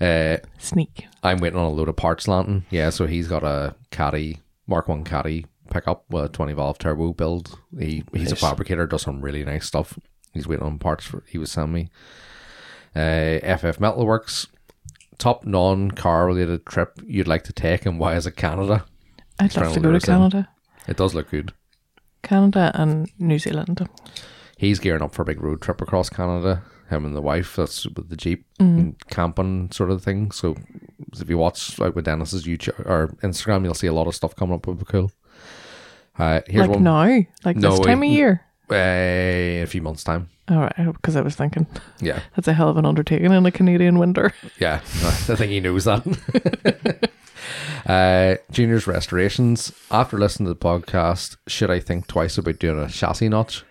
[SPEAKER 1] Uh,
[SPEAKER 2] Sneak.
[SPEAKER 1] I'm waiting on a load of parts, Lanton. Yeah, so he's got a caddy, Mark One caddy pickup with a 20 valve turbo build. He he's a
[SPEAKER 3] Nice.
[SPEAKER 1] fabricator, does some really nice stuff. He's waiting on parts for he was sending me. Uh, FF Metalworks, top non car related trip you'd like to take, and why is it Canada?
[SPEAKER 2] I'd
[SPEAKER 1] Trying
[SPEAKER 2] love
[SPEAKER 1] to
[SPEAKER 2] to go to
[SPEAKER 1] lure us in.
[SPEAKER 2] Canada.
[SPEAKER 1] It does look good.
[SPEAKER 2] Canada and New Zealand.
[SPEAKER 1] He's gearing up for a big road trip across Canada. Him and the wife, that's with the jeep
[SPEAKER 2] Mm.
[SPEAKER 1] and camping sort of thing. So if you watch out with Dennis's YouTube or Instagram, you'll see a lot of stuff coming up with cool. Uh, here's
[SPEAKER 2] like
[SPEAKER 1] one
[SPEAKER 2] now, like
[SPEAKER 1] No,
[SPEAKER 2] this
[SPEAKER 1] wait,
[SPEAKER 2] time of
[SPEAKER 1] n-
[SPEAKER 2] year.
[SPEAKER 1] uh, in a few months' time.
[SPEAKER 2] All right, because I was thinking
[SPEAKER 1] Yeah,
[SPEAKER 2] that's a hell of an undertaking in a Canadian winter.
[SPEAKER 1] yeah. I think he knows that. uh, Junior's restorations. After listening to the podcast, should I think twice about doing a chassis notch?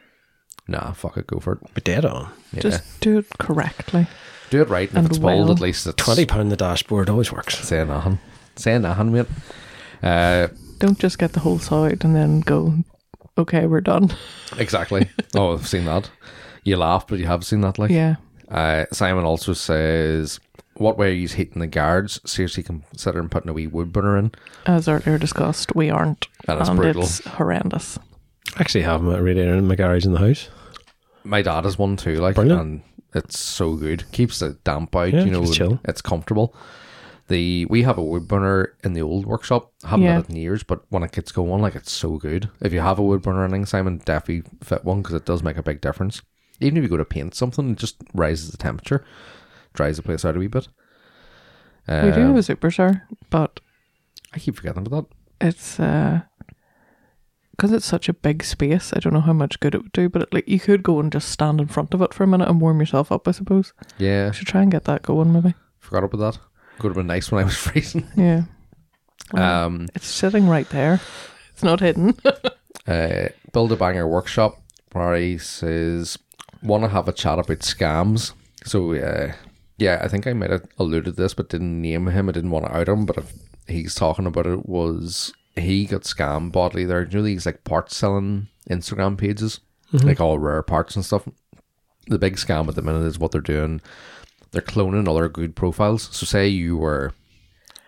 [SPEAKER 1] Nah, fuck it, go for it.
[SPEAKER 3] But dead on.
[SPEAKER 1] Yeah.
[SPEAKER 2] Just do it correctly.
[SPEAKER 1] do it right, and,
[SPEAKER 2] and
[SPEAKER 1] if it's bold,
[SPEAKER 2] well.
[SPEAKER 1] at least it's
[SPEAKER 3] Twenty pound the dashboard always works.
[SPEAKER 1] Say nothing. Say nothing, mate. Uh,
[SPEAKER 2] Don't just get the whole side and then go, okay, we're done.
[SPEAKER 1] exactly. oh, I've seen that. You laugh, but you have seen that, like.
[SPEAKER 2] Yeah.
[SPEAKER 1] Uh, Simon also says, "What way are you heating the guards? Seriously, considering putting a wee wood burner in."
[SPEAKER 2] As earlier discussed, we aren't.
[SPEAKER 1] That is
[SPEAKER 2] and
[SPEAKER 1] brutal.
[SPEAKER 2] it's horrendous.
[SPEAKER 3] I actually have them at a radiator in my garage in the house.
[SPEAKER 1] My dad has one too, like,
[SPEAKER 3] Brilliant.
[SPEAKER 1] and it's so good. Keeps the damp out,
[SPEAKER 3] Yeah,
[SPEAKER 1] you know.
[SPEAKER 3] keeps chill.
[SPEAKER 1] It's comfortable. The we have a wood burner in the old workshop. Haven't
[SPEAKER 2] Yeah.
[SPEAKER 1] had it in years, but when it gets going, like, it's so good. If you have a wood burner running, Simon, definitely fit one because it does make a big difference. Even if you go to paint something, it just rises the temperature, dries the place out a wee bit. Uh,
[SPEAKER 2] we do have a super shower, but
[SPEAKER 1] I keep forgetting about that.
[SPEAKER 2] it's uh because it's such a big space. I don't know how much good it would do, but it, like you could go and just stand in front of it for a minute and warm yourself up. I suppose.
[SPEAKER 1] Yeah,
[SPEAKER 2] I should try and get that going, maybe.
[SPEAKER 1] forgot about that. Could have been nice when I was freezing.
[SPEAKER 2] Yeah. Well,
[SPEAKER 1] Um,
[SPEAKER 2] it's sitting right there. It's not hidden.
[SPEAKER 1] uh, Build a Banger Workshop, where he says, want to have a chat about scams. So, uh, yeah, I think I might have alluded to this, but didn't name him. I didn't want to out him, but if he's talking about it was he got scammed bodily there. You know these like parts selling Instagram pages, like all rare parts and stuff. The big scam at the minute is what they're doing. They're cloning other good profiles. So, say you were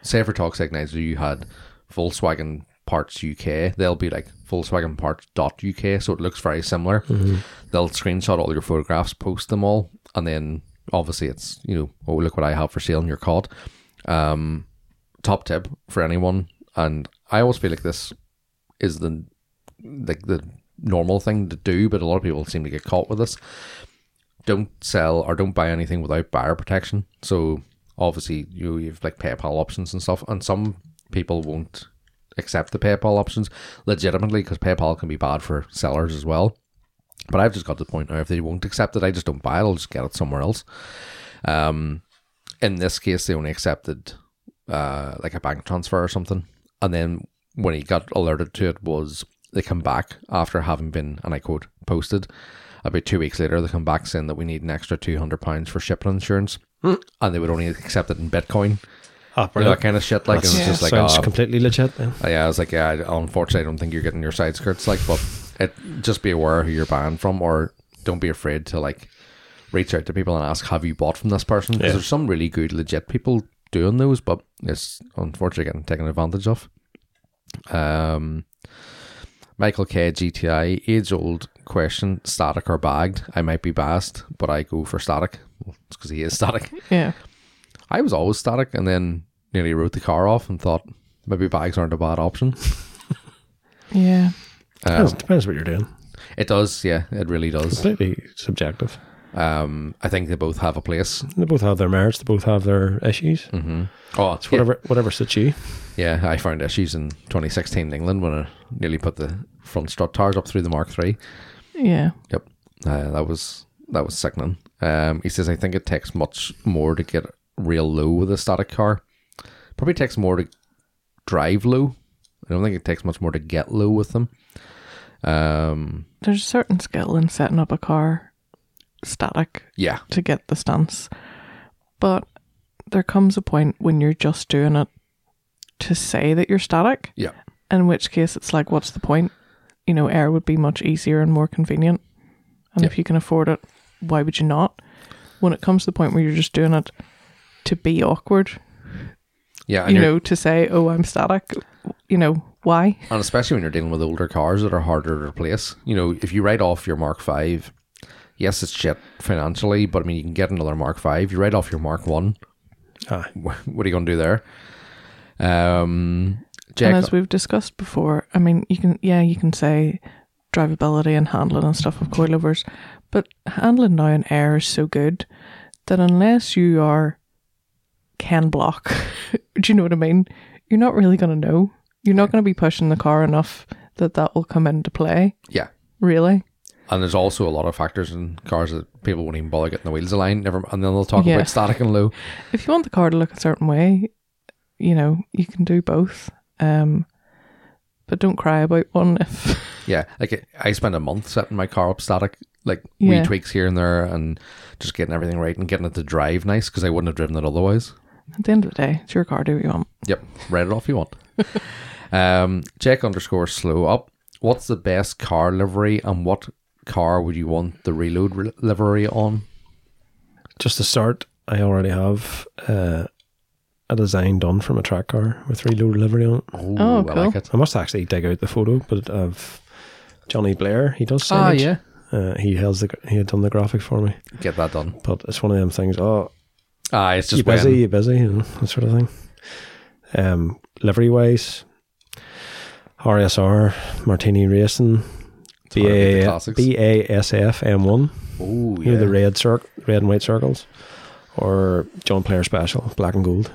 [SPEAKER 1] say for Talk Signizer, you had Volkswagen Parts UK, they'll be like Volkswagen Parts.uk, so it looks very similar. They'll screenshot all your photographs, post them all, and then obviously it's, you know, oh, look what I have for sale, and you're caught. Um, top tip for anyone, and I always feel like this is the like the normal thing to do, but a lot of people seem to get caught with this don't sell or don't buy anything without buyer protection. So obviously you you've like PayPal options and stuff, and some people won't accept the PayPal options legitimately because PayPal can be bad for sellers as well. But I've just got to the point now if they won't accept it, I just don't buy it. I'll just get it somewhere else. Um, in this case, they only accepted uh, like a bank transfer or something. And then when he got alerted to it was they come back after having been, and I quote, posted. About two weeks later, they come back saying that we need an extra two hundred pounds for shipping insurance, and they would only accept it in Bitcoin.
[SPEAKER 3] Hmm. Ah,
[SPEAKER 1] You know, that kind of shit. Like it was
[SPEAKER 2] Yeah.
[SPEAKER 1] just like,
[SPEAKER 3] sounds
[SPEAKER 1] "Ah,
[SPEAKER 3] completely legit. Then.
[SPEAKER 1] uh, Yeah, I was like, yeah, I- unfortunately, I don't think you're getting your side skirts. Like, but it, just be aware who you're buying from, or don't be afraid to like reach out to people and ask, have you bought from this person? Because
[SPEAKER 3] Yeah.
[SPEAKER 1] there's some really good, legit people doing those, but it's unfortunately getting taken advantage of. Um, Michael K GTI age old question: static or bagged? I might be biased, but I go for static because he is static.
[SPEAKER 2] yeah.
[SPEAKER 1] I was always static and then nearly wrote the car off and thought maybe bags aren't a bad option.
[SPEAKER 2] Yeah.
[SPEAKER 1] Um,
[SPEAKER 3] depends, depends what you're doing.
[SPEAKER 1] it does, yeah, it really does.
[SPEAKER 3] Completely subjective.
[SPEAKER 1] Um, I think they both have a place.
[SPEAKER 3] They both have their merits. They both have their issues.
[SPEAKER 1] Mm-hmm. Oh, it's
[SPEAKER 3] Whatever, whatever suits you.
[SPEAKER 1] Yeah, I found issues in 2016 in England when I nearly put the front strut tires up through the Mark III.
[SPEAKER 2] Yeah.
[SPEAKER 1] Yep, uh, that was that was sickening. Um, he says I think it takes much more to get real low with a static car. Probably takes more to drive low. I don't think it takes much more to get low with them. Um,
[SPEAKER 2] There's a certain skill in setting up a car static
[SPEAKER 1] yeah,
[SPEAKER 2] to get the stance. But there comes a point when you're just doing it to say that you're static.
[SPEAKER 1] Yeah.
[SPEAKER 2] In which case, it's like, what's the point? You know, air would be much easier and more convenient. And
[SPEAKER 1] Yeah.
[SPEAKER 2] if you can afford it, why would you not? when it comes to the point where you're just doing it to be awkward,
[SPEAKER 1] Yeah, and,
[SPEAKER 2] you
[SPEAKER 1] you're,
[SPEAKER 2] know, to say, "Oh, I'm static," you know, why?
[SPEAKER 1] and especially when you're dealing with older cars that are harder to replace. You know, if you write off your Mark Five, yes, it's shit financially, but I mean, you can get another Mark Five. You write off your Mark One.
[SPEAKER 3] Aye.
[SPEAKER 1] What are you going to do there? Um, Jack,
[SPEAKER 2] And as we've discussed before, I mean, you can, yeah, you can say drivability and handling and stuff of coilovers, but handling now in air is so good that unless you are can block, do you know what I mean? You're not really going to know. You're not going to be pushing the car enough that that will come into play,
[SPEAKER 1] yeah,
[SPEAKER 2] really.
[SPEAKER 1] And there's also a lot of factors in cars that people won't even bother getting the wheels aligned. Never, and then they'll talk
[SPEAKER 2] Yeah.
[SPEAKER 1] about static and low.
[SPEAKER 2] If you want the car to look a certain way, you know, you can do both. Um, but don't cry about one if
[SPEAKER 1] Yeah, like I spent a month setting my car up static, like wee
[SPEAKER 2] Yeah.
[SPEAKER 1] tweaks here and there, and just getting everything right and getting it to drive nice because I wouldn't have driven it otherwise.
[SPEAKER 2] at the end of the day, it's your car, do what you want.
[SPEAKER 1] Yep, write it off if you want. um, check underscore slow up. What's the best car livery, and what car would you want the reload re- livery on?
[SPEAKER 3] Just to start, I already have uh, a design done from a track car with reload livery on it.
[SPEAKER 1] Oh,
[SPEAKER 2] Oh,
[SPEAKER 1] I like
[SPEAKER 2] cool.
[SPEAKER 1] it.
[SPEAKER 3] I must actually dig out the photo, but I've Johnny Blair. He does.
[SPEAKER 1] Ah,
[SPEAKER 3] signage.
[SPEAKER 1] yeah,
[SPEAKER 3] Uh, he has the gra- he had done the graphic for me,
[SPEAKER 1] get that done.
[SPEAKER 3] but it's one of them things. Oh,
[SPEAKER 1] Ah, it's
[SPEAKER 3] you
[SPEAKER 1] just
[SPEAKER 3] busy,
[SPEAKER 1] when.
[SPEAKER 3] you busy, you know, that sort of thing. Um, livery wise, RSR, Martini Racing,
[SPEAKER 1] It's one of the
[SPEAKER 3] BA
[SPEAKER 1] classics.
[SPEAKER 3] BASF M1,
[SPEAKER 1] Oh,
[SPEAKER 3] you know, the
[SPEAKER 1] yeah.
[SPEAKER 3] red circ- red and white circles, or John Player Special, black and gold.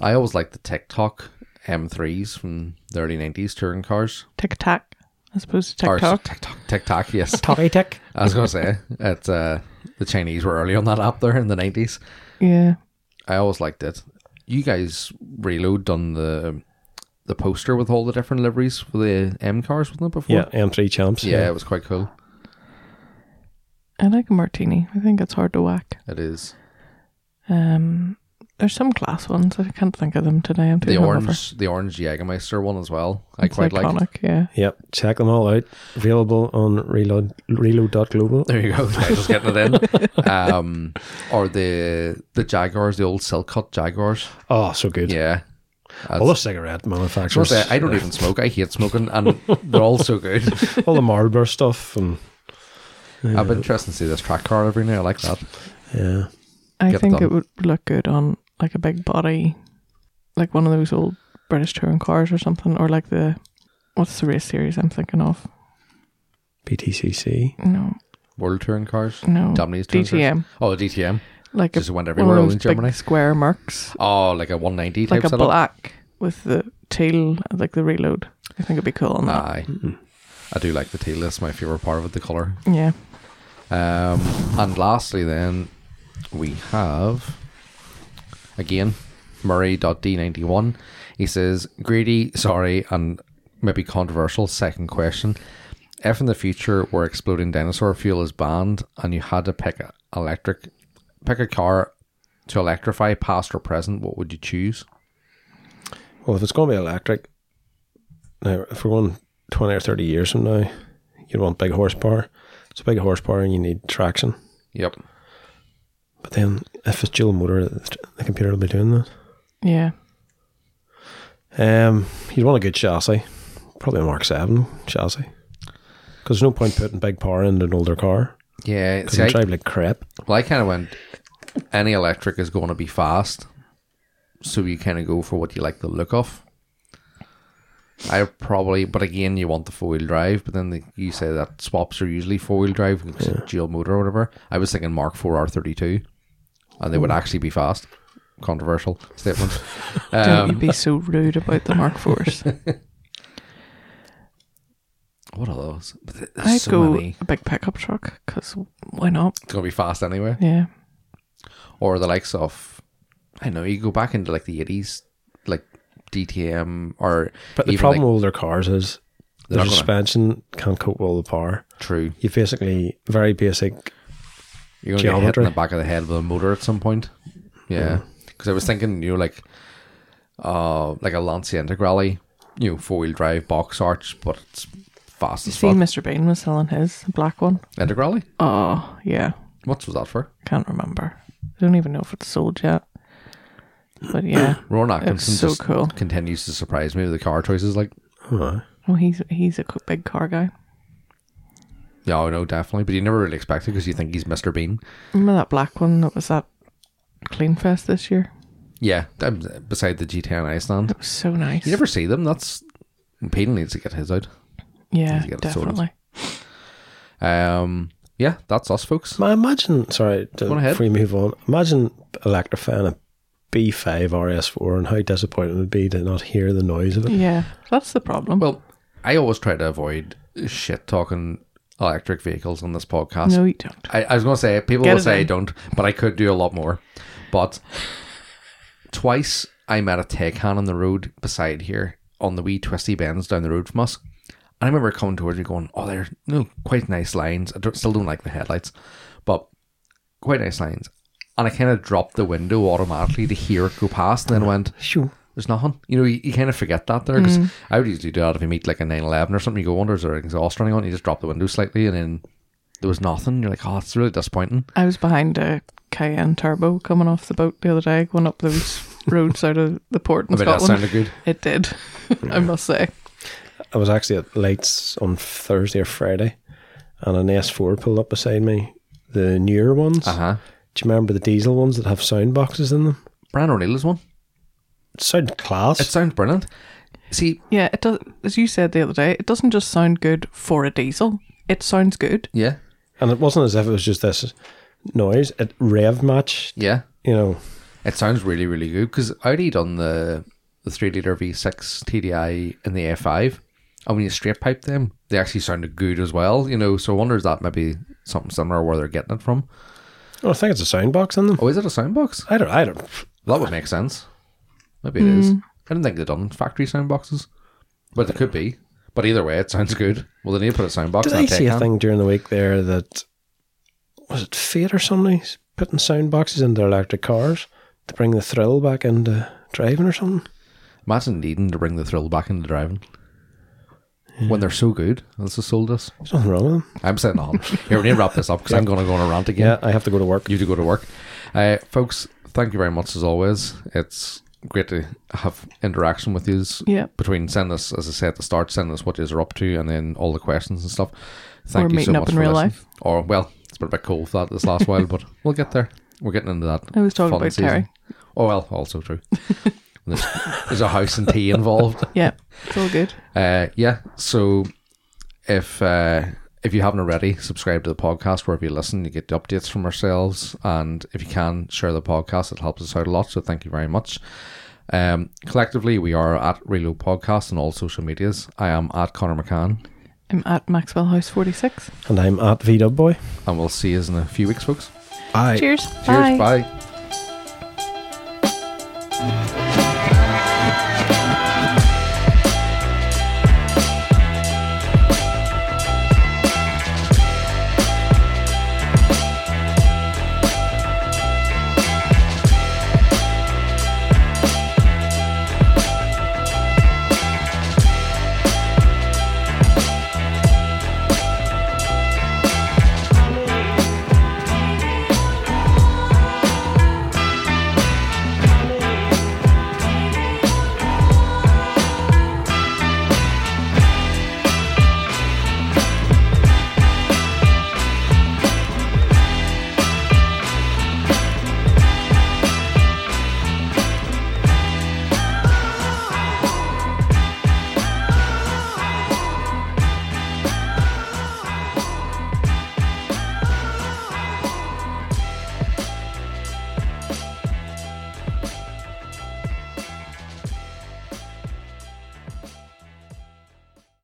[SPEAKER 1] I always liked the TikTok M3s from the early 90s touring cars.
[SPEAKER 2] Tic Tac as opposed to
[SPEAKER 1] Or,
[SPEAKER 2] TikTok.
[SPEAKER 1] TikTok, TikTok, yes.
[SPEAKER 3] Tocky tick.
[SPEAKER 1] I was going to say, it's, uh, the Chinese were early on that app there in the 90s.
[SPEAKER 2] Yeah.
[SPEAKER 1] I always liked it. You guys reload done the um, the poster with all the different liveries for the M cars, wasn't it, before?
[SPEAKER 3] Yeah, M3 champs.
[SPEAKER 1] Yeah, it was quite cool.
[SPEAKER 2] I like a martini. I think it's hard to whack.
[SPEAKER 1] It is.
[SPEAKER 2] Um, there's some class ones. I can't think of them today. I'm too
[SPEAKER 1] The
[SPEAKER 2] hungover.
[SPEAKER 1] orange the orange Jägermeister one as well. I
[SPEAKER 2] It's
[SPEAKER 1] quite
[SPEAKER 2] iconic,
[SPEAKER 1] like
[SPEAKER 2] yeah.
[SPEAKER 3] Yep, check them all out. Available on reload reload.global.
[SPEAKER 1] There you go. Just getting it in. Um, or the the Jaguars, the old silk cut Jaguars.
[SPEAKER 3] Oh, so good.
[SPEAKER 1] Yeah.
[SPEAKER 3] All the cigarette
[SPEAKER 1] Sure,
[SPEAKER 3] manufacturers.
[SPEAKER 1] I don't even smoke. I hate smoking, and they're all so good.
[SPEAKER 3] all the Marlboro stuff and
[SPEAKER 1] I've been interested to see this track car every now. I like that.
[SPEAKER 3] yeah.
[SPEAKER 2] I
[SPEAKER 1] Get it
[SPEAKER 2] think
[SPEAKER 1] done.
[SPEAKER 2] it would look good on like a big body, like one of those old British touring cars or something, or like the what's the race series I'm thinking of?
[SPEAKER 3] BTCC.
[SPEAKER 2] No,
[SPEAKER 1] World touring cars,
[SPEAKER 2] no,
[SPEAKER 1] Dominies touring cars.
[SPEAKER 2] DTM,
[SPEAKER 1] Oh, the DTM
[SPEAKER 2] like a,
[SPEAKER 1] just went
[SPEAKER 2] one
[SPEAKER 1] everywhere
[SPEAKER 2] of
[SPEAKER 1] all
[SPEAKER 2] those
[SPEAKER 1] in Germany.
[SPEAKER 2] big square marks,
[SPEAKER 1] Oh, like a 190 type
[SPEAKER 2] like a
[SPEAKER 1] setup.
[SPEAKER 2] black with the tail, like the reload. I think it'd be cool on that.
[SPEAKER 1] Aye, I do like the teal. That's my favorite part of it. The color.
[SPEAKER 2] yeah,
[SPEAKER 1] Um, and lastly, then we have again Murray.d91. He says, greedy, sorry, and maybe controversial second question. If in the future where exploding dinosaur fuel is banned and you had to pick a electric pick a car to electrify past or present, what would you choose?
[SPEAKER 3] Well, if it's going to be electric, now if we're going twenty or thirty years from now, you'd want big horsepower. It's a big horsepower, and you need traction.
[SPEAKER 1] Yep.
[SPEAKER 3] But then, if it's dual motor, the the computer will be doing that.
[SPEAKER 2] yeah.
[SPEAKER 3] Um, you'd want a good chassis, probably a Mark Seven chassis, because there's no point putting big power into an older car.
[SPEAKER 1] Yeah.
[SPEAKER 3] Because
[SPEAKER 1] See, I,
[SPEAKER 3] you drive like crap.
[SPEAKER 1] well, I kind of went any electric is going to be fast, so you kind of go for what you like the look of. I probably, but again, you want the four wheel drive, but then the, you say that swaps are usually four wheel drive, which is dual motor or whatever. I was thinking Mark Four R thirty two, and they would actually be fast. Controversial statement.
[SPEAKER 2] Don't you
[SPEAKER 1] um,
[SPEAKER 2] be so rude about the Mark Force.
[SPEAKER 1] what are those? But th- there's
[SPEAKER 2] I'd
[SPEAKER 1] so
[SPEAKER 2] go
[SPEAKER 1] many.
[SPEAKER 2] a big pickup truck because why not?
[SPEAKER 1] It's gonna be fast anyway.
[SPEAKER 2] Yeah.
[SPEAKER 1] or the likes of I don't know you go back into like the eighties, like DTM or
[SPEAKER 3] But the
[SPEAKER 1] even,
[SPEAKER 3] problem
[SPEAKER 1] like,
[SPEAKER 3] with older cars is
[SPEAKER 1] They're
[SPEAKER 3] the
[SPEAKER 1] not gonna-
[SPEAKER 3] suspension can't cope with all the power.
[SPEAKER 1] true
[SPEAKER 3] You basically very basic.
[SPEAKER 1] you're gonna get hit in
[SPEAKER 3] Geometry.
[SPEAKER 1] the back of the head with a motor at some point. Yeah, because I was thinking you know like uh like a Lancia Integrale, you know four wheel drive box arch, but it's fast
[SPEAKER 2] You
[SPEAKER 1] as
[SPEAKER 2] see,
[SPEAKER 1] fuck.
[SPEAKER 2] Mr. Bean was selling his black one.
[SPEAKER 1] Integrale,
[SPEAKER 2] Oh, yeah.
[SPEAKER 1] what was that for?
[SPEAKER 2] Can't remember. I don't even know if it's sold yet. But yeah,
[SPEAKER 1] Ron Atkinson
[SPEAKER 2] it's so
[SPEAKER 1] just
[SPEAKER 2] cool.
[SPEAKER 1] continues to surprise me with the car choices. Like,
[SPEAKER 3] Huh.
[SPEAKER 2] Well, he's he's a co- big car guy.
[SPEAKER 1] yeah, I know, definitely. But you never really expect it because you think he's Mr. Bean.
[SPEAKER 2] Remember that black one that was at Clean Fest this year?
[SPEAKER 1] Yeah, um, beside the GTN Iceland.
[SPEAKER 2] It was so nice.
[SPEAKER 1] You never see them. That's. Payton needs to get his out.
[SPEAKER 2] yeah,
[SPEAKER 1] to get it sorted.
[SPEAKER 2] definitely.
[SPEAKER 1] Um, yeah, that's us, folks.
[SPEAKER 3] Ma- imagine, sorry, to,
[SPEAKER 1] Go on ahead.
[SPEAKER 3] before you move on, imagine electrifying a B5 RS4 and how disappointing it would be to not hear the noise of it.
[SPEAKER 2] Yeah, that's the problem.
[SPEAKER 1] Well, I always try to avoid shit talking electric vehicles on this podcast.
[SPEAKER 2] no, you don't.
[SPEAKER 1] I, I was going to say people
[SPEAKER 2] Get
[SPEAKER 1] will
[SPEAKER 2] it
[SPEAKER 1] say I
[SPEAKER 2] in.
[SPEAKER 1] don't, but I could do a lot more. But twice I met a Taycan on the road beside here on the wee twisty bends down the road from us. And I remember coming towards me going, "Oh, they're you know, quite nice lines. I don't, still don't like the headlights, but quite nice lines." And I kind of dropped the window automatically to hear it go past, and then went,
[SPEAKER 3] Shoo.
[SPEAKER 1] there's nothing. You know, you, you kind of forget that there because
[SPEAKER 2] Mm.
[SPEAKER 1] I would usually do that if you meet like a 911 or something. You go, wonder is there an exhaust running on? You just drop the window slightly and then there was nothing. You're like, oh, it's really disappointing.
[SPEAKER 2] I was behind a Cayenne Turbo coming off the boat the other day, going up those roads out of the port in
[SPEAKER 1] I mean, that
[SPEAKER 2] Scotland.
[SPEAKER 1] sounded good.
[SPEAKER 2] It did, I must say.
[SPEAKER 3] I was actually at Lights on Thursday or Friday and an S4 pulled up beside me. The newer ones.
[SPEAKER 1] Uh huh.
[SPEAKER 3] Do you remember the diesel ones that have sound boxes in them?
[SPEAKER 1] Brian O'Neill's one.
[SPEAKER 3] It sounded class.
[SPEAKER 1] It sounds brilliant. See,
[SPEAKER 2] Yeah, it does. As you said the other day, it doesn't just sound good for a diesel. It sounds good.
[SPEAKER 1] yeah,
[SPEAKER 3] and it wasn't as if it was just this noise. It rev matched,
[SPEAKER 1] yeah.
[SPEAKER 3] you know.
[SPEAKER 1] It sounds really, really good because Audi done the the three liter V6 TDI and the A5, and when you straight pipe them, they actually sounded good as well. You know, so I wonder is that maybe something similar where they're getting it from?
[SPEAKER 3] Oh, I think it's a sound box in them.
[SPEAKER 1] Oh, is it a sound box?
[SPEAKER 3] I don't. I don't.
[SPEAKER 1] That would make sense. Maybe it is. I didn't think they'd done factory sound boxes, but it could be. But either way, it sounds good. Well, they need to put a sound box
[SPEAKER 3] Did
[SPEAKER 1] in
[SPEAKER 3] I
[SPEAKER 1] that
[SPEAKER 3] see a
[SPEAKER 1] Taycan.
[SPEAKER 3] thing during the week there that was it Fate or somebody's putting sound boxes into electric cars to bring the thrill back into driving or something?
[SPEAKER 1] Imagine needing to bring the thrill back into driving when they're so good. This has sold us.
[SPEAKER 3] There's nothing wrong with them.
[SPEAKER 1] I'm sitting on. Here, we need to wrap this up because I'm going to go on a rant again.
[SPEAKER 3] Yeah, I have to go to work.
[SPEAKER 1] You do go to work. Uh, folks, thank you very much as always. It's great to have interaction with you.
[SPEAKER 2] Yeah.
[SPEAKER 1] Between send us, as I said at the start, send us what you are up to and then all the questions and stuff. Thank
[SPEAKER 2] Or
[SPEAKER 1] you so
[SPEAKER 2] meeting up
[SPEAKER 1] much
[SPEAKER 2] in
[SPEAKER 1] for
[SPEAKER 2] real
[SPEAKER 1] listening.
[SPEAKER 2] life.
[SPEAKER 1] Or, well, it's been a bit cold that this last while, but we'll get there. We're getting into that.
[SPEAKER 2] I was talking
[SPEAKER 1] fun
[SPEAKER 2] about
[SPEAKER 1] season.
[SPEAKER 2] Terry.
[SPEAKER 1] Oh, well, also true. there's, there's a house and tea involved.
[SPEAKER 2] Yeah, it's all good.
[SPEAKER 1] Uh, yeah. So if uh, if you haven't already, subscribe to the podcast wherever you listen. You get the updates from ourselves, and if you can share the podcast, it helps us out a lot. So thank you very much. Um, collectively, we are at Reload Podcast on all social medias. I am at Connor McCann,
[SPEAKER 2] I'm at Maxwell House 46.
[SPEAKER 3] And I'm at VW Boy.
[SPEAKER 1] and we'll see you in a few weeks, folks.
[SPEAKER 3] Bye.
[SPEAKER 2] Cheers.
[SPEAKER 1] Cheers. Bye.